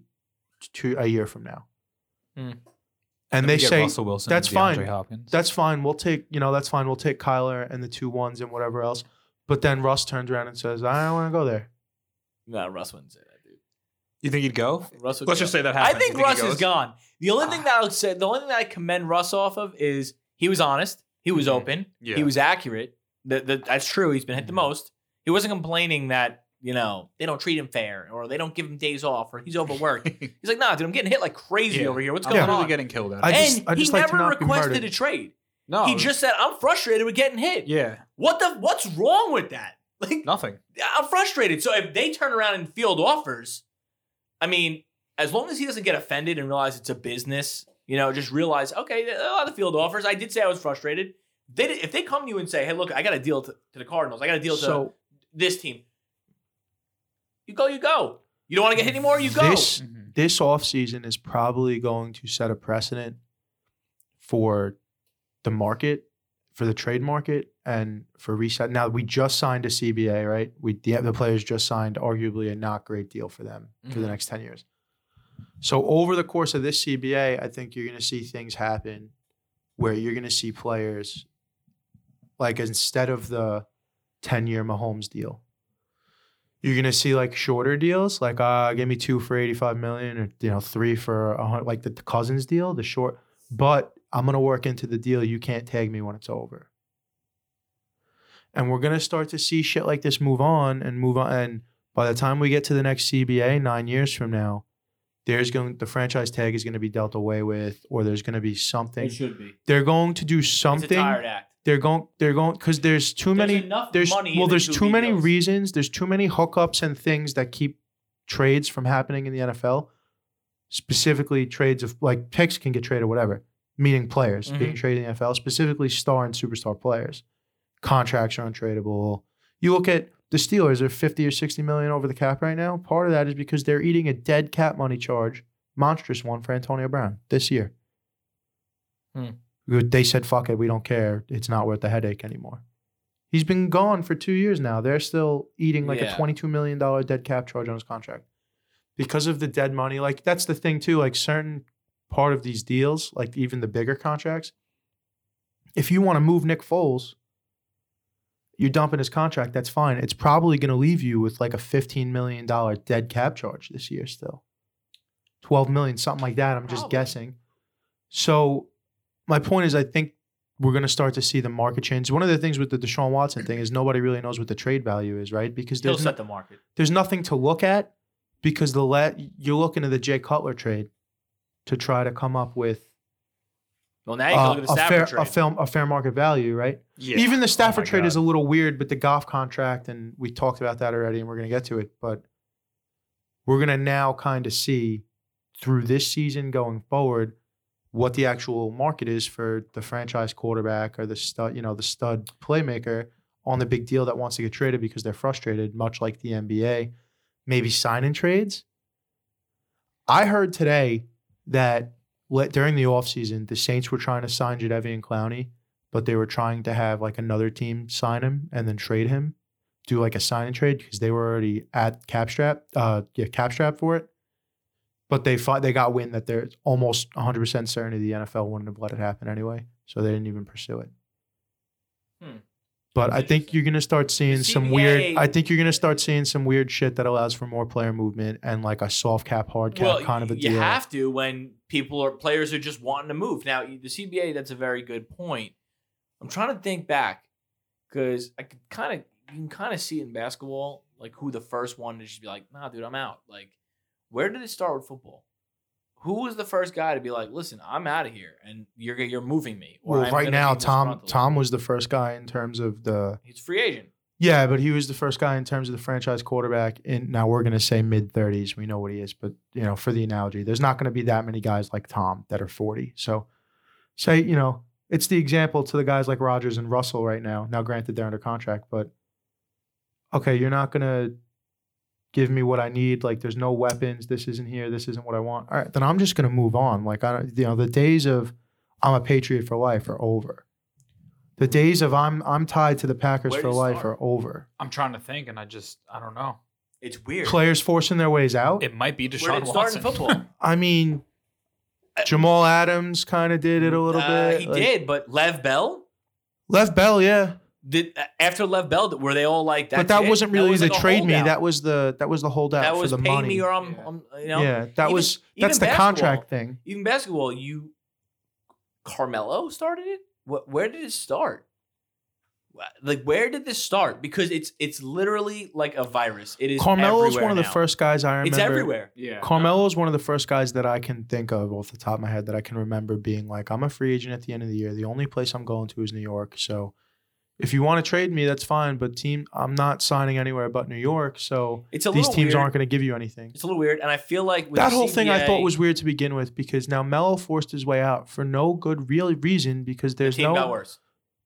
[SPEAKER 3] two a year from now."
[SPEAKER 5] Hmm.
[SPEAKER 3] And they say,
[SPEAKER 4] Wilson,
[SPEAKER 3] that's fine.
[SPEAKER 4] Hopkins.
[SPEAKER 3] that's fine. We'll take, you know, that's fine. We'll take Kyler and the two ones and whatever else. But then Russ turns around and says, I don't want to go there.
[SPEAKER 5] No, Russ wouldn't say that, dude.
[SPEAKER 4] you think he'd go?
[SPEAKER 5] Russ would
[SPEAKER 4] Let's
[SPEAKER 5] go.
[SPEAKER 4] just say that
[SPEAKER 5] I
[SPEAKER 4] happens.
[SPEAKER 5] think
[SPEAKER 4] You he
[SPEAKER 5] Russ is
[SPEAKER 4] goes? Ah.
[SPEAKER 5] gone. The only thing that I would say, the only thing that I commend Russ off of is he was honest. He was
[SPEAKER 4] Mhm.
[SPEAKER 5] open.
[SPEAKER 4] Yeah.
[SPEAKER 5] He was accurate. That that- that's true. He's been hit the
[SPEAKER 4] Mhm.
[SPEAKER 3] Mm-hmm.
[SPEAKER 5] most. He wasn't complaining that you know they don't treat him fair or they don't give him days off or
[SPEAKER 3] (laughs)
[SPEAKER 5] he's overworked. he's like, nah, dude, I'm getting hit like crazy
[SPEAKER 4] Yeah.
[SPEAKER 5] over here. What's
[SPEAKER 4] I'm
[SPEAKER 5] going
[SPEAKER 4] literally
[SPEAKER 5] on?
[SPEAKER 4] getting killed out.
[SPEAKER 3] I
[SPEAKER 4] of
[SPEAKER 3] just-
[SPEAKER 5] and
[SPEAKER 3] I
[SPEAKER 5] he
[SPEAKER 3] just like to
[SPEAKER 5] never
[SPEAKER 3] not be
[SPEAKER 5] requested
[SPEAKER 3] murdered.
[SPEAKER 5] a trade.
[SPEAKER 4] no,
[SPEAKER 5] he just said, "I'm frustrated with getting hit."
[SPEAKER 4] yeah,
[SPEAKER 5] What the? What's wrong with that? (laughs) Like,
[SPEAKER 4] nothing.
[SPEAKER 5] I'm frustrated. So if they turn around and field offers, I mean, as long as he doesn't get offended and realize it's a business, you know, just realize, okay, there are a lot of field offers. I did say I was frustrated. They, did- if they come to you and say, hey, look, I got a deal to, to the Cardinals, I got a deal to
[SPEAKER 3] So
[SPEAKER 5] this team, you go, you go. You don't want to get hit anymore, you go.
[SPEAKER 3] this, this offseason is probably going to set a precedent for the market, for the trade market, and for reset. Now, we just signed a CBA, right? We The, the players just signed arguably a not great deal for them for the next 10 years. So over the course of this CBA, I think you're going to see things happen where you're going to see players like instead of the 10 year Mahomes deal, you're going to see like shorter deals, like uh, give me two for 85 million or, you know, three for a hundred, like the, the Cousins deal, the short, but I'm going to work into the deal. You can't tag me when it's over. and we're gonna start to see shit like this move on and move on. And by the time we get to the next CBA nine years from now, there's going the franchise tag is gonna be dealt away with, or there's gonna be something.
[SPEAKER 5] It should be.
[SPEAKER 3] They're going to do
[SPEAKER 5] It's a
[SPEAKER 3] something.
[SPEAKER 5] tired act.
[SPEAKER 3] They're going. They're going because there's too
[SPEAKER 5] There's
[SPEAKER 3] many.
[SPEAKER 5] enough
[SPEAKER 3] There's
[SPEAKER 5] money
[SPEAKER 3] well,
[SPEAKER 5] in the
[SPEAKER 3] there's
[SPEAKER 5] two
[SPEAKER 3] too many
[SPEAKER 5] deals.
[SPEAKER 3] reasons. There's too many hookups and things that keep trades from happening in the NFL. Specifically, trades of like picks can get traded, whatever. Meaning players
[SPEAKER 5] Mm-hmm.
[SPEAKER 3] being traded in the NFL, specifically star and superstar players. Contracts are untradeable. You look at the Steelers; they're fifty or sixty million over the cap right now. Part of that is because they're eating a dead cap money charge, monstrous one for Antonio Brown this year.
[SPEAKER 5] Hmm.
[SPEAKER 3] They said, "Fuck it, we don't care. It's not worth the headache anymore." He's been gone for two years now. They're still eating like
[SPEAKER 5] Yeah.
[SPEAKER 3] a $22 million dead cap charge on his contract because of the dead money. Like, that's the thing, too. Like, certain part of these deals, like even the bigger contracts, if you want to move Nick Foles, you're dumping his contract. That's fine. It's probably going to leave you with like a $15 million dead cap charge this year, still. 12 million, something like that. I'm just
[SPEAKER 5] Probably.
[SPEAKER 3] guessing. So, my point is, I think we're going to start to see the market change. One of the things with the Deshaun Watson thing is nobody really knows what the trade value is, right? Because
[SPEAKER 5] He'll
[SPEAKER 3] there's,
[SPEAKER 5] set the market.
[SPEAKER 3] there's nothing to look at because the let you're looking at the Jay Cutler trade to try to come up with
[SPEAKER 5] Well, now you can
[SPEAKER 3] uh,
[SPEAKER 5] look at the
[SPEAKER 3] a
[SPEAKER 5] Stafford
[SPEAKER 3] fair
[SPEAKER 5] trade.
[SPEAKER 3] a film a fair market value, right? Even
[SPEAKER 4] Oh
[SPEAKER 3] the Stafford
[SPEAKER 5] Oh my
[SPEAKER 3] trade
[SPEAKER 5] God.
[SPEAKER 3] is a little weird, but the Goff contract, and we talked about that already, and we're going to get to it. But we're going to now kind of see through this season going forward what the actual market is for the franchise quarterback or the stud, you know, the stud playmaker on the big deal that wants to get traded because they're frustrated, much like the NBA. Maybe sign in trades. I heard today that let, during the offseason, the Saints were trying to sign Jadevian Clowney but they were trying to have like another team sign him and then trade him, do like a sign and trade because they were already at cap strap, uh, yeah, cap strap for it. But they fought, they got wind that they're almost 100% certainty the NFL wouldn't have let it happen anyway, so they didn't even pursue it.
[SPEAKER 5] Hmm.
[SPEAKER 3] But I think you're gonna start seeing
[SPEAKER 5] The
[SPEAKER 3] some
[SPEAKER 5] CBA
[SPEAKER 3] weird. I think you're gonna start seeing some weird shit that allows for more player movement and like a soft cap, hard cap
[SPEAKER 5] well,
[SPEAKER 3] kind of a
[SPEAKER 5] you
[SPEAKER 3] deal.
[SPEAKER 5] have to when people are players are just wanting to move. Now the CBA, that's a very good point. I'm trying to think back because I could kind of you can kind of see in basketball like who the first one to just be like, nah, dude, I'm out. Like, where did it start with football? Who was the first guy to be like, listen, I'm out of here, and you're you're moving me? or
[SPEAKER 3] well,
[SPEAKER 5] I'm
[SPEAKER 3] right
[SPEAKER 5] gonna
[SPEAKER 3] now,
[SPEAKER 5] be
[SPEAKER 3] Tom
[SPEAKER 5] disgruntled."
[SPEAKER 3] Tom was the first guy in terms of the
[SPEAKER 5] he's a free agent.
[SPEAKER 3] Yeah, but he was the first guy in terms of the franchise quarterback. In now we're going to say mid thirties. We know what he is, but you know, for the analogy, there's not going to be that many guys like Tom that are forty. So, say you know, it's the example to the guys like Rogers and Russell right now. Now, granted, they're under contract, but okay, you're not going to give me what I need. Like, there's no weapons. This isn't here. This isn't what I want. All right, then I'm just going to move on. Like, I don't, you know, the days of I'm a Patriot for life are over. The days of I'm I'm tied to the Packers
[SPEAKER 5] Where do
[SPEAKER 3] for
[SPEAKER 5] you
[SPEAKER 3] life
[SPEAKER 5] start?
[SPEAKER 3] are over.
[SPEAKER 4] I'm trying to think, and I just I don't know.
[SPEAKER 5] It's weird.
[SPEAKER 3] Players forcing their ways out.
[SPEAKER 4] It might be Deshaun
[SPEAKER 5] Where did it start
[SPEAKER 4] Watson.
[SPEAKER 5] in football?
[SPEAKER 3] I mean, Jamal Adams kind of (laughs) did it a little
[SPEAKER 5] Uh,
[SPEAKER 3] bit.
[SPEAKER 5] He
[SPEAKER 3] like-
[SPEAKER 5] did, but Lev Bell
[SPEAKER 3] Left Bell, yeah,
[SPEAKER 5] did uh, after Lev Bell. Were they all like that?
[SPEAKER 3] but that wasn't really
[SPEAKER 5] was
[SPEAKER 3] the
[SPEAKER 5] like a
[SPEAKER 3] trade me.
[SPEAKER 5] holdout.
[SPEAKER 3] That was the that was the holdout
[SPEAKER 5] that
[SPEAKER 3] for
[SPEAKER 5] was
[SPEAKER 3] the
[SPEAKER 5] pay
[SPEAKER 3] money.
[SPEAKER 5] me or I'm, I'm- you know.
[SPEAKER 3] yeah, that
[SPEAKER 5] even-
[SPEAKER 3] was
[SPEAKER 5] even
[SPEAKER 3] that's the
[SPEAKER 5] basketball.
[SPEAKER 3] contract thing.
[SPEAKER 5] Even basketball, you Carmelo started it. What? Where did it start? Wha- Like where did this start? Because it's it's literally like a virus. It is
[SPEAKER 3] Carmelo's
[SPEAKER 5] everywhere
[SPEAKER 3] one of the
[SPEAKER 5] now.
[SPEAKER 3] first guys I remember.
[SPEAKER 5] It's everywhere.
[SPEAKER 7] Yeah.
[SPEAKER 3] Carmelo's one of the first guys that I can think of off the top of my head that I can remember being like, I'm a free agent at the end of the year. The only place I'm going to is New York. So if you want to trade me, that's fine. But team, I'm not signing anywhere but New York. So
[SPEAKER 5] It's a
[SPEAKER 3] these
[SPEAKER 5] little
[SPEAKER 3] teams
[SPEAKER 5] weird.
[SPEAKER 3] aren't going to give you anything.
[SPEAKER 5] It's a little weird, and I feel like with
[SPEAKER 3] That
[SPEAKER 5] the
[SPEAKER 3] whole thing I thought
[SPEAKER 5] CBA,
[SPEAKER 3] was weird to begin with because now Melo forced his way out for no good real reason because
[SPEAKER 5] the
[SPEAKER 3] there's
[SPEAKER 5] team
[SPEAKER 3] no
[SPEAKER 5] got worse.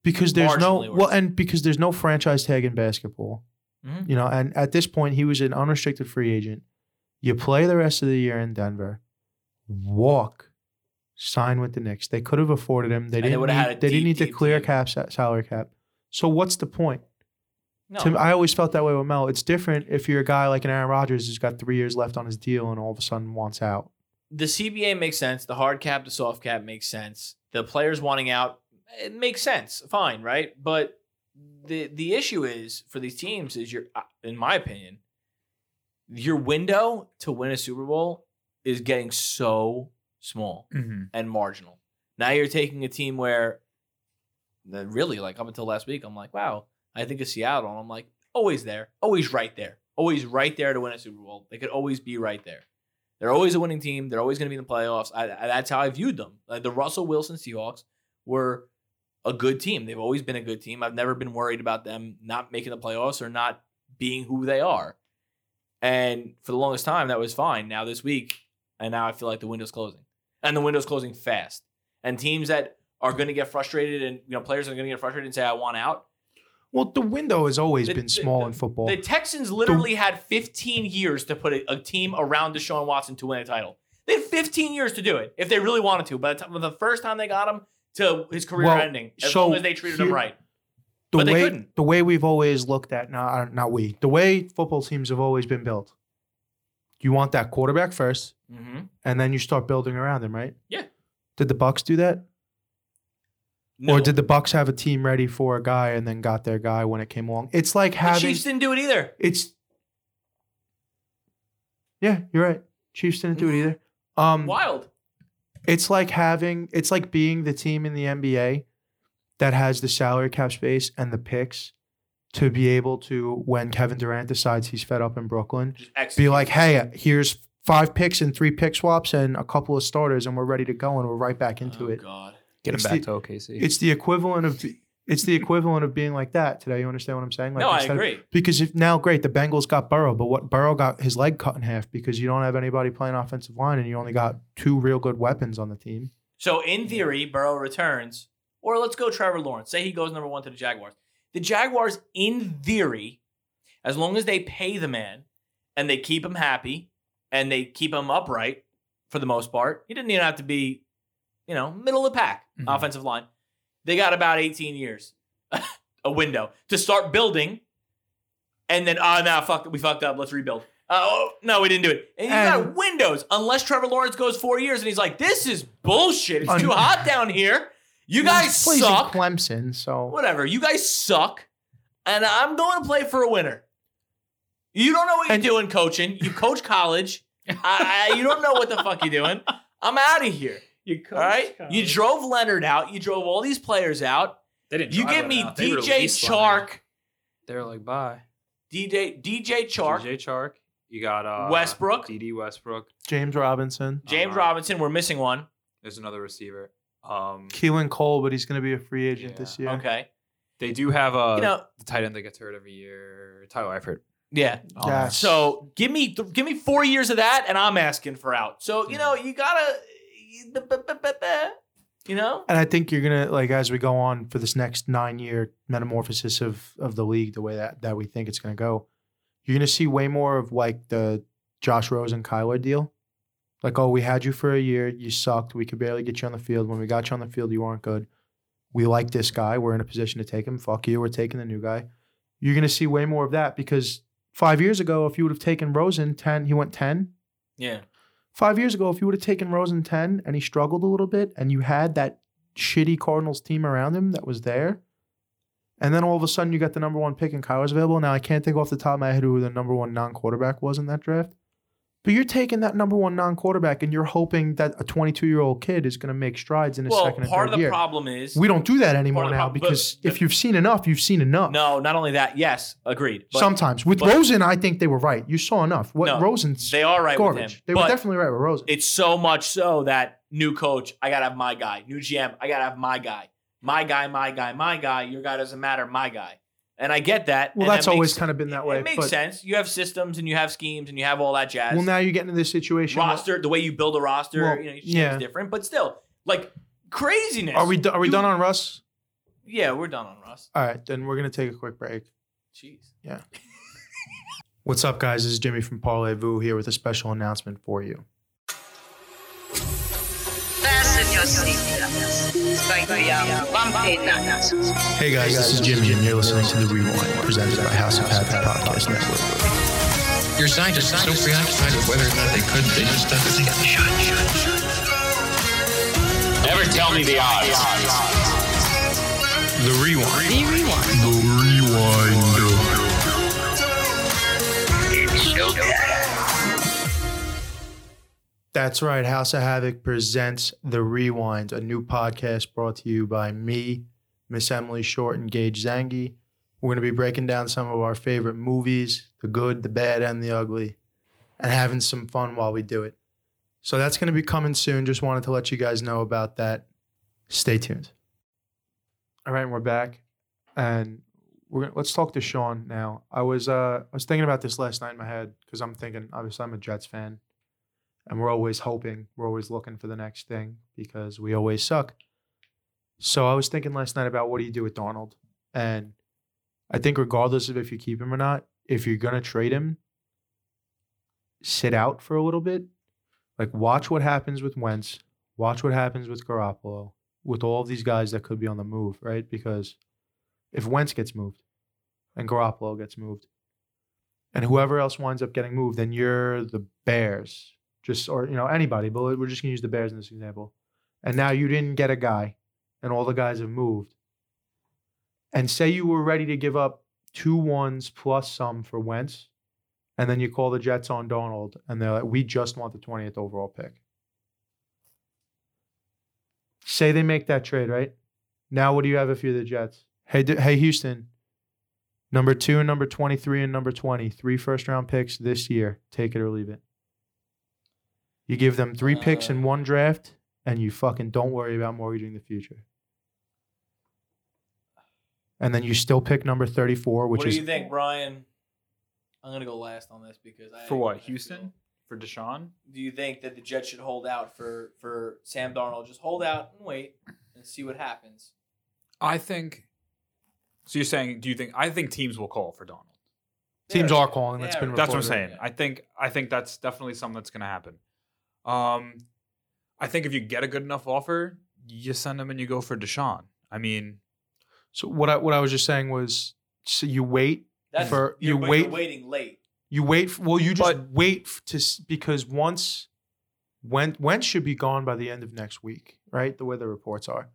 [SPEAKER 3] because there's no
[SPEAKER 5] Marginally
[SPEAKER 3] well
[SPEAKER 5] worse.
[SPEAKER 3] and because there's no franchise tag in basketball
[SPEAKER 5] Mhm.
[SPEAKER 3] you know and at this point he was an unrestricted free agent you play the rest of the year in denver walk sign with the Knicks. They could have afforded him. They
[SPEAKER 5] And they
[SPEAKER 3] didn't.
[SPEAKER 5] would've
[SPEAKER 3] need,
[SPEAKER 5] had a
[SPEAKER 3] they didn't
[SPEAKER 5] deep,
[SPEAKER 3] need to
[SPEAKER 5] deep
[SPEAKER 3] clear
[SPEAKER 5] team.
[SPEAKER 3] cap sa- salary cap. So what's the point?
[SPEAKER 5] No,
[SPEAKER 3] To, I always felt that way with Mel. It's different if you're a guy like an Aaron Rodgers who's got three years left on his deal and all of a sudden wants out.
[SPEAKER 5] the CBA makes sense. The hard cap, the soft cap makes sense. The players wanting out, it makes sense. Fine, right? But the the issue is for these teams is your, in my opinion, your window to win a Super Bowl is getting so small
[SPEAKER 4] Mhm.
[SPEAKER 5] and marginal. Now you're taking a team where, the- really, like up until last week, I'm like, wow, I think of Seattle, and I'm like, always there, always right there, always right there to win a Super Bowl. They could always be right there. They're always a winning team. They're always going to be in the playoffs. I, I- that's how I viewed them. Like the Russell Wilson Seahawks were a good team. They've always been a good team. I've never been worried about them not making the playoffs or not being who they are. And for the longest time, that was fine. Now this week, and now I feel like the window's closing, and the window's closing fast. And teams that are going to get frustrated, and you know, players are going to get frustrated and say, "I want out."
[SPEAKER 3] Well, the window has always
[SPEAKER 5] The-
[SPEAKER 3] been
[SPEAKER 5] the-
[SPEAKER 3] small
[SPEAKER 5] the-
[SPEAKER 3] in football.
[SPEAKER 5] The Texans literally had 15 years to put a, a team around Deshaun Watson to win a title. They had 15 years to do it if they really wanted to. By the, time, the first time they got him to his career
[SPEAKER 3] Well,
[SPEAKER 5] ending, as
[SPEAKER 3] so
[SPEAKER 5] long as they treated him
[SPEAKER 3] here-
[SPEAKER 5] right.
[SPEAKER 3] the
[SPEAKER 5] but they
[SPEAKER 3] way
[SPEAKER 5] couldn't.
[SPEAKER 3] the way we've always looked at not uh, not we the way football teams have always been built. You want that quarterback first,
[SPEAKER 5] Mm-hmm.
[SPEAKER 3] and then you start building around him, right?
[SPEAKER 5] Yeah.
[SPEAKER 3] Did the Bucks do that,
[SPEAKER 1] No,
[SPEAKER 3] or did the Bucks have a team ready for a guy and then got their guy when it came along? It's like
[SPEAKER 5] The
[SPEAKER 3] having
[SPEAKER 5] Chiefs didn't do it either.
[SPEAKER 3] it's. Yeah, you're right. Chiefs didn't
[SPEAKER 5] Mm-hmm.
[SPEAKER 3] do it either. Um,
[SPEAKER 5] Wild.
[SPEAKER 3] it's like having it's like being the team in the NBA that has the salary cap space and the picks to be able to when Kevin Durant decides he's fed up in Brooklyn
[SPEAKER 5] Just execute.
[SPEAKER 3] be like hey here's five picks and three pick swaps and a couple of starters and we're ready to go and we're right back into
[SPEAKER 5] oh,
[SPEAKER 3] it
[SPEAKER 5] God.
[SPEAKER 4] Get him
[SPEAKER 3] It's
[SPEAKER 4] back
[SPEAKER 3] the-
[SPEAKER 4] to OKC.
[SPEAKER 3] it's the equivalent of it's the equivalent of being like that today you understand what I'm saying like
[SPEAKER 5] no, I
[SPEAKER 3] instead of-
[SPEAKER 5] agree.
[SPEAKER 3] because if now great the Bengals got Burrow but what Burrow got his leg cut in half because you don't have anybody playing offensive line and you only got two real good weapons on the team
[SPEAKER 5] So in theory, Burrow returns, or let's go Trevor Lawrence. Say he goes number one to the Jaguars. The Jaguars, in theory, as long as they pay the man and they keep him happy and they keep him upright for the most part, he didn't even have to be, you know, middle of the pack
[SPEAKER 4] Mhm.
[SPEAKER 5] offensive line. They got about 18 years, (laughs) a window to start building, and then oh no, fuck, we fucked up. Let's rebuild. Uh, oh no, we didn't do it. And you got
[SPEAKER 3] And-
[SPEAKER 5] windows. Unless Trevor Lawrence goes four years and he's like, "This is bullshit. It's
[SPEAKER 3] Un-
[SPEAKER 5] too hot down here. You
[SPEAKER 3] Well, he
[SPEAKER 5] guys
[SPEAKER 3] plays in
[SPEAKER 5] suck.
[SPEAKER 3] Clemson, so
[SPEAKER 5] Whatever. You guys suck. And I'm going to play for a winner. You don't know what you're
[SPEAKER 3] And-
[SPEAKER 5] doing coaching. You coach college. I, I- you don't know what the fuck you're doing. I'm out of here.
[SPEAKER 7] You coach
[SPEAKER 5] all right. You drove Leonard out. You drove all these players out.
[SPEAKER 7] They didn't
[SPEAKER 5] You
[SPEAKER 7] drive
[SPEAKER 5] give
[SPEAKER 7] it
[SPEAKER 5] me
[SPEAKER 7] out. They
[SPEAKER 5] DJ
[SPEAKER 7] released Leonard.
[SPEAKER 5] Chark.
[SPEAKER 4] They're like, bye.
[SPEAKER 5] DJ DJ Chark.
[SPEAKER 4] DJ Chark. You got uh,
[SPEAKER 5] Westbrook.
[SPEAKER 4] DD Westbrook.
[SPEAKER 3] James Robinson,
[SPEAKER 5] James
[SPEAKER 4] Uh-huh.
[SPEAKER 5] Robinson. We're missing one.
[SPEAKER 4] There's another receiver. Um,
[SPEAKER 3] Keelan Cole, but he's going to be a free agent
[SPEAKER 4] Yeah.
[SPEAKER 3] this year.
[SPEAKER 5] Okay.
[SPEAKER 4] they do have a
[SPEAKER 3] Uh,
[SPEAKER 5] You know.
[SPEAKER 4] the tight end that gets hurt every year. Tyler Eifert.
[SPEAKER 5] Yeah.
[SPEAKER 4] Um,
[SPEAKER 3] Yeah.
[SPEAKER 5] So give me th- give me four years of that, and I'm asking for out. So you know you gotta, you know.
[SPEAKER 3] And I think you're going to like as we go on for this next nine year metamorphosis of of the league, the way that that we think it's going to go, you're going to see way more of like the Josh Rose and Kyler deal. Like, oh, we had you for a year, you sucked. We could barely get you on the field. When we got you on the field, you weren't good. We like this guy. We're in a position to take him. Fuck you. We're taking the new guy. You're going to see way more of that because five years ago, if you would have taken Rosen ten, he went ten.
[SPEAKER 5] Yeah.
[SPEAKER 3] five years ago, if you would have taken Rosen 10 and he struggled a little bit and you had that shitty Cardinals team around him that was there, and then all of a sudden you got the number one pick and Kyler's available. Now, I can't think off the top of my head who the number one non quarterback was in that draft, but you're taking that number one non quarterback and you're hoping that a 22 year old kid is going to make strides in his
[SPEAKER 5] Well,
[SPEAKER 3] second and
[SPEAKER 5] part
[SPEAKER 3] third
[SPEAKER 5] of the
[SPEAKER 3] year.
[SPEAKER 5] problem is
[SPEAKER 3] We don't do that anymore
[SPEAKER 5] of the
[SPEAKER 3] now
[SPEAKER 5] prob- but
[SPEAKER 3] because
[SPEAKER 5] the-
[SPEAKER 3] if you've seen enough, you've seen enough.
[SPEAKER 5] no. Not only that, yes, agreed. But
[SPEAKER 3] Sometimes with
[SPEAKER 5] but-
[SPEAKER 3] Rosen, I think they were right. You saw enough. What
[SPEAKER 5] No,
[SPEAKER 3] Rosen's
[SPEAKER 5] they are right with him.
[SPEAKER 3] garbage. They were
[SPEAKER 5] but
[SPEAKER 3] definitely right with Rosen.
[SPEAKER 5] it's so much so that new coach, I gotta have my guy. New GM, I gotta have my guy. My guy, my guy, my guy. Your guy doesn't matter. My guy. And I get that.
[SPEAKER 3] Well,
[SPEAKER 5] and
[SPEAKER 3] that's
[SPEAKER 5] that
[SPEAKER 3] always
[SPEAKER 5] makes-
[SPEAKER 3] kind of been that way.
[SPEAKER 5] It makes
[SPEAKER 3] but,
[SPEAKER 5] sense. You have systems and you have schemes and you have all that jazz.
[SPEAKER 3] Well, now you're getting into this situation. where-
[SPEAKER 5] roster, the way you build a roster,
[SPEAKER 3] Well,
[SPEAKER 5] you know, each
[SPEAKER 3] yeah.
[SPEAKER 5] team's different, but still, like craziness.
[SPEAKER 3] Are we do- are we
[SPEAKER 5] You-
[SPEAKER 3] done on Russ?
[SPEAKER 5] Yeah, we're done on Russ.
[SPEAKER 3] All right, then we're gonna take a quick break.
[SPEAKER 5] Jeez.
[SPEAKER 3] What's up, guys? This is Jimmy from Parlay Vu here with a special announcement for you.
[SPEAKER 10] Fasten your seatbelts. It's going to be a bumpy night.
[SPEAKER 3] Hey guys, this is Jimmy, and you're listening to the Rewind, presented by House of Happy Podcast Network.
[SPEAKER 11] Your scientists are so preoccupied with whether or not they could, they just don't think.
[SPEAKER 12] Never tell me the odds.
[SPEAKER 11] The rewind. The rewind. The rewind.
[SPEAKER 3] That's right, House of Havoc presents the Rewind, a new podcast brought to you by me, Miss Emily Short, and Gage Zangi. We're going to be breaking down some of our favorite movies, the good, the bad, and the ugly, and having some fun while we do it. So that's going to be coming soon. Just wanted to let you guys know about that. Stay tuned. All right, and we're back, and we're gonna, let's talk to Sean now. I was uh, I was thinking about this last night in my head because I'm thinking obviously I'm a Jets fan, and we're always hoping, we're always looking for the next thing because we always suck. So I was thinking last night about what do you do with Donald, and I think regardless of if you keep him or not, if you're gonna trade him, sit out for a little bit, like watch what happens with Wentz, watch what happens with Garoppolo, with all of these guys that could be on the move, right? Because if Wentz gets moved and Garoppolo gets moved and whoever else winds up getting moved, then you're the Bears, just or you know anybody, but we're just gonna use the Bears in this example. And now you didn't get a guy, and all the guys have moved. And say you were ready to give up two ones plus some for Wentz, and then you call the Jets on Donald, and they're like, "We just want the twentieth overall pick." Say they make that trade, right? Now, what do you have if you're the Jets? Hey, D- hey, Houston. Number two and number twenty-three and number twenty, three first-round picks this year. Take it or leave it. You give them three picks in one draft, and you fucking don't worry about mortgaging the future. And then you still pick number thirty-four, which
[SPEAKER 5] what
[SPEAKER 3] is
[SPEAKER 5] do you think, Brian? I'm gonna go last on this because I
[SPEAKER 4] For what,
[SPEAKER 5] I feel-
[SPEAKER 4] Houston? For Deshaun?
[SPEAKER 5] do you think that the Jets should hold out for for Sam Darnold? Just hold out and wait and see what happens.
[SPEAKER 4] I think. So you're saying, do you think? I think teams will call for Donald.
[SPEAKER 3] teams
[SPEAKER 5] Yeah.
[SPEAKER 3] are calling. That's been
[SPEAKER 5] Yeah,
[SPEAKER 4] That's what I'm
[SPEAKER 3] reported.
[SPEAKER 4] saying. I think I think that's definitely something that's going to happen. Um, I think if you get a good enough offer, you send him and you go for Deshaun. I mean,
[SPEAKER 3] So what I what I was just saying was, so you wait,
[SPEAKER 5] That's
[SPEAKER 3] For-
[SPEAKER 5] you're,
[SPEAKER 3] you
[SPEAKER 5] but
[SPEAKER 3] wait-
[SPEAKER 5] You're waiting late.
[SPEAKER 3] you wait. f- Well, you just
[SPEAKER 4] But-
[SPEAKER 3] wait f- to s- because once, when Wentz should be gone by the end of next week, right? The way the reports are,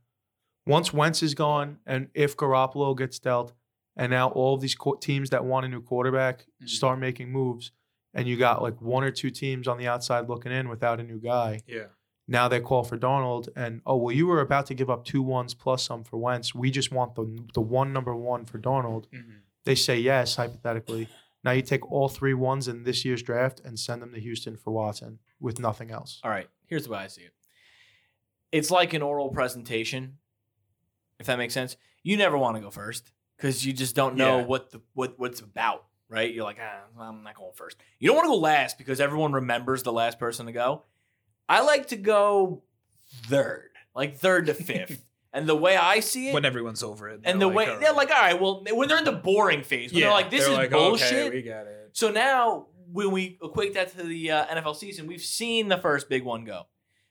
[SPEAKER 3] once Wentz is gone, and if Garoppolo gets dealt, and now all these co- teams that want a new quarterback
[SPEAKER 5] Mm-hmm.
[SPEAKER 4] Mhm.
[SPEAKER 3] start making moves, and you got like one or two teams on the outside looking in without a new guy.
[SPEAKER 4] yeah,
[SPEAKER 3] Now they call for Donald, and oh well, you were about to give up two ones plus some for Wentz. We just want the the one number one for Donald
[SPEAKER 5] Mm-hmm.
[SPEAKER 3] they say yes, hypothetically. Now you take all three ones in this year's draft and send them to Houston for Watson with nothing else.
[SPEAKER 5] All right, here's the way I see it. It's like an oral presentation, if that makes sense. You never want to go first because you just don't know
[SPEAKER 4] Yeah.
[SPEAKER 5] what the what what's about, right? You're like, ah, I'm not going first. You don't want to go last because everyone remembers the last person to go. I like to go third, like third (laughs) to fifth. and the way I see it,
[SPEAKER 4] when everyone's over it,
[SPEAKER 5] and the way they're like, all right, well, when they're in the boring phase, when they're like, this is bullshit.
[SPEAKER 4] we got it.
[SPEAKER 5] So now, when we equate that to the uh, NFL season, we've seen the first big one go,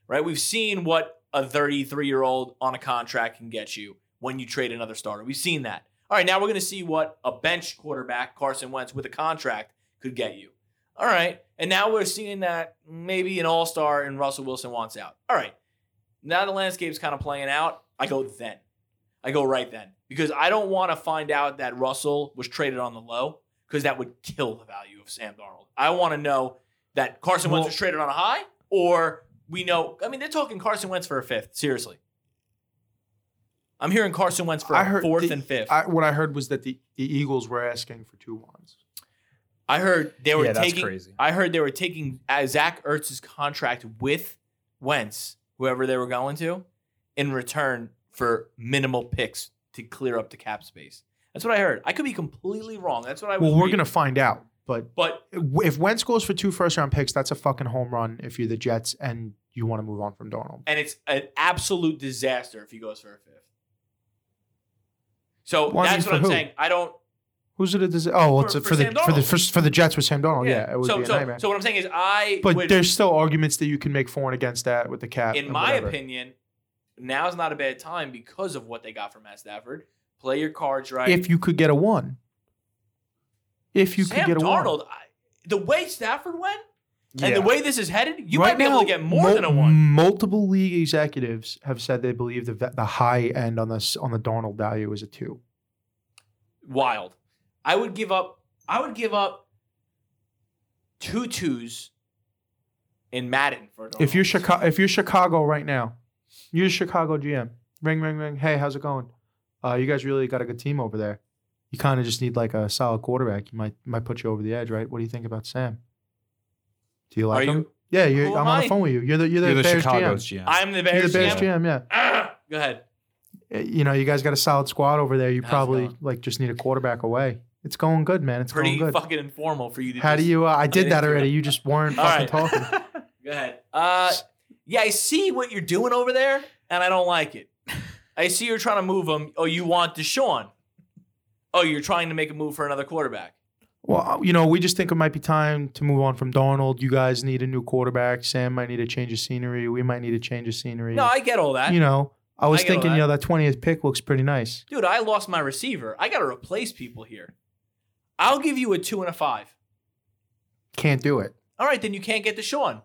[SPEAKER 5] right? We've seen what a 33 year old on a contract can get you when you trade another starter. We've seen that. All right, now we're going to see what a bench quarterback, Carson Wentz, with a contract could get you. All right, and now we're seeing that maybe an all star and Russell Wilson wants out. All right, now the landscape's kind of playing out. I go then. I go right then because I don't want to find out that Russell was traded on the low because that would kill the value of Sam Darnold. I want to know that Carson Wentz
[SPEAKER 3] Well-
[SPEAKER 5] was traded on a high, or we know. I mean, they're talking Carson Wentz for a fifth. Seriously, I'm hearing Carson Wentz for
[SPEAKER 3] I
[SPEAKER 5] a
[SPEAKER 3] heard
[SPEAKER 5] fourth
[SPEAKER 3] the-
[SPEAKER 5] and fifth. I,
[SPEAKER 3] I, what I heard was that the, the Eagles were asking for two ones.
[SPEAKER 5] heard they were
[SPEAKER 4] Yeah, that's
[SPEAKER 5] taking.
[SPEAKER 4] crazy.
[SPEAKER 5] I heard they were taking uh, Zach Ertz's contract with Wentz, whoever they were going to, in return for minimal picks to clear up the cap space. That's what I heard. I could be completely wrong. That's what I.
[SPEAKER 3] Well,
[SPEAKER 5] was
[SPEAKER 3] we're
[SPEAKER 5] reading.
[SPEAKER 3] gonna find out. But
[SPEAKER 5] But
[SPEAKER 3] if Wentz goes for two first round picks, that's a fucking home run if you're the Jets and you want to move on from Donald.
[SPEAKER 5] and it's an absolute disaster if he goes for a fifth. So
[SPEAKER 3] Well, I mean,
[SPEAKER 5] that's
[SPEAKER 3] for
[SPEAKER 5] what I'm
[SPEAKER 3] who?
[SPEAKER 5] saying. I don't.
[SPEAKER 3] Who's it? A dis- oh, well, it's
[SPEAKER 5] For-
[SPEAKER 3] a-
[SPEAKER 5] for
[SPEAKER 3] for, the
[SPEAKER 5] Sam
[SPEAKER 3] for the
[SPEAKER 5] Darnold.
[SPEAKER 3] for, for the Jets with Sam Donald. Oh, Yeah, it would
[SPEAKER 5] so,
[SPEAKER 3] be a
[SPEAKER 5] so,
[SPEAKER 3] nightmare.
[SPEAKER 5] So what I'm saying is, I.
[SPEAKER 3] but
[SPEAKER 5] would,
[SPEAKER 3] there's still arguments that you can make for and against that with the cap.
[SPEAKER 5] in
[SPEAKER 3] and
[SPEAKER 5] my
[SPEAKER 3] whatever.
[SPEAKER 5] opinion, now's not a bad time because of what they got from Matt Stafford. Play your cards right.
[SPEAKER 3] if you could get a one, if you
[SPEAKER 5] Sam
[SPEAKER 3] could get a one.
[SPEAKER 5] Darnold, I, the way Stafford went and the way this is headed, you
[SPEAKER 3] Right
[SPEAKER 5] might be able
[SPEAKER 3] now,
[SPEAKER 5] to get more
[SPEAKER 3] mul-
[SPEAKER 5] than a one.
[SPEAKER 3] Multiple league executives have said they believe the the high end on this on the Darnold value is a two.
[SPEAKER 5] Wild. I would give up. I would give up two twos in Madden for Darnold.
[SPEAKER 3] If you're Chicago, if you're Chicago right now, you're the Chicago GM. Ring ring ring. Hey, how's it going? Uh, you guys really got a good team over there. You kind of just need like a solid quarterback. You might might put you over the edge, right? What do you think about Sam? Do you like
[SPEAKER 5] Are
[SPEAKER 3] him?
[SPEAKER 5] you-
[SPEAKER 3] yeah, you're,
[SPEAKER 5] Who
[SPEAKER 3] I'm
[SPEAKER 5] am
[SPEAKER 3] on
[SPEAKER 5] I?
[SPEAKER 3] the phone with you. You're the you're the,
[SPEAKER 4] You're the
[SPEAKER 3] Bears
[SPEAKER 4] Chicago's
[SPEAKER 3] GM.
[SPEAKER 4] GM.
[SPEAKER 5] I'm the
[SPEAKER 3] You're
[SPEAKER 5] Bears.
[SPEAKER 3] the Bears
[SPEAKER 5] GM.
[SPEAKER 3] GM, yeah.
[SPEAKER 5] Ah, go ahead.
[SPEAKER 3] Uh, You know, you guys got a solid squad over there. You
[SPEAKER 5] How's it
[SPEAKER 3] probably
[SPEAKER 5] going?
[SPEAKER 3] like just need a quarterback away. It's going good, man. It's
[SPEAKER 5] Pretty
[SPEAKER 3] going good.
[SPEAKER 5] fucking informal for you to.
[SPEAKER 3] How do
[SPEAKER 5] just-
[SPEAKER 3] you? Uh, I did
[SPEAKER 5] didn't
[SPEAKER 3] that
[SPEAKER 5] do
[SPEAKER 3] already.
[SPEAKER 5] that.
[SPEAKER 3] You just weren't
[SPEAKER 5] All
[SPEAKER 3] fucking
[SPEAKER 5] right.
[SPEAKER 3] talking.
[SPEAKER 5] (laughs) Go ahead. Uh, yeah, I see what you're doing over there, and I don't like it. I see you're trying to move him. Oh, you want Deshaun? Oh, you're trying to make a move for another quarterback.
[SPEAKER 3] Well, uh, you know, we just think it might be time to move on from Darnold. You guys need a new quarterback. Sam might need a change of scenery. We might need a change of scenery.
[SPEAKER 5] No, I get all that.
[SPEAKER 3] you know, I was
[SPEAKER 5] I get all
[SPEAKER 3] thinking, you
[SPEAKER 5] that.
[SPEAKER 3] know, that 20th pick looks pretty nice.
[SPEAKER 5] Dude, I lost my receiver. I got to replace people here. I'll give you a two and a five.
[SPEAKER 3] Can't do it. (laughs)
[SPEAKER 5] All right, then you can't get Deshaun.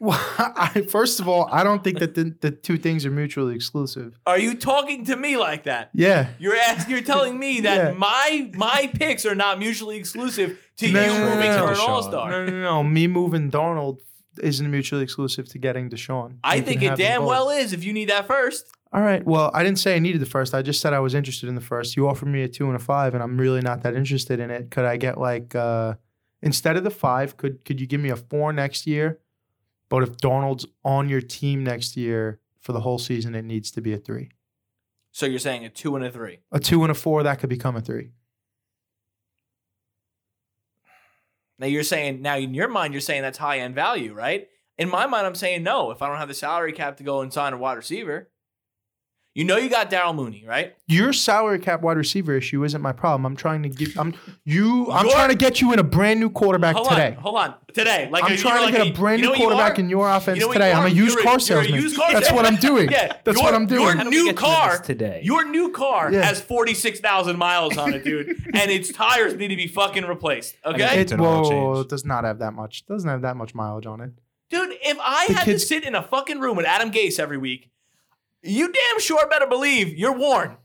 [SPEAKER 3] Well, (laughs) I, first of all, I don't think that the, the two things are mutually exclusive.
[SPEAKER 5] Are you talking to me like that?
[SPEAKER 3] Yeah.
[SPEAKER 5] You're asking, you're telling me that
[SPEAKER 3] Yeah.
[SPEAKER 5] my my picks are not mutually exclusive to
[SPEAKER 3] No,
[SPEAKER 5] you
[SPEAKER 3] no, no,
[SPEAKER 5] moving
[SPEAKER 3] no.
[SPEAKER 5] for an
[SPEAKER 3] Deshaun.
[SPEAKER 5] All Star.
[SPEAKER 3] No, no, no. Me moving Darnold isn't mutually exclusive to getting Deshaun.
[SPEAKER 5] I
[SPEAKER 3] You can
[SPEAKER 5] think it
[SPEAKER 3] have them
[SPEAKER 5] damn
[SPEAKER 3] both.
[SPEAKER 5] well is if you need that first.
[SPEAKER 3] All right. Well, I didn't say I needed the first. I just said I was interested in the first. You offered me a two and a five, and I'm really not that interested in it. Could I get like uh instead of the five? Could could you give me a four next year? But if Darnold's on your team next year for the whole season, it needs to be a three.
[SPEAKER 5] So you're saying a two and a three.
[SPEAKER 3] A two and a four that could become a three.
[SPEAKER 5] Now you're saying now in your mind you're saying that's high end value, right? In my mind, I'm saying no. If I don't have the salary cap to go and sign a wide receiver, you know you got Daryl Mooney, right?
[SPEAKER 3] Your salary cap wide receiver issue isn't my problem. I'm trying to give. I'm you. I'm
[SPEAKER 5] Your-
[SPEAKER 3] trying to get you in a brand new quarterback
[SPEAKER 5] hold
[SPEAKER 3] today.
[SPEAKER 5] on, hold on, today. Like
[SPEAKER 3] I'm
[SPEAKER 5] you're-
[SPEAKER 3] trying
[SPEAKER 5] you're
[SPEAKER 3] to get
[SPEAKER 5] like
[SPEAKER 3] a brand
[SPEAKER 5] you know
[SPEAKER 3] new
[SPEAKER 5] what you
[SPEAKER 3] quarterback
[SPEAKER 5] are?
[SPEAKER 3] in your offense
[SPEAKER 5] You know what
[SPEAKER 3] today.
[SPEAKER 5] you
[SPEAKER 3] I'm a
[SPEAKER 5] are?
[SPEAKER 3] used
[SPEAKER 5] You're a-
[SPEAKER 3] car
[SPEAKER 5] you're a
[SPEAKER 3] salesman.
[SPEAKER 5] used car
[SPEAKER 3] That's what I'm doing.
[SPEAKER 5] Yeah,
[SPEAKER 3] That's
[SPEAKER 5] your,
[SPEAKER 3] what I'm doing.
[SPEAKER 5] Your new car
[SPEAKER 13] today.
[SPEAKER 5] Your new car
[SPEAKER 3] Yeah.
[SPEAKER 5] has forty six thousand miles on it,
[SPEAKER 3] (laughs)
[SPEAKER 5] dude, and its tires need to be fucking replaced. Okay,
[SPEAKER 3] It,
[SPEAKER 13] an oil
[SPEAKER 3] whoa,
[SPEAKER 13] change.
[SPEAKER 3] whoa, whoa, it does not have that much. Doesn't have that much mileage on it.
[SPEAKER 5] dude, if I
[SPEAKER 3] The
[SPEAKER 5] had
[SPEAKER 3] kids-
[SPEAKER 5] to sit in a fucking room with Adam Gase every week, you damn sure better believe you're worn.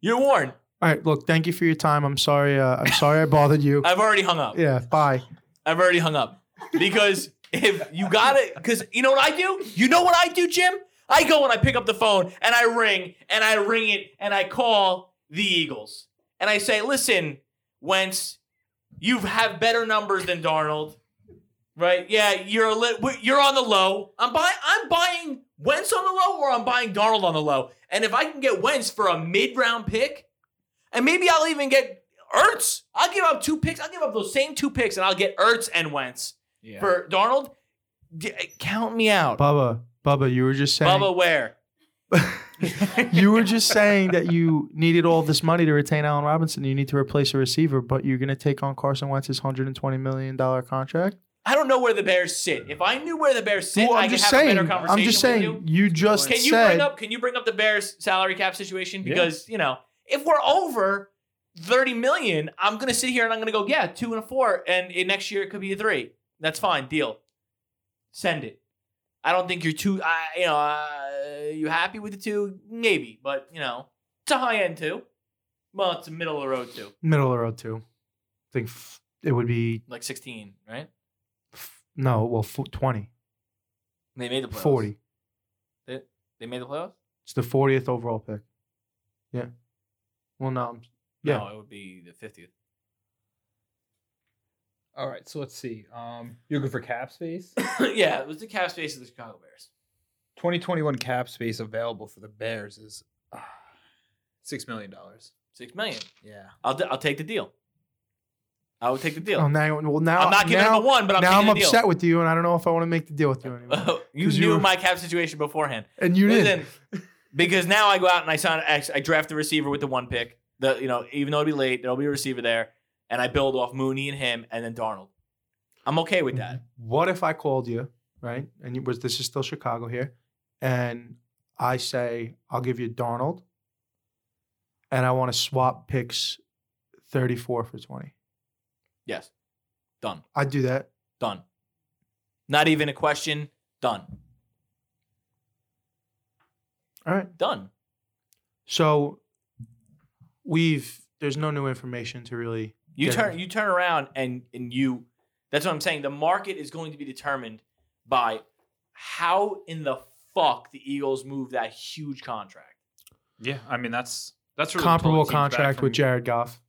[SPEAKER 5] You're worn.
[SPEAKER 3] All right, look. Thank you for your time. I'm sorry. Uh, I'm sorry I bothered
[SPEAKER 5] (laughs)
[SPEAKER 3] you.
[SPEAKER 5] I've already hung up.
[SPEAKER 3] Yeah. Bye.
[SPEAKER 5] I've already hung up because if you got it, because you know what I do? You know what I do, Jim? I go and I pick up the phone and I ring and I ring it and I call the Eagles and I say, listen, Wentz, you have better numbers than Darnold, right? Yeah, you're a lit, you're on the low. I'm buying. I'm buying Wentz on the low or I'm buying Darnold on the low. And if I can get Wentz for a mid round pick, and maybe I'll even get Ertz. I'll give up two picks. I'll give up those same two picks, and I'll get Ertz and Wentz
[SPEAKER 13] Yeah.
[SPEAKER 5] for Darnold. D- eh, count me out,
[SPEAKER 3] Bubba. Bubba, you were just saying.
[SPEAKER 5] Bubba. Where?
[SPEAKER 3] You were just saying that you needed all this money to retain Allen Robinson. You need to replace a receiver, but you're going to take on Carson Wentz's 120 million dollar contract.
[SPEAKER 5] I don't know where the Bears sit. If I knew where the Bears sit,
[SPEAKER 3] Well,
[SPEAKER 5] I
[SPEAKER 3] I'm
[SPEAKER 5] could
[SPEAKER 3] just
[SPEAKER 5] have a
[SPEAKER 3] saying.
[SPEAKER 5] better conversation.
[SPEAKER 3] I'm just
[SPEAKER 5] with
[SPEAKER 3] saying.
[SPEAKER 5] you.
[SPEAKER 3] You just
[SPEAKER 5] Can you
[SPEAKER 3] said.
[SPEAKER 5] bring up? Can you bring up the Bears salary cap situation?
[SPEAKER 13] Yeah.
[SPEAKER 5] Because you know, if we're over thirty million, I'm gonna sit here and I'm gonna go, yeah, two and a four, and it, next year it could be a three. That's fine, deal. Send it. I don't think you're too. I, you know, uh, you happy with the two? Maybe, but you know, it's a high end two. Well, it's a middle of the road two,
[SPEAKER 3] middle of the road too. I think f- it would be
[SPEAKER 5] like sixteen, right?
[SPEAKER 3] f- no, well, f- 20,
[SPEAKER 5] They made the playoffs.
[SPEAKER 3] 40.
[SPEAKER 5] They, they made the playoffs.
[SPEAKER 3] It's the 40th overall pick. Yeah. Well, no, I'm- Yeah.
[SPEAKER 5] No, it would be the fiftieth. (coughs)
[SPEAKER 13] All right, so let's see. Um, you're looking for cap
[SPEAKER 5] (laughs)
[SPEAKER 13] space.
[SPEAKER 5] yeah, it was the cap space of the Chicago Bears.
[SPEAKER 13] 2021 cap space available for the Bears is uh, six million dollars.
[SPEAKER 5] Six million.
[SPEAKER 13] Yeah.
[SPEAKER 5] I'll, d- I'll take the deal. I would take the deal.
[SPEAKER 3] Oh, now, you- well, now
[SPEAKER 5] I'm not giving
[SPEAKER 3] now,
[SPEAKER 5] him a one, but I'm
[SPEAKER 3] now I'm
[SPEAKER 5] taking the
[SPEAKER 3] upset with you, and I don't know if I want to make the deal with you anymore.
[SPEAKER 5] (laughs) deal. you
[SPEAKER 3] 'Cause you
[SPEAKER 5] knew
[SPEAKER 3] were-
[SPEAKER 5] my cap situation beforehand.
[SPEAKER 3] And you did.
[SPEAKER 5] Listen, because now I go out and I sign. I I draft the receiver with the one pick. The you know even though it'll be late, there'll be a receiver there, and I build off Mooney and him, and then Darnold. I'm okay with that.
[SPEAKER 3] What if I called you, right? And you was this is still Chicago here, and I say I'll give you Darnold, and I want to swap picks, thirty four for twenty. Mm-hmm.
[SPEAKER 5] Yes, done,
[SPEAKER 3] I'd do that.
[SPEAKER 5] done. Not even a question. Done,
[SPEAKER 3] All right.
[SPEAKER 5] done.
[SPEAKER 3] So we've there's no new information to really.
[SPEAKER 5] You
[SPEAKER 3] get-
[SPEAKER 5] turn you turn around and and you that's what I'm saying. The market is going to be determined by how in the fuck the Eagles move that huge contract.
[SPEAKER 4] Yeah, I mean that's That's where the
[SPEAKER 3] comparable
[SPEAKER 4] Tottenham came back
[SPEAKER 3] contract with
[SPEAKER 4] from. Ah.
[SPEAKER 3] Jared Goff.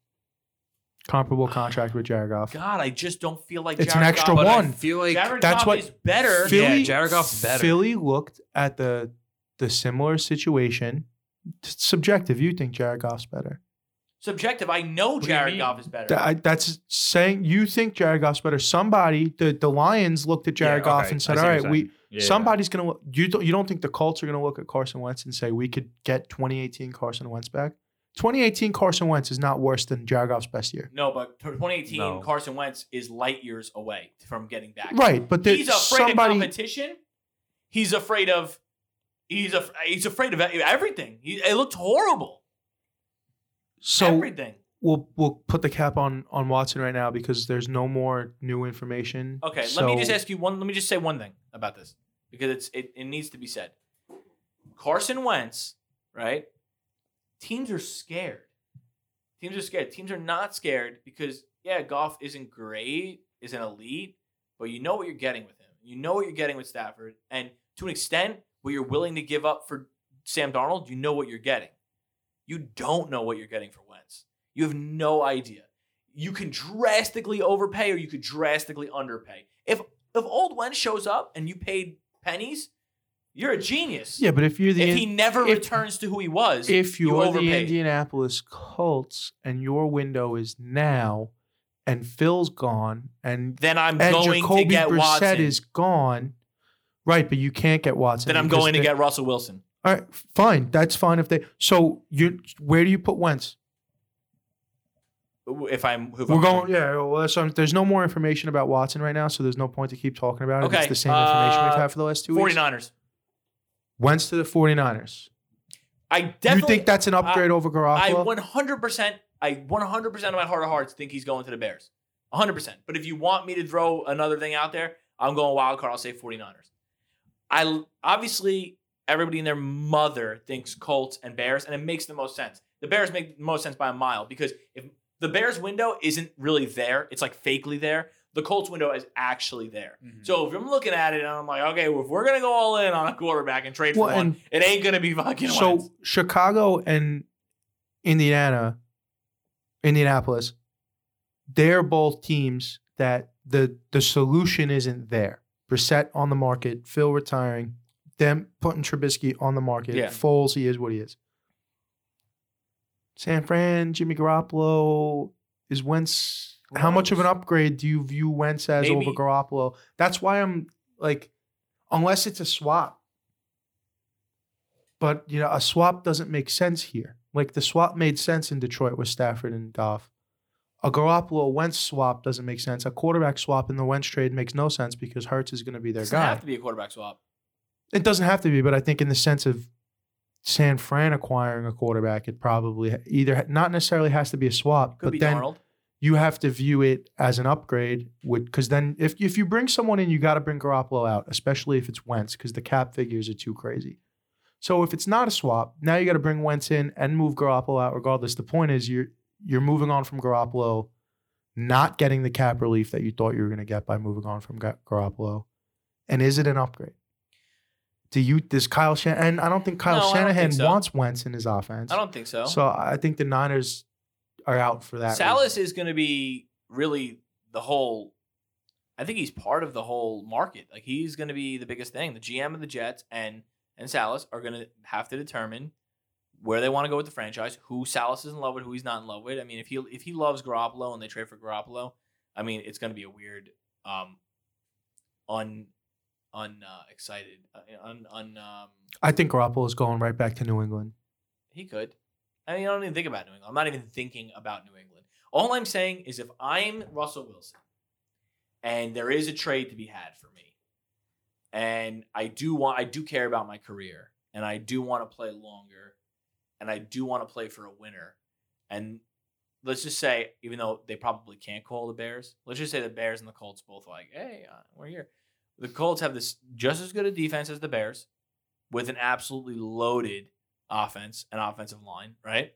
[SPEAKER 3] Comparable contract with Jared Goff.
[SPEAKER 5] God, I just don't feel like
[SPEAKER 3] It's an
[SPEAKER 5] Jared
[SPEAKER 3] extra
[SPEAKER 5] Goff, but I
[SPEAKER 3] one.
[SPEAKER 5] feel like Jared
[SPEAKER 3] That's
[SPEAKER 5] Goff
[SPEAKER 3] what
[SPEAKER 5] is better.
[SPEAKER 3] Philly,
[SPEAKER 4] Yeah, Jared Goff's better.
[SPEAKER 3] Philly looked at the the similar situation. It's subjective. You think Jared Goff's better?
[SPEAKER 5] Subjective, I know Jared Goff is better.
[SPEAKER 3] Th- I- that's saying you think Jared Goff's better. Somebody, the, the Lions looked at Jared
[SPEAKER 4] Yeah,
[SPEAKER 3] Goff
[SPEAKER 4] okay.
[SPEAKER 3] and
[SPEAKER 4] I
[SPEAKER 3] said,
[SPEAKER 4] see
[SPEAKER 3] "All
[SPEAKER 4] what
[SPEAKER 3] right,
[SPEAKER 4] you're
[SPEAKER 3] we
[SPEAKER 4] saying. Yeah, yeah.
[SPEAKER 3] somebody's gonna look." You don't you don't think the Colts are gonna look at Carson Wentz and say we could get 2018 Carson Wentz back? 2018 Carson Wentz is not worse than Jared Goff's best year.
[SPEAKER 5] No, but 2018
[SPEAKER 4] No.
[SPEAKER 5] Carson Wentz is light years away from getting back.
[SPEAKER 3] Right, but there's
[SPEAKER 5] he's afraid
[SPEAKER 3] somebody.
[SPEAKER 5] of competition. He's afraid of. He's af- he's afraid of everything. He, it looked horrible.
[SPEAKER 3] so
[SPEAKER 5] everything.
[SPEAKER 3] we'll we'll put the cap on on Watson right now because there's no more new information.
[SPEAKER 5] Okay, let me just ask you one. Let me just say one thing about this because it's it, it needs to be said. Carson Wentz, right? Teams are scared. Teams are scared. Teams are not scared because yeah, golf isn't great, isn't elite, but you know what you're getting with him. You know what you're getting with Stafford, and to an extent, what you're willing to give up for Sam Darnold, you know what you're getting. You don't know what you're getting for Wentz. You have no idea you can drastically overpay or you could drastically underpay. If if old Wentz shows up and you paid pennies, you're a genius.
[SPEAKER 3] Yeah, but if you're the
[SPEAKER 5] if
[SPEAKER 3] in-
[SPEAKER 5] he never
[SPEAKER 3] if-
[SPEAKER 5] returns to who he was,
[SPEAKER 3] if
[SPEAKER 5] you
[SPEAKER 3] you're the
[SPEAKER 5] overpaid.
[SPEAKER 3] Indianapolis Colts and your window is now, and Phil's gone, and
[SPEAKER 5] then I'm
[SPEAKER 3] and
[SPEAKER 5] going
[SPEAKER 3] Jacoby
[SPEAKER 5] to get
[SPEAKER 3] Brissett
[SPEAKER 5] Watson.
[SPEAKER 3] is gone, right? But you can't get Watson.
[SPEAKER 5] then I'm
[SPEAKER 3] because
[SPEAKER 5] going to
[SPEAKER 3] they-
[SPEAKER 5] get Russell Wilson.
[SPEAKER 3] All right, fine. That's fine if they. So you, where do you put Wentz?
[SPEAKER 5] If I'm, if
[SPEAKER 3] We're
[SPEAKER 5] I'm
[SPEAKER 3] going. Yeah. Well, that's, um, there's no more information about Watson right now, so there's no point to keep talking about it.
[SPEAKER 5] Okay,
[SPEAKER 3] It's the same information
[SPEAKER 5] uh,
[SPEAKER 3] we've had for the last two weeks.
[SPEAKER 5] 49ers.
[SPEAKER 3] Wentz to the 49ers.
[SPEAKER 5] I definitely
[SPEAKER 3] you think that's an upgrade
[SPEAKER 5] I-
[SPEAKER 3] over
[SPEAKER 5] I
[SPEAKER 3] Garoppolo?
[SPEAKER 5] 100%, I 100% of my heart of hearts think he's going to the Bears. 100%. But if you want me to throw another thing out there, I'm going wild card. I'll say 49ers. I obviously everybody and their mother thinks Colts and Bears, and it makes the most sense. The Bears make the most sense by a mile because if the Bears window isn't really there, it's like fakely there. The Colts window is actually there.
[SPEAKER 3] Hmm.
[SPEAKER 5] So if I'm looking at it and I'm like, okay, well, if we're gonna go all in on a quarterback and trade for
[SPEAKER 3] Well,
[SPEAKER 5] one,
[SPEAKER 3] and-
[SPEAKER 5] it ain't gonna be fucking
[SPEAKER 3] so
[SPEAKER 5] Wentz.
[SPEAKER 3] Chicago and Indiana, Indianapolis, they're both teams that the the solution isn't there. Brissett on the market, Phil retiring, them putting Trubisky on the market.
[SPEAKER 5] Yeah.
[SPEAKER 3] Foles, he is what he is. San Fran, Jimmy Garoppolo is Wentz.
[SPEAKER 5] Who
[SPEAKER 3] How much of an
[SPEAKER 5] knows?
[SPEAKER 3] upgrade do you view Wentz as
[SPEAKER 5] Maybe-
[SPEAKER 3] over Garoppolo? That's why I'm like, unless it's a swap, but you know a swap doesn't make sense here. Like the swap made sense in Detroit with Stafford and Goff. A Garoppolo Wentz swap doesn't make sense. A quarterback swap in the Wentz trade makes no sense because Hertz is going to be their
[SPEAKER 5] Doesn't
[SPEAKER 3] guy.
[SPEAKER 5] have to be a quarterback swap.
[SPEAKER 3] it doesn't have to be, but I think in the sense of San Fran acquiring a quarterback, it probably either not necessarily has to be a swap,
[SPEAKER 5] Could
[SPEAKER 3] but
[SPEAKER 5] be
[SPEAKER 3] then
[SPEAKER 5] Darnold.
[SPEAKER 3] you have to view it as an upgrade. Would because then if if you bring someone in, you got to bring Garoppolo out, especially if it's Wentz, because the cap figures are too crazy. So if it's not a swap, now you got to bring Wentz in and move Garoppolo out. Regardless, the point is you're you're moving on from Garoppolo, not getting the cap relief that you thought you were going to get by moving on from Ga- Garoppolo. And is it an upgrade? Do you does Kyle Shanahan? And I don't think Kyle
[SPEAKER 5] No, I don't think
[SPEAKER 3] Shanahan
[SPEAKER 5] so.
[SPEAKER 3] wants Wentz in his offense.
[SPEAKER 5] I don't think so.
[SPEAKER 3] So I think the Niners are out for that. reason.
[SPEAKER 5] Salas is going to be really the whole. I think he's part of the whole market. Like he's going to be the biggest thing. The GM of the Jets and and Salas are going to have to determine where they want to go with the franchise. Who Salas is in love with, who he's not in love with. I mean, if he if he loves Garoppolo and they trade for Garoppolo, I mean, it's going to be a weird, um, un, un uh, excited, uh, un, un um,
[SPEAKER 3] I think Garoppolo is going right back to New England.
[SPEAKER 5] He could. I mean, I don't even think about New England. I'm not even thinking about New England. All I'm saying is if I'm Russell Wilson and there is a trade to be had for me, and I do want I do care about my career and I do want to play longer and I do want to play for a winner. And let's just say, even though they probably can't call the Bears, let's just say the Bears and the Colts both like, hey, uh, we're here. The Colts have this just as good a defense as the Bears, with an absolutely loaded offense and offensive line, right?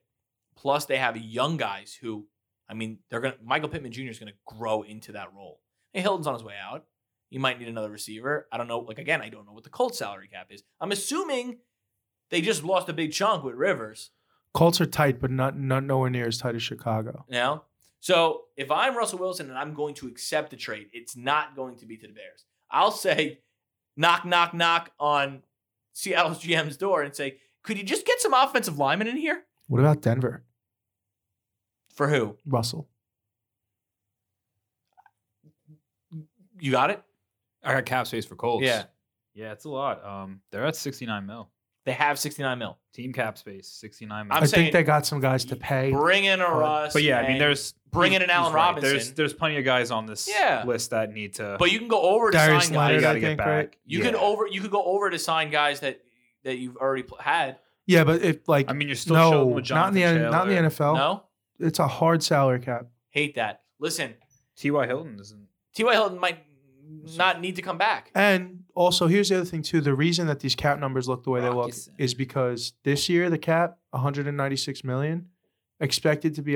[SPEAKER 5] Plus, they have young guys who, I mean, they're gonna Michael Pittman Jr. is gonna grow into that role. Hey, Hilton's on his way out. You might need another receiver. I don't know. Like again, I don't know what the Colts salary cap is. I'm assuming they just lost a big chunk with Rivers.
[SPEAKER 3] Colts are tight, but not not nowhere near as tight as Chicago.
[SPEAKER 5] You know? So if I'm Russell Wilson and I'm going to accept the trade, it's not going to be to the Bears. I'll say, knock, knock, knock on Seattle's (laughs) GM's door and say, could you just get some offensive linemen in here?
[SPEAKER 3] What about Denver?
[SPEAKER 5] For who?
[SPEAKER 3] Russell.
[SPEAKER 5] You got it?
[SPEAKER 4] I got cap space for Colts.
[SPEAKER 5] Yeah.
[SPEAKER 4] Yeah, it's a lot. Um, they're at 69 mil.
[SPEAKER 5] They have 69 mil.
[SPEAKER 4] Team cap space, 69 mil.
[SPEAKER 3] i think they got some guys to pay.
[SPEAKER 5] Bring in a
[SPEAKER 3] But-
[SPEAKER 5] Russ.
[SPEAKER 4] But yeah, I mean,
[SPEAKER 5] and-
[SPEAKER 4] there's
[SPEAKER 5] bring in an
[SPEAKER 4] he's
[SPEAKER 5] Allen
[SPEAKER 4] right.
[SPEAKER 5] Robinson.
[SPEAKER 4] There's there's plenty of guys on this
[SPEAKER 5] Yeah.
[SPEAKER 4] list that need to.
[SPEAKER 5] But you can go over to
[SPEAKER 3] Darius
[SPEAKER 5] sign
[SPEAKER 4] you
[SPEAKER 3] Leonard,
[SPEAKER 5] guys.
[SPEAKER 4] got to
[SPEAKER 3] I
[SPEAKER 4] get
[SPEAKER 3] think,
[SPEAKER 4] back.
[SPEAKER 3] right?
[SPEAKER 5] You
[SPEAKER 4] yeah.
[SPEAKER 5] could over. You could go over to sign guys that that you've already pl- had.
[SPEAKER 3] Yeah, but if like
[SPEAKER 4] I mean, you're still showing
[SPEAKER 3] no,
[SPEAKER 4] with
[SPEAKER 3] not in
[SPEAKER 4] Jonathan
[SPEAKER 3] the
[SPEAKER 4] Taylor.
[SPEAKER 3] not in the NFL.
[SPEAKER 5] No,
[SPEAKER 3] It's a hard salary cap.
[SPEAKER 5] hate that. Listen,
[SPEAKER 4] T.Y. Hilton isn't.
[SPEAKER 5] T.Y. Hilton might not need to come back.
[SPEAKER 3] And also, here's the other thing too: the reason that these cap numbers look the way they look
[SPEAKER 4] Rockets.
[SPEAKER 3] is because this year the cap 196 million, expected to be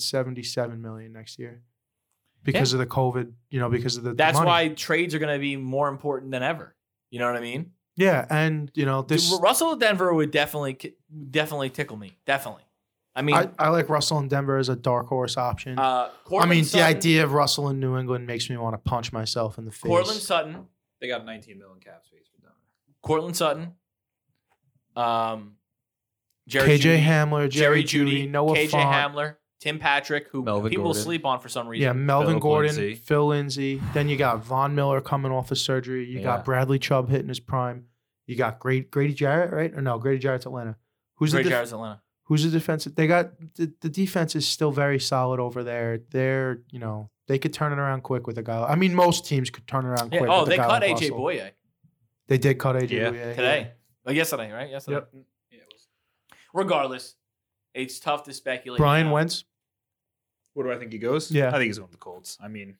[SPEAKER 3] 177 million next year, because of the COVID. You know, because of the the
[SPEAKER 5] That's
[SPEAKER 3] money.
[SPEAKER 5] why trades are going to be more important than ever. You know what I mean?
[SPEAKER 3] Yeah, and you know this.
[SPEAKER 5] Dude, Russell at Denver would definitely ki- definitely tickle me. Definitely. I mean,
[SPEAKER 3] I, I like Russell and Denver as a dark horse option.
[SPEAKER 5] uh,
[SPEAKER 3] I
[SPEAKER 5] Cortland
[SPEAKER 3] mean, the
[SPEAKER 5] Sutton,
[SPEAKER 3] idea of Russell in New England makes me want to punch myself in the face.
[SPEAKER 5] Cortland Sutton,
[SPEAKER 4] They got 19 mil in cap space for Denver.
[SPEAKER 5] Cortland Sutton, um, Jerry
[SPEAKER 3] KJ
[SPEAKER 5] Jeudy,
[SPEAKER 3] Hamler, Jerry, Judy, Noah
[SPEAKER 5] KJ
[SPEAKER 3] Font.
[SPEAKER 5] Hamler, Tim Patrick, who
[SPEAKER 4] Melvin
[SPEAKER 5] people
[SPEAKER 4] Gordon.
[SPEAKER 5] sleep on for some reason.
[SPEAKER 3] Yeah, Melvin
[SPEAKER 4] Phillip
[SPEAKER 3] Gordon,
[SPEAKER 4] Lindsay.
[SPEAKER 3] Phil Lindsay. Then you got Von Miller coming off of surgery. You
[SPEAKER 4] Yeah.
[SPEAKER 3] got Bradley Chubb hitting his prime. You got great Grady Jarrett, right? Or no, Grady Jarrett's Atlanta. Who's
[SPEAKER 5] Great
[SPEAKER 3] the def-
[SPEAKER 5] Jarrett's Atlanta.
[SPEAKER 3] who's the defensive? They got the, the defense is still very solid over there. They're you know they could turn it around quick with a guy. I mean, most teams could turn it around
[SPEAKER 5] Yeah,
[SPEAKER 3] quick.
[SPEAKER 5] Oh,
[SPEAKER 3] with a
[SPEAKER 5] they
[SPEAKER 3] guy
[SPEAKER 5] cut
[SPEAKER 3] like
[SPEAKER 5] AJ
[SPEAKER 3] Russell.
[SPEAKER 5] Boye
[SPEAKER 3] They did cut AJ
[SPEAKER 4] Yeah.
[SPEAKER 3] Boye
[SPEAKER 5] today. Oh, yesterday, right? Yesterday.
[SPEAKER 3] Yep.
[SPEAKER 5] Yeah, it was. Regardless, it's tough to speculate.
[SPEAKER 3] Brian
[SPEAKER 5] now.
[SPEAKER 3] Wentz.
[SPEAKER 4] Where do I think he goes?
[SPEAKER 3] Yeah.
[SPEAKER 4] I think he's going to the Colts. I mean,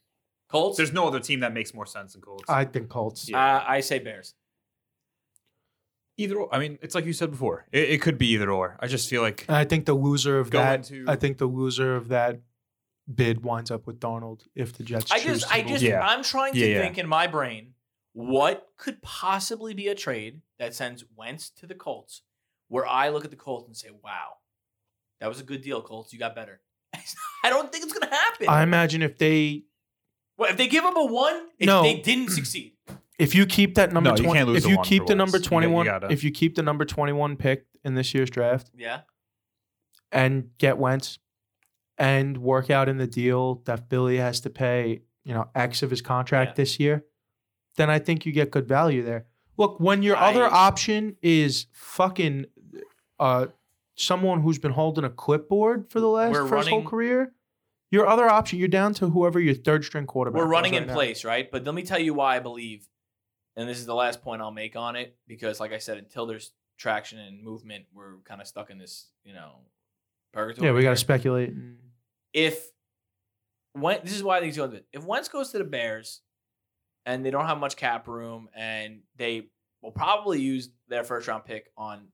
[SPEAKER 5] Colts.
[SPEAKER 4] there's no other team that makes more sense than Colts.
[SPEAKER 3] I think Colts.
[SPEAKER 5] Uh, I say Bears.
[SPEAKER 4] either or. I mean, it's like you said before. It, it could be either or. I just feel like
[SPEAKER 3] And I think the loser of
[SPEAKER 4] Going
[SPEAKER 3] that.
[SPEAKER 4] to-
[SPEAKER 3] I think the loser of that bid winds up with Darnold if the Jets.
[SPEAKER 5] I
[SPEAKER 3] choose
[SPEAKER 5] just,
[SPEAKER 3] to
[SPEAKER 5] I
[SPEAKER 3] move
[SPEAKER 5] just,
[SPEAKER 4] Yeah.
[SPEAKER 5] I'm trying to
[SPEAKER 4] Yeah, yeah.
[SPEAKER 5] think in my brain what could possibly be a trade that sends Wentz to the Colts, where I look at the Colts and say, "Wow, that was a good deal, Colts. You got better." (laughs) I don't think it's gonna happen.
[SPEAKER 3] I imagine if they
[SPEAKER 5] well, if they give up a one, if
[SPEAKER 3] No.
[SPEAKER 5] they didn't succeed.
[SPEAKER 3] if you keep that number
[SPEAKER 4] No, you
[SPEAKER 3] 20
[SPEAKER 4] can't lose
[SPEAKER 3] if
[SPEAKER 4] the
[SPEAKER 3] you
[SPEAKER 4] one
[SPEAKER 3] keep
[SPEAKER 4] for
[SPEAKER 3] the
[SPEAKER 4] once.
[SPEAKER 3] number
[SPEAKER 4] You got- you
[SPEAKER 3] 21
[SPEAKER 4] gotta-
[SPEAKER 3] if you keep the number 21 pick in this year's draft
[SPEAKER 5] (clears throat) Yeah,
[SPEAKER 3] and get Wentz and work out in the deal that Billy has to pay, you know, X of his contract
[SPEAKER 5] Yeah.
[SPEAKER 3] this year, then I think you get good value there. Look, when your other
[SPEAKER 5] I-
[SPEAKER 3] option is fucking uh someone who's been holding a clipboard for the last
[SPEAKER 5] We're
[SPEAKER 3] first
[SPEAKER 5] running-
[SPEAKER 3] whole career, your other option, you're down to whoever your third string quarterback.
[SPEAKER 5] we're
[SPEAKER 3] is
[SPEAKER 5] running
[SPEAKER 3] right
[SPEAKER 5] in
[SPEAKER 3] now.
[SPEAKER 5] place, right? But let me tell you why I believe, and this is the last point I'll make on it, because like I said, until there's traction and movement, we're kind of stuck in this, you know, purgatory.
[SPEAKER 3] Yeah, we got to
[SPEAKER 5] here.
[SPEAKER 3] speculate. and-
[SPEAKER 5] if when this is why these go if Wentz goes to the Bears and they don't have much cap room and they will probably use their first round pick on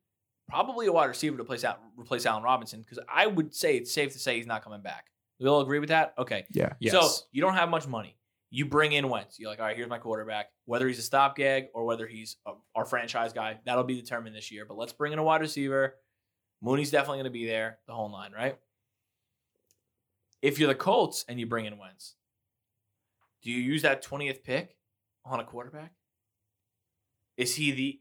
[SPEAKER 5] probably a wide receiver to place out replace Allen Robinson because I would say it's safe to say he's not coming back. We all agree with that? Okay.
[SPEAKER 3] Yeah.
[SPEAKER 5] So you don't have much money. You bring in Wentz. You're like, all right, here's my quarterback. Whether he's a stop gag or whether he's a, our franchise guy, that'll be determined this year. But let's bring in a wide receiver. Mooney's definitely going to be there, the whole nine, right? If you're the Colts and you bring in Wentz, do you use that 20th pick on a quarterback? Is he the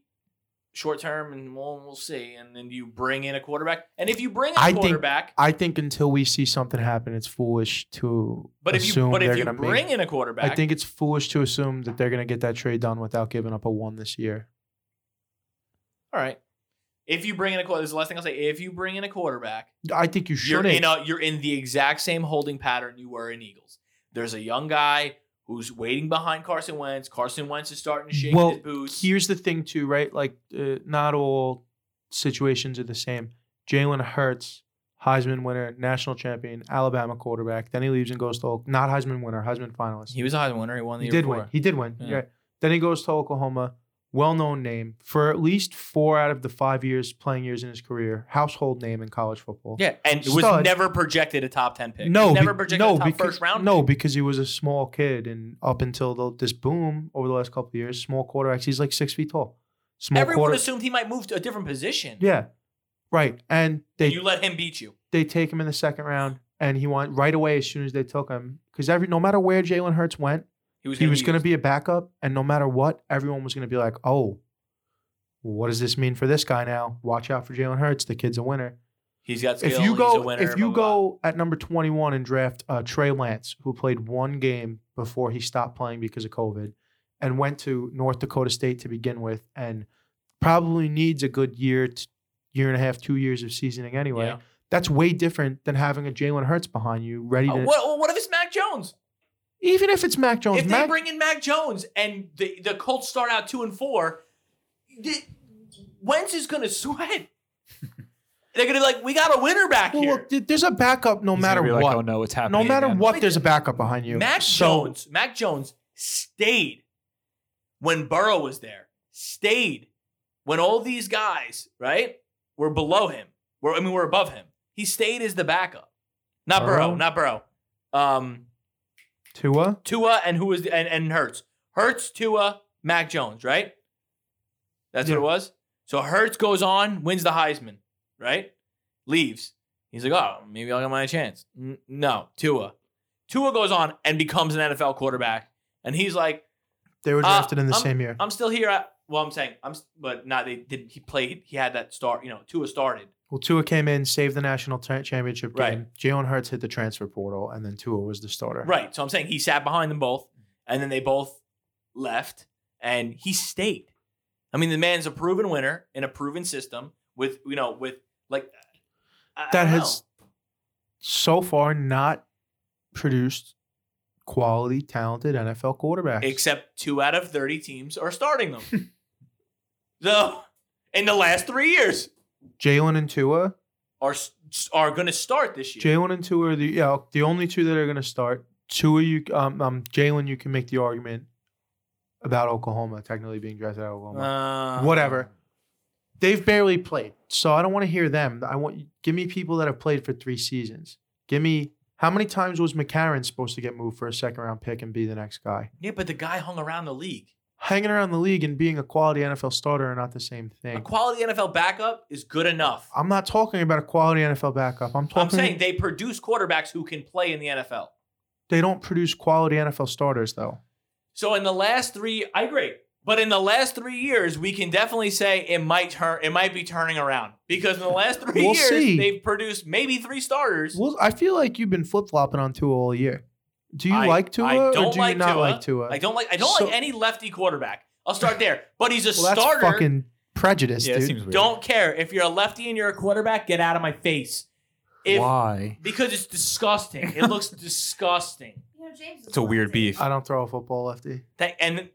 [SPEAKER 5] short term and we'll, we'll see? And then you bring in a quarterback. And if you bring in a
[SPEAKER 3] I think-
[SPEAKER 5] quarterback,
[SPEAKER 3] I think until we see something happen, it's foolish to
[SPEAKER 5] but if
[SPEAKER 3] assume
[SPEAKER 5] you but
[SPEAKER 3] they're
[SPEAKER 5] if you
[SPEAKER 3] going to
[SPEAKER 5] bring
[SPEAKER 3] make.
[SPEAKER 5] in a quarterback,
[SPEAKER 3] I think it's foolish to assume that they're going to get that trade done without giving up a one this year.
[SPEAKER 5] All right. If you bring in a quarterback, this is the last thing I'll say. If you bring in a quarterback,
[SPEAKER 3] I think you
[SPEAKER 5] you're
[SPEAKER 3] shouldn't.
[SPEAKER 5] in a, you're in the exact same holding pattern you were in Eagles. There's a young guy who's waiting behind Carson Wentz. Carson Wentz is starting to shake
[SPEAKER 3] well,
[SPEAKER 5] his boots.
[SPEAKER 3] here's the thing too, right? Like, uh, not all situations are the same. Jalen Hurts, Heisman winner, national champion, Alabama quarterback. Then he leaves and goes to Oak- not Heisman winner, Heisman finalist.
[SPEAKER 5] he was a Heisman winner. He won the
[SPEAKER 3] He
[SPEAKER 5] year
[SPEAKER 3] did
[SPEAKER 5] before.
[SPEAKER 3] win. He did win.
[SPEAKER 5] Yeah.
[SPEAKER 3] Yeah. Then he goes to Oklahoma, well-known name for at least four out of the five years playing years in his career, household name in college football.
[SPEAKER 5] Yeah, and was
[SPEAKER 3] Stud.
[SPEAKER 5] never projected a top ten pick.
[SPEAKER 3] No,
[SPEAKER 5] never
[SPEAKER 3] be-
[SPEAKER 5] projected
[SPEAKER 3] no,
[SPEAKER 5] a top
[SPEAKER 3] because,
[SPEAKER 5] first round.
[SPEAKER 3] No,
[SPEAKER 5] pick.
[SPEAKER 3] because he was a small kid, and up until the, this boom over the last couple of years, small quarterbacks. He's like six feet tall. Small
[SPEAKER 5] everyone
[SPEAKER 3] quarter.
[SPEAKER 5] assumed he might move to a different position.
[SPEAKER 3] yeah, Right. And they
[SPEAKER 5] you let him beat you.
[SPEAKER 3] they take him in the second round, and he went right away as soon as they took him because every no matter where Jalen Hurts went,
[SPEAKER 5] He was
[SPEAKER 3] he
[SPEAKER 5] gonna
[SPEAKER 3] was
[SPEAKER 5] be
[SPEAKER 3] going to be a backup, and no matter what, everyone was going to be like, "Oh, what does this mean for this guy now? Watch out for Jalen Hurts. The kid's a winner."
[SPEAKER 5] He's got skill.
[SPEAKER 3] If you
[SPEAKER 5] he's a
[SPEAKER 3] go,
[SPEAKER 5] winner,
[SPEAKER 3] if you
[SPEAKER 5] blah, blah,
[SPEAKER 3] go at number twenty-one and draft uh, Trey Lance, who played one game before he stopped playing because of COVID, and went to North Dakota State to begin with, and probably needs a good year, t- year and a half, two years of seasoning anyway.
[SPEAKER 5] Yeah.
[SPEAKER 3] That's way different than having a Jalen Hurts behind you, ready
[SPEAKER 5] blah.
[SPEAKER 3] to.
[SPEAKER 5] Uh, what, what if it's Mac Jones?
[SPEAKER 3] even if it's Mac Jones,
[SPEAKER 5] if they
[SPEAKER 3] Mac,
[SPEAKER 5] bring in Mac Jones and the, the Colts start out two and four, the, Wentz is going to (laughs) sweat. They're going to be like, we got a winner back
[SPEAKER 3] well,
[SPEAKER 5] here.
[SPEAKER 3] look, th- there's a backup no
[SPEAKER 4] He's gonna
[SPEAKER 3] matter
[SPEAKER 4] be
[SPEAKER 3] what.
[SPEAKER 4] like, oh no, it's happening.
[SPEAKER 3] no matter
[SPEAKER 4] again."
[SPEAKER 3] what, there's a backup behind you.
[SPEAKER 5] Mac
[SPEAKER 3] So-
[SPEAKER 5] Jones, Mac Jones stayed when Burrow was there. Stayed when all these guys, right, were below him. Were I mean, were above him. He stayed as the backup. Not Burrow,
[SPEAKER 3] Burrow?
[SPEAKER 5] not Burrow. Um,
[SPEAKER 3] Tua.
[SPEAKER 5] Tua and who was the, and and Hurts. Hurts, Tua, Mac Jones, right? That's
[SPEAKER 3] Yeah.
[SPEAKER 5] what it was. So Hurts goes on, wins the Heisman, right? Leaves. He's like, oh, maybe I'll get my chance. N- no, Tua. Tua goes on and becomes an NFL quarterback, and he's like,
[SPEAKER 3] They were
[SPEAKER 5] Uh,
[SPEAKER 3] drafted in the
[SPEAKER 5] I'm-
[SPEAKER 3] same year.
[SPEAKER 5] I'm still here. I, well, I'm saying I'm, s- but not they did. He played. He had that start. You know, Tua started.
[SPEAKER 3] well, Tua came in, saved the national t- championship game.
[SPEAKER 5] Right.
[SPEAKER 3] Jalen Hurts hit the transfer portal, and then Tua was the starter.
[SPEAKER 5] Right. So I'm saying he sat behind them both, and then they both left, and he stayed. I mean, the man's a proven winner in a proven system with you know with like I- I
[SPEAKER 3] That
[SPEAKER 5] don't
[SPEAKER 3] has so far not produced quality, talented NFL quarterbacks.
[SPEAKER 5] know. except two out of thirty teams are
[SPEAKER 3] (laughs)
[SPEAKER 5] starting them. so in the last three years
[SPEAKER 3] Jalen and Tua.
[SPEAKER 5] are s- are going to start this year.
[SPEAKER 3] Jalen and Tua are the yeah, the only two that are going to start. Tua, you um, um Jalen, you can make the argument about Oklahoma technically being drafted out of Oklahoma.
[SPEAKER 5] Uh,
[SPEAKER 3] whatever. They've barely played, so I don't want to hear them. I want give me people that have played for three seasons. Give me how many times was McCarron supposed to get moved for a second round pick and be the next guy?
[SPEAKER 5] Yeah, but the guy hung around the league.
[SPEAKER 3] Hanging around the league and being a quality NFL starter are not the same
[SPEAKER 5] A
[SPEAKER 3] thing.
[SPEAKER 5] quality NFL backup is good enough.
[SPEAKER 3] I'm not talking about a quality NFL backup. I'm talking.
[SPEAKER 5] I'm saying they produce quarterbacks who can play in the NFL.
[SPEAKER 3] they don't produce quality NFL starters though.
[SPEAKER 5] So in the last three, I agree. But in the last three years, we can definitely say it might turn. It might be turning around because in the last 3
[SPEAKER 3] We'll
[SPEAKER 5] years,
[SPEAKER 3] see.
[SPEAKER 5] they've produced maybe three starters.
[SPEAKER 3] Well, I feel like you've been flip flopping on Tua all year. Do you
[SPEAKER 5] I-
[SPEAKER 3] like Tua
[SPEAKER 5] I
[SPEAKER 3] or
[SPEAKER 5] don't
[SPEAKER 3] do
[SPEAKER 5] like
[SPEAKER 3] you not
[SPEAKER 5] Tua.
[SPEAKER 3] like Tua?
[SPEAKER 5] I don't like. I don't
[SPEAKER 3] So-
[SPEAKER 5] like any lefty quarterback. I'll start there. But he's a
[SPEAKER 3] well, that's
[SPEAKER 5] starter.
[SPEAKER 3] fucking prejudice,
[SPEAKER 13] Yeah, it
[SPEAKER 3] dude.
[SPEAKER 13] seems weird.
[SPEAKER 5] don't care if you're a lefty and you're a quarterback. Get out of my face. If,
[SPEAKER 13] Why?
[SPEAKER 5] Because it's disgusting. It looks (laughs) disgusting.
[SPEAKER 6] You know, James. is
[SPEAKER 13] It's a weird
[SPEAKER 6] lefty.
[SPEAKER 13] beef.
[SPEAKER 3] I don't throw a football lefty.
[SPEAKER 5] That, and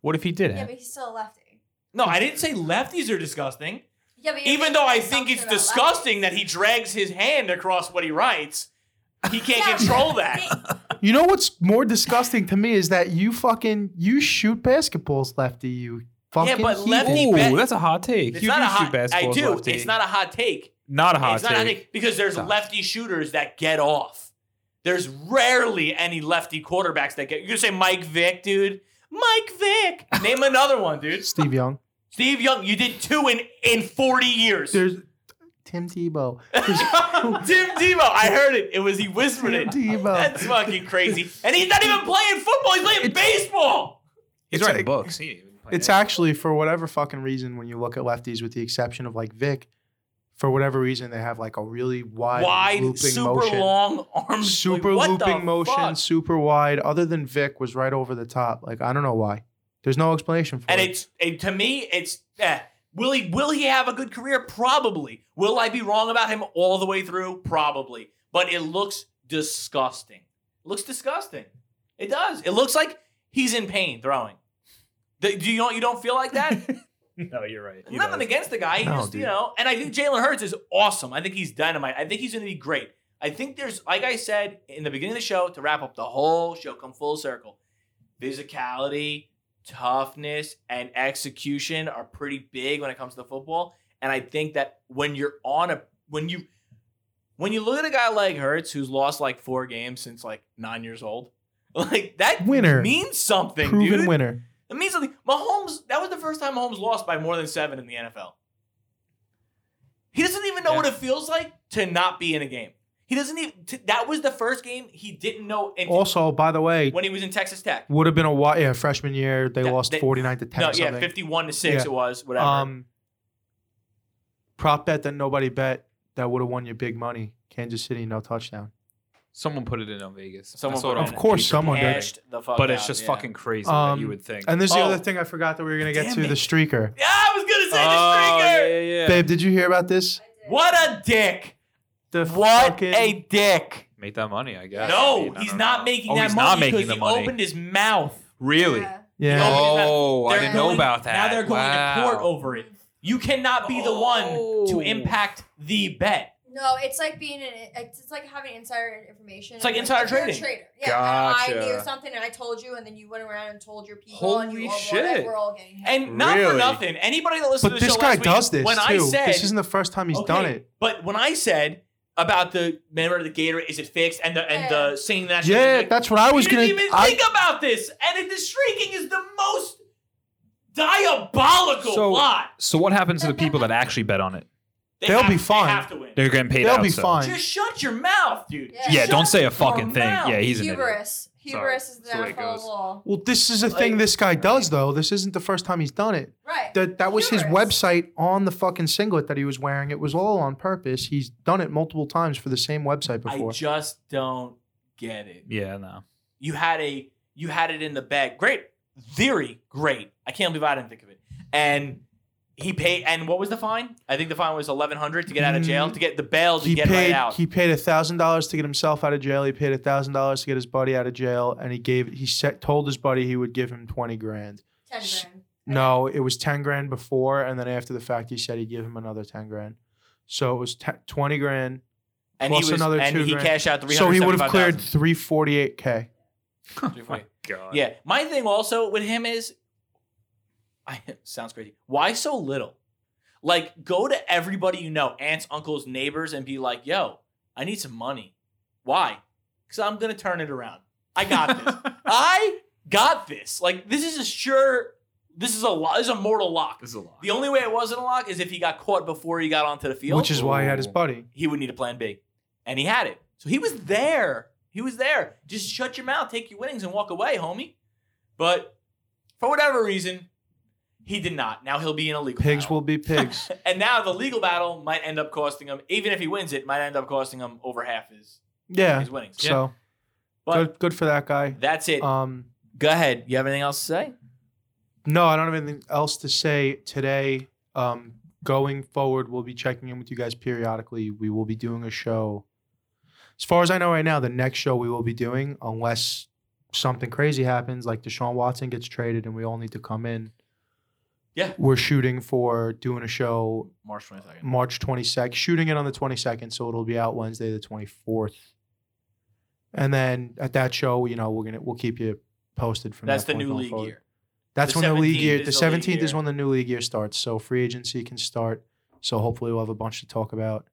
[SPEAKER 13] What if he did
[SPEAKER 6] Yeah,
[SPEAKER 13] it?
[SPEAKER 6] but he's still a lefty.
[SPEAKER 5] no, I didn't say lefties are disgusting.
[SPEAKER 6] Yeah, but you're
[SPEAKER 5] even
[SPEAKER 6] making
[SPEAKER 5] though
[SPEAKER 6] an
[SPEAKER 5] I think
[SPEAKER 6] assumption
[SPEAKER 5] it's
[SPEAKER 6] about lefties.
[SPEAKER 5] disgusting that he drags his hand across what he writes, he can't
[SPEAKER 6] Yeah.
[SPEAKER 4] (laughs)
[SPEAKER 5] control (laughs) that.
[SPEAKER 6] Think-
[SPEAKER 3] You know what's more disgusting to me is that you fucking you shoot basketballs lefty. You fucking
[SPEAKER 5] but
[SPEAKER 3] heathen.
[SPEAKER 5] lefty-
[SPEAKER 13] Ooh,
[SPEAKER 5] bet-
[SPEAKER 13] that's a hot take.
[SPEAKER 5] It's
[SPEAKER 13] you
[SPEAKER 5] not
[SPEAKER 13] do
[SPEAKER 5] a
[SPEAKER 13] shoot
[SPEAKER 5] hot. I
[SPEAKER 13] basketballs
[SPEAKER 5] do.
[SPEAKER 13] lefty.
[SPEAKER 5] It's not a hot take.
[SPEAKER 13] Not a hot
[SPEAKER 5] it's
[SPEAKER 13] take.
[SPEAKER 5] not a hot take because there's
[SPEAKER 13] Stop.
[SPEAKER 5] lefty shooters that get off. There's rarely any lefty quarterbacks that get. You can say Mike Vick, dude. Mike Vick. Name another one, dude.
[SPEAKER 3] Steve Young.
[SPEAKER 5] Steve Young. You did two in in 40 years.
[SPEAKER 3] There's Tim Tebow.
[SPEAKER 5] (laughs) Tim Tebow. I heard it. It was he whispered
[SPEAKER 3] Tim
[SPEAKER 5] it.
[SPEAKER 3] Tebow.
[SPEAKER 5] (laughs) That's fucking crazy. And he's not even playing football. He's playing baseball.
[SPEAKER 13] He's
[SPEAKER 3] It's
[SPEAKER 13] writing
[SPEAKER 3] like-
[SPEAKER 13] books. He didn't even play
[SPEAKER 3] It's
[SPEAKER 5] (laughs)
[SPEAKER 13] that.
[SPEAKER 3] actually for whatever fucking reason when you look at lefties, with the exception of like Vic, for whatever reason they have like a really wide,
[SPEAKER 5] wide,
[SPEAKER 3] looping
[SPEAKER 5] super
[SPEAKER 3] motion.
[SPEAKER 5] long arms,
[SPEAKER 3] super
[SPEAKER 5] like, what the
[SPEAKER 3] looping motion,
[SPEAKER 5] fuck?
[SPEAKER 3] super wide. Other than Vic was right over the top. Like I don't know why. There's no explanation for
[SPEAKER 5] And
[SPEAKER 3] it.
[SPEAKER 5] it's and to me, it's eh. will he will he have a good career? Probably. Will I be wrong about him all the way through? Probably. But it looks disgusting. looks disgusting. It does. It looks like he's in pain throwing. Th- Do you know you don't feel
[SPEAKER 3] (laughs)
[SPEAKER 5] like that?
[SPEAKER 13] No, you're right. He
[SPEAKER 5] Nothing
[SPEAKER 13] does.
[SPEAKER 5] against the guy. He
[SPEAKER 3] No,
[SPEAKER 5] just, you
[SPEAKER 3] dude.
[SPEAKER 5] know, and I think Jalen Hurts is awesome. I think he's dynamite. I think he's going to be great. I think there's, like I said in the beginning of the show, to wrap up the whole show, come full circle. Physicality, toughness, and execution are pretty big when it comes to football. And I think that when you're on a, when you, when you look at a guy like Hurts, who's lost like four games since like nine years old, (laughs) like that
[SPEAKER 3] Winner.
[SPEAKER 5] means something,
[SPEAKER 3] Proven
[SPEAKER 5] dude.
[SPEAKER 3] winner.
[SPEAKER 5] It means something. Mahomes, that was the first time Mahomes lost by more than seven in the NFL. He doesn't even know what it feels like to not be in a game. He doesn't even. t- that was the first game he didn't know. And
[SPEAKER 3] Also, by the way,
[SPEAKER 5] when he was in Texas Tech,
[SPEAKER 3] would have been a while. Yeah, freshman year they
[SPEAKER 5] That-
[SPEAKER 3] lost
[SPEAKER 5] they-
[SPEAKER 3] forty nine to ten.
[SPEAKER 5] no,
[SPEAKER 3] or something.
[SPEAKER 5] yeah, fifty-one to six
[SPEAKER 3] Yeah.
[SPEAKER 5] it was. Whatever.
[SPEAKER 3] Um, prop bet that nobody bet that would have won you big money. Kansas City no touchdown.
[SPEAKER 4] Someone put it in on Vegas. I
[SPEAKER 5] Someone
[SPEAKER 4] saw
[SPEAKER 5] put
[SPEAKER 4] it
[SPEAKER 5] it
[SPEAKER 4] on
[SPEAKER 5] in.
[SPEAKER 3] Of course,
[SPEAKER 4] People
[SPEAKER 3] someone did.
[SPEAKER 5] Cashed the fuck
[SPEAKER 4] But it's
[SPEAKER 5] out,
[SPEAKER 4] just
[SPEAKER 5] yeah.
[SPEAKER 4] fucking crazy that you would think.
[SPEAKER 3] And there's the
[SPEAKER 5] Oh.
[SPEAKER 3] other thing I forgot that we were gonna get
[SPEAKER 5] Damn
[SPEAKER 3] to
[SPEAKER 5] it.
[SPEAKER 3] the streaker.
[SPEAKER 5] Yeah, I was gonna say
[SPEAKER 4] Oh,
[SPEAKER 5] the streaker.
[SPEAKER 4] yeah, yeah, yeah.
[SPEAKER 3] Babe, did you hear about this?
[SPEAKER 5] What a dick!
[SPEAKER 3] The
[SPEAKER 5] What
[SPEAKER 3] fucking-
[SPEAKER 5] a dick!
[SPEAKER 4] Make that money, I guess. I
[SPEAKER 5] No,
[SPEAKER 4] mean, I
[SPEAKER 5] he's
[SPEAKER 4] don't
[SPEAKER 5] not
[SPEAKER 4] know.
[SPEAKER 5] making
[SPEAKER 4] Oh,
[SPEAKER 5] that
[SPEAKER 4] he's
[SPEAKER 5] money
[SPEAKER 4] not making
[SPEAKER 5] because
[SPEAKER 4] the
[SPEAKER 5] he
[SPEAKER 4] money.
[SPEAKER 5] opened his mouth.
[SPEAKER 4] Really?
[SPEAKER 6] Yeah.
[SPEAKER 3] yeah.
[SPEAKER 5] He opened his mouth.
[SPEAKER 4] Oh, I
[SPEAKER 5] They're
[SPEAKER 4] didn't know
[SPEAKER 5] going-
[SPEAKER 4] about that.
[SPEAKER 5] Now they're going
[SPEAKER 4] wow.
[SPEAKER 5] to court over it. You cannot be the one
[SPEAKER 4] Oh.
[SPEAKER 5] to impact the bet.
[SPEAKER 6] No, it's like being an. It's, it's like having insider information.
[SPEAKER 5] It's like
[SPEAKER 6] and
[SPEAKER 5] insider
[SPEAKER 6] you're a
[SPEAKER 5] trading.
[SPEAKER 6] trader. Yeah, and I
[SPEAKER 4] Gotcha.
[SPEAKER 6] knew something and I told you, and then you went around and told your people, and
[SPEAKER 4] Holy
[SPEAKER 6] you all
[SPEAKER 4] shit.
[SPEAKER 6] We're all getting hit.
[SPEAKER 5] And not for
[SPEAKER 4] Really?
[SPEAKER 5] nothing. Anybody that listens
[SPEAKER 3] But
[SPEAKER 5] to the
[SPEAKER 3] this
[SPEAKER 5] show
[SPEAKER 3] guy
[SPEAKER 5] last week,
[SPEAKER 3] does this
[SPEAKER 5] when
[SPEAKER 3] too.
[SPEAKER 5] I said
[SPEAKER 3] this isn't the first time he's done
[SPEAKER 5] Okay,
[SPEAKER 3] it.
[SPEAKER 5] But when I said about the member of the Gator, is it fixed? And the and the singing that shit,
[SPEAKER 3] Yeah,
[SPEAKER 5] like,
[SPEAKER 3] that's what I was
[SPEAKER 5] you
[SPEAKER 3] gonna.
[SPEAKER 5] didn't even
[SPEAKER 3] I-
[SPEAKER 5] think about this. And it, the shrieking is the most diabolical
[SPEAKER 4] So-
[SPEAKER 5] plot.
[SPEAKER 4] So what happens to the people that actually bet on it?
[SPEAKER 5] They
[SPEAKER 3] They'll
[SPEAKER 5] have-
[SPEAKER 3] be fine.
[SPEAKER 5] They have to win.
[SPEAKER 4] They're getting paid
[SPEAKER 3] they'll
[SPEAKER 4] out.
[SPEAKER 3] be
[SPEAKER 4] so-
[SPEAKER 3] fine.
[SPEAKER 5] Just shut your mouth, dude.
[SPEAKER 6] Yeah.
[SPEAKER 5] Just
[SPEAKER 4] Yeah, don't
[SPEAKER 5] shut
[SPEAKER 4] say
[SPEAKER 5] your
[SPEAKER 4] a fucking thing.
[SPEAKER 5] mouth.
[SPEAKER 4] Yeah, he's an idiot.
[SPEAKER 6] hubris. Hubris is the
[SPEAKER 4] That's the way it
[SPEAKER 6] downfall of
[SPEAKER 4] goes.
[SPEAKER 6] all.
[SPEAKER 3] well, this is a thing this guy does though. This isn't the first time he's done it.
[SPEAKER 6] Right.
[SPEAKER 3] That that was his
[SPEAKER 6] Hubris.
[SPEAKER 3] website on the fucking singlet that he was wearing. It was all on purpose. He's done it multiple times for the same website
[SPEAKER 5] I
[SPEAKER 3] before.
[SPEAKER 5] just don't get it.
[SPEAKER 4] Yeah,
[SPEAKER 5] (laughs)
[SPEAKER 4] no.
[SPEAKER 5] You had a you had it in the bag. Great theory, great. I can't believe I didn't think of it. And he paid. And what was the fine? I think the fine was eleven hundred to get out of jail to get the bail to
[SPEAKER 3] Mm-hmm. he
[SPEAKER 5] get
[SPEAKER 3] paid
[SPEAKER 5] right out.
[SPEAKER 3] he paid thousand dollars to get himself out of jail. He paid thousand dollars to get his buddy out of jail, and he gave he set, told his buddy he would give him twenty grand.
[SPEAKER 6] Ten grand.
[SPEAKER 3] No, it was ten grand before, and then after the fact, he said he'd give him another ten grand. So it was te- twenty grand.
[SPEAKER 5] and he
[SPEAKER 3] plus
[SPEAKER 5] was
[SPEAKER 3] another
[SPEAKER 5] and
[SPEAKER 3] two
[SPEAKER 5] he
[SPEAKER 3] grand.
[SPEAKER 5] cashed out three
[SPEAKER 3] So
[SPEAKER 5] hundred.
[SPEAKER 3] he would have cleared three forty eight k.
[SPEAKER 5] Oh
[SPEAKER 4] God.
[SPEAKER 5] Yeah. My thing also with him is I (laughs) sounds crazy. Why so little? Like go to everybody you know, aunts, uncles, neighbors and be like, "Yo, I need some money." Why? Cuz I'm going to turn it around. I got
[SPEAKER 3] (laughs)
[SPEAKER 5] this. I got this. Like this is a sure this is a lo- this is a mortal lock.
[SPEAKER 4] This is a lot.
[SPEAKER 5] The only way it wasn't a lock is if he got caught before he got onto the field
[SPEAKER 3] Which is why he had his buddy.
[SPEAKER 5] he would need a plan B. And he had it. So he was there. He was there. Just shut your mouth, take your winnings, and walk away, homie. But for whatever reason, he did not. Now he'll be in a legal
[SPEAKER 3] Pigs
[SPEAKER 5] battle.
[SPEAKER 3] will be
[SPEAKER 5] (laughs)
[SPEAKER 3] pigs.
[SPEAKER 5] And now the legal battle might end up costing him, even if he wins it, might end up costing him over half his,
[SPEAKER 3] yeah.
[SPEAKER 5] his winnings.
[SPEAKER 3] So
[SPEAKER 5] But
[SPEAKER 3] good, good for that guy.
[SPEAKER 5] that's it.
[SPEAKER 3] Um,
[SPEAKER 5] Go ahead. You have anything else to say?
[SPEAKER 3] No, I don't have anything else to say today. Um, going forward, we'll be checking in with you guys periodically. We will be doing a show. As far as I know right now, the next show we will be doing, unless something crazy happens, like Deshaun Watson gets traded and we all need to come in.
[SPEAKER 5] Yeah.
[SPEAKER 3] We're shooting for doing a show
[SPEAKER 5] March 22nd.
[SPEAKER 3] March 22nd, shooting it on the 22nd, so it'll be out Wednesday the 24th. And then at that show, you know, we're gonna we'll keep you posted from
[SPEAKER 5] That's
[SPEAKER 3] that
[SPEAKER 5] the
[SPEAKER 3] point
[SPEAKER 5] new
[SPEAKER 3] going
[SPEAKER 5] league
[SPEAKER 3] forward.
[SPEAKER 5] year.
[SPEAKER 3] That's
[SPEAKER 5] The
[SPEAKER 3] when the league
[SPEAKER 5] 17th
[SPEAKER 3] year.
[SPEAKER 5] is
[SPEAKER 3] The
[SPEAKER 5] the league
[SPEAKER 3] seventeenth is
[SPEAKER 5] year.
[SPEAKER 3] when the new league year starts. So free agency can start. So hopefully we'll have a bunch to talk about.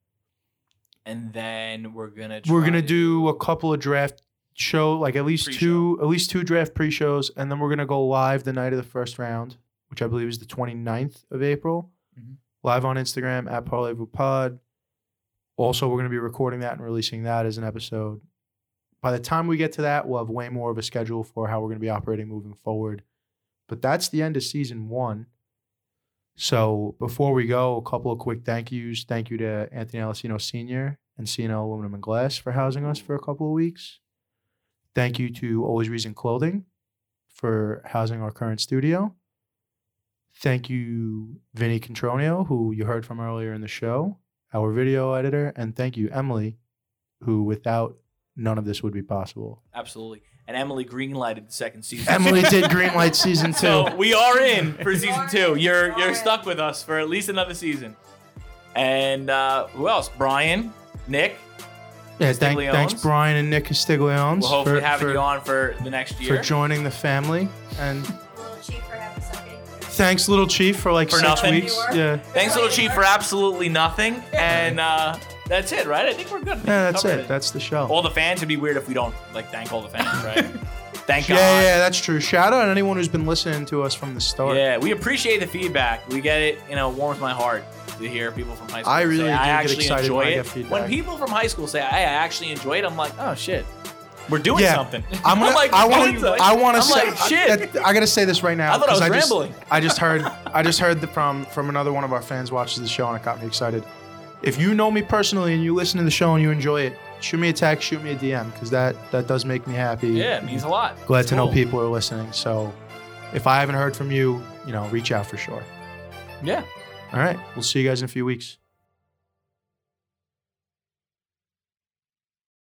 [SPEAKER 5] And then we're going to
[SPEAKER 3] We're gonna do a couple of draft show, like at least
[SPEAKER 5] Pre-show.
[SPEAKER 3] two, at least two draft pre shows, and then we're gonna go live the night of the first round, which I believe is the 29th of April.
[SPEAKER 4] Mhm.
[SPEAKER 3] Live on Instagram at Parlay Pod. Also, we're gonna be recording that and releasing that as an episode. By the time we get to that, we'll have way more of a schedule for how we're gonna be operating moving forward. But that's the end of season one. So before we go, a couple of quick thank yous. Thank you to Anthony Alessino Sr. and CNL Aluminum and Glass for housing us for a couple of weeks. Thank you to Always Reason Clothing for housing our current studio. Thank you, Vinny Contronio, who you heard from earlier in the show, our video editor, and thank you, Emily, who without none of this would be possible.
[SPEAKER 5] Absolutely. And Emily greenlighted the second season.
[SPEAKER 3] (laughs) Emily
[SPEAKER 5] (laughs)
[SPEAKER 3] did Greenlight season two.
[SPEAKER 5] So we are in for season
[SPEAKER 6] are
[SPEAKER 5] two.
[SPEAKER 6] in.
[SPEAKER 5] You're
[SPEAKER 6] You are
[SPEAKER 5] you're
[SPEAKER 6] in.
[SPEAKER 5] stuck with us for at least another season. And uh, who else? Brian, Nick.
[SPEAKER 3] yeah, thank,
[SPEAKER 5] Castiglione's.
[SPEAKER 3] thanks, Brian and Nick Castiglione's
[SPEAKER 5] We'll hopefully
[SPEAKER 3] for,
[SPEAKER 5] have
[SPEAKER 3] for-
[SPEAKER 5] you on for the next
[SPEAKER 3] for
[SPEAKER 5] year.
[SPEAKER 3] joining the family. And
[SPEAKER 6] Little cheap for half a second.
[SPEAKER 3] thanks, Little Chief, for like
[SPEAKER 5] For
[SPEAKER 3] six
[SPEAKER 5] nothing.
[SPEAKER 3] weeks. Yeah.
[SPEAKER 5] Thanks, little chief, for absolutely nothing. And uh, that's it, right? I think we're good. I think we
[SPEAKER 3] Yeah, that's
[SPEAKER 5] covered
[SPEAKER 3] it. That's the show. (laughs)
[SPEAKER 5] all the fans. It'd be weird if we don't like thank all the fans, right? Thank
[SPEAKER 3] yeah,
[SPEAKER 5] God.
[SPEAKER 3] yeah, that's true. Shout out anyone who's been listening to us from the start.
[SPEAKER 5] Yeah, we appreciate the feedback. We get it, you know, it warms my heart to hear people from high school.
[SPEAKER 3] I really
[SPEAKER 5] say,
[SPEAKER 3] do
[SPEAKER 5] I
[SPEAKER 3] get
[SPEAKER 5] actually
[SPEAKER 3] excited
[SPEAKER 5] enjoy
[SPEAKER 3] when I
[SPEAKER 5] it.
[SPEAKER 3] get feedback.
[SPEAKER 5] When people from high school say, I actually enjoy it, I'm like, oh shit, we're doing
[SPEAKER 3] Yeah.
[SPEAKER 5] something.
[SPEAKER 3] I'm
[SPEAKER 5] (laughs)
[SPEAKER 3] gonna. i
[SPEAKER 5] like,
[SPEAKER 3] want.
[SPEAKER 5] "What?"
[SPEAKER 3] I want to
[SPEAKER 5] I'm
[SPEAKER 3] say.
[SPEAKER 5] like, shit.
[SPEAKER 3] I, I gotta say this right now.
[SPEAKER 5] I thought I
[SPEAKER 3] 'cause
[SPEAKER 5] was
[SPEAKER 3] just-
[SPEAKER 5] rambling.
[SPEAKER 3] I just
[SPEAKER 5] (laughs)
[SPEAKER 3] heard. I just heard the, from from another one of our fans watches the show and it got me excited. If you know me personally and you listen to the show and you enjoy it, shoot me a text, shoot me a DM, because that that does make me happy.
[SPEAKER 5] yeah, it means a lot.
[SPEAKER 3] Glad
[SPEAKER 5] It's
[SPEAKER 3] to know
[SPEAKER 5] cool.
[SPEAKER 3] people are listening. So, if I haven't heard from you, you know, reach out for sure.
[SPEAKER 5] Yeah.
[SPEAKER 3] All right, we'll see you guys in a few weeks.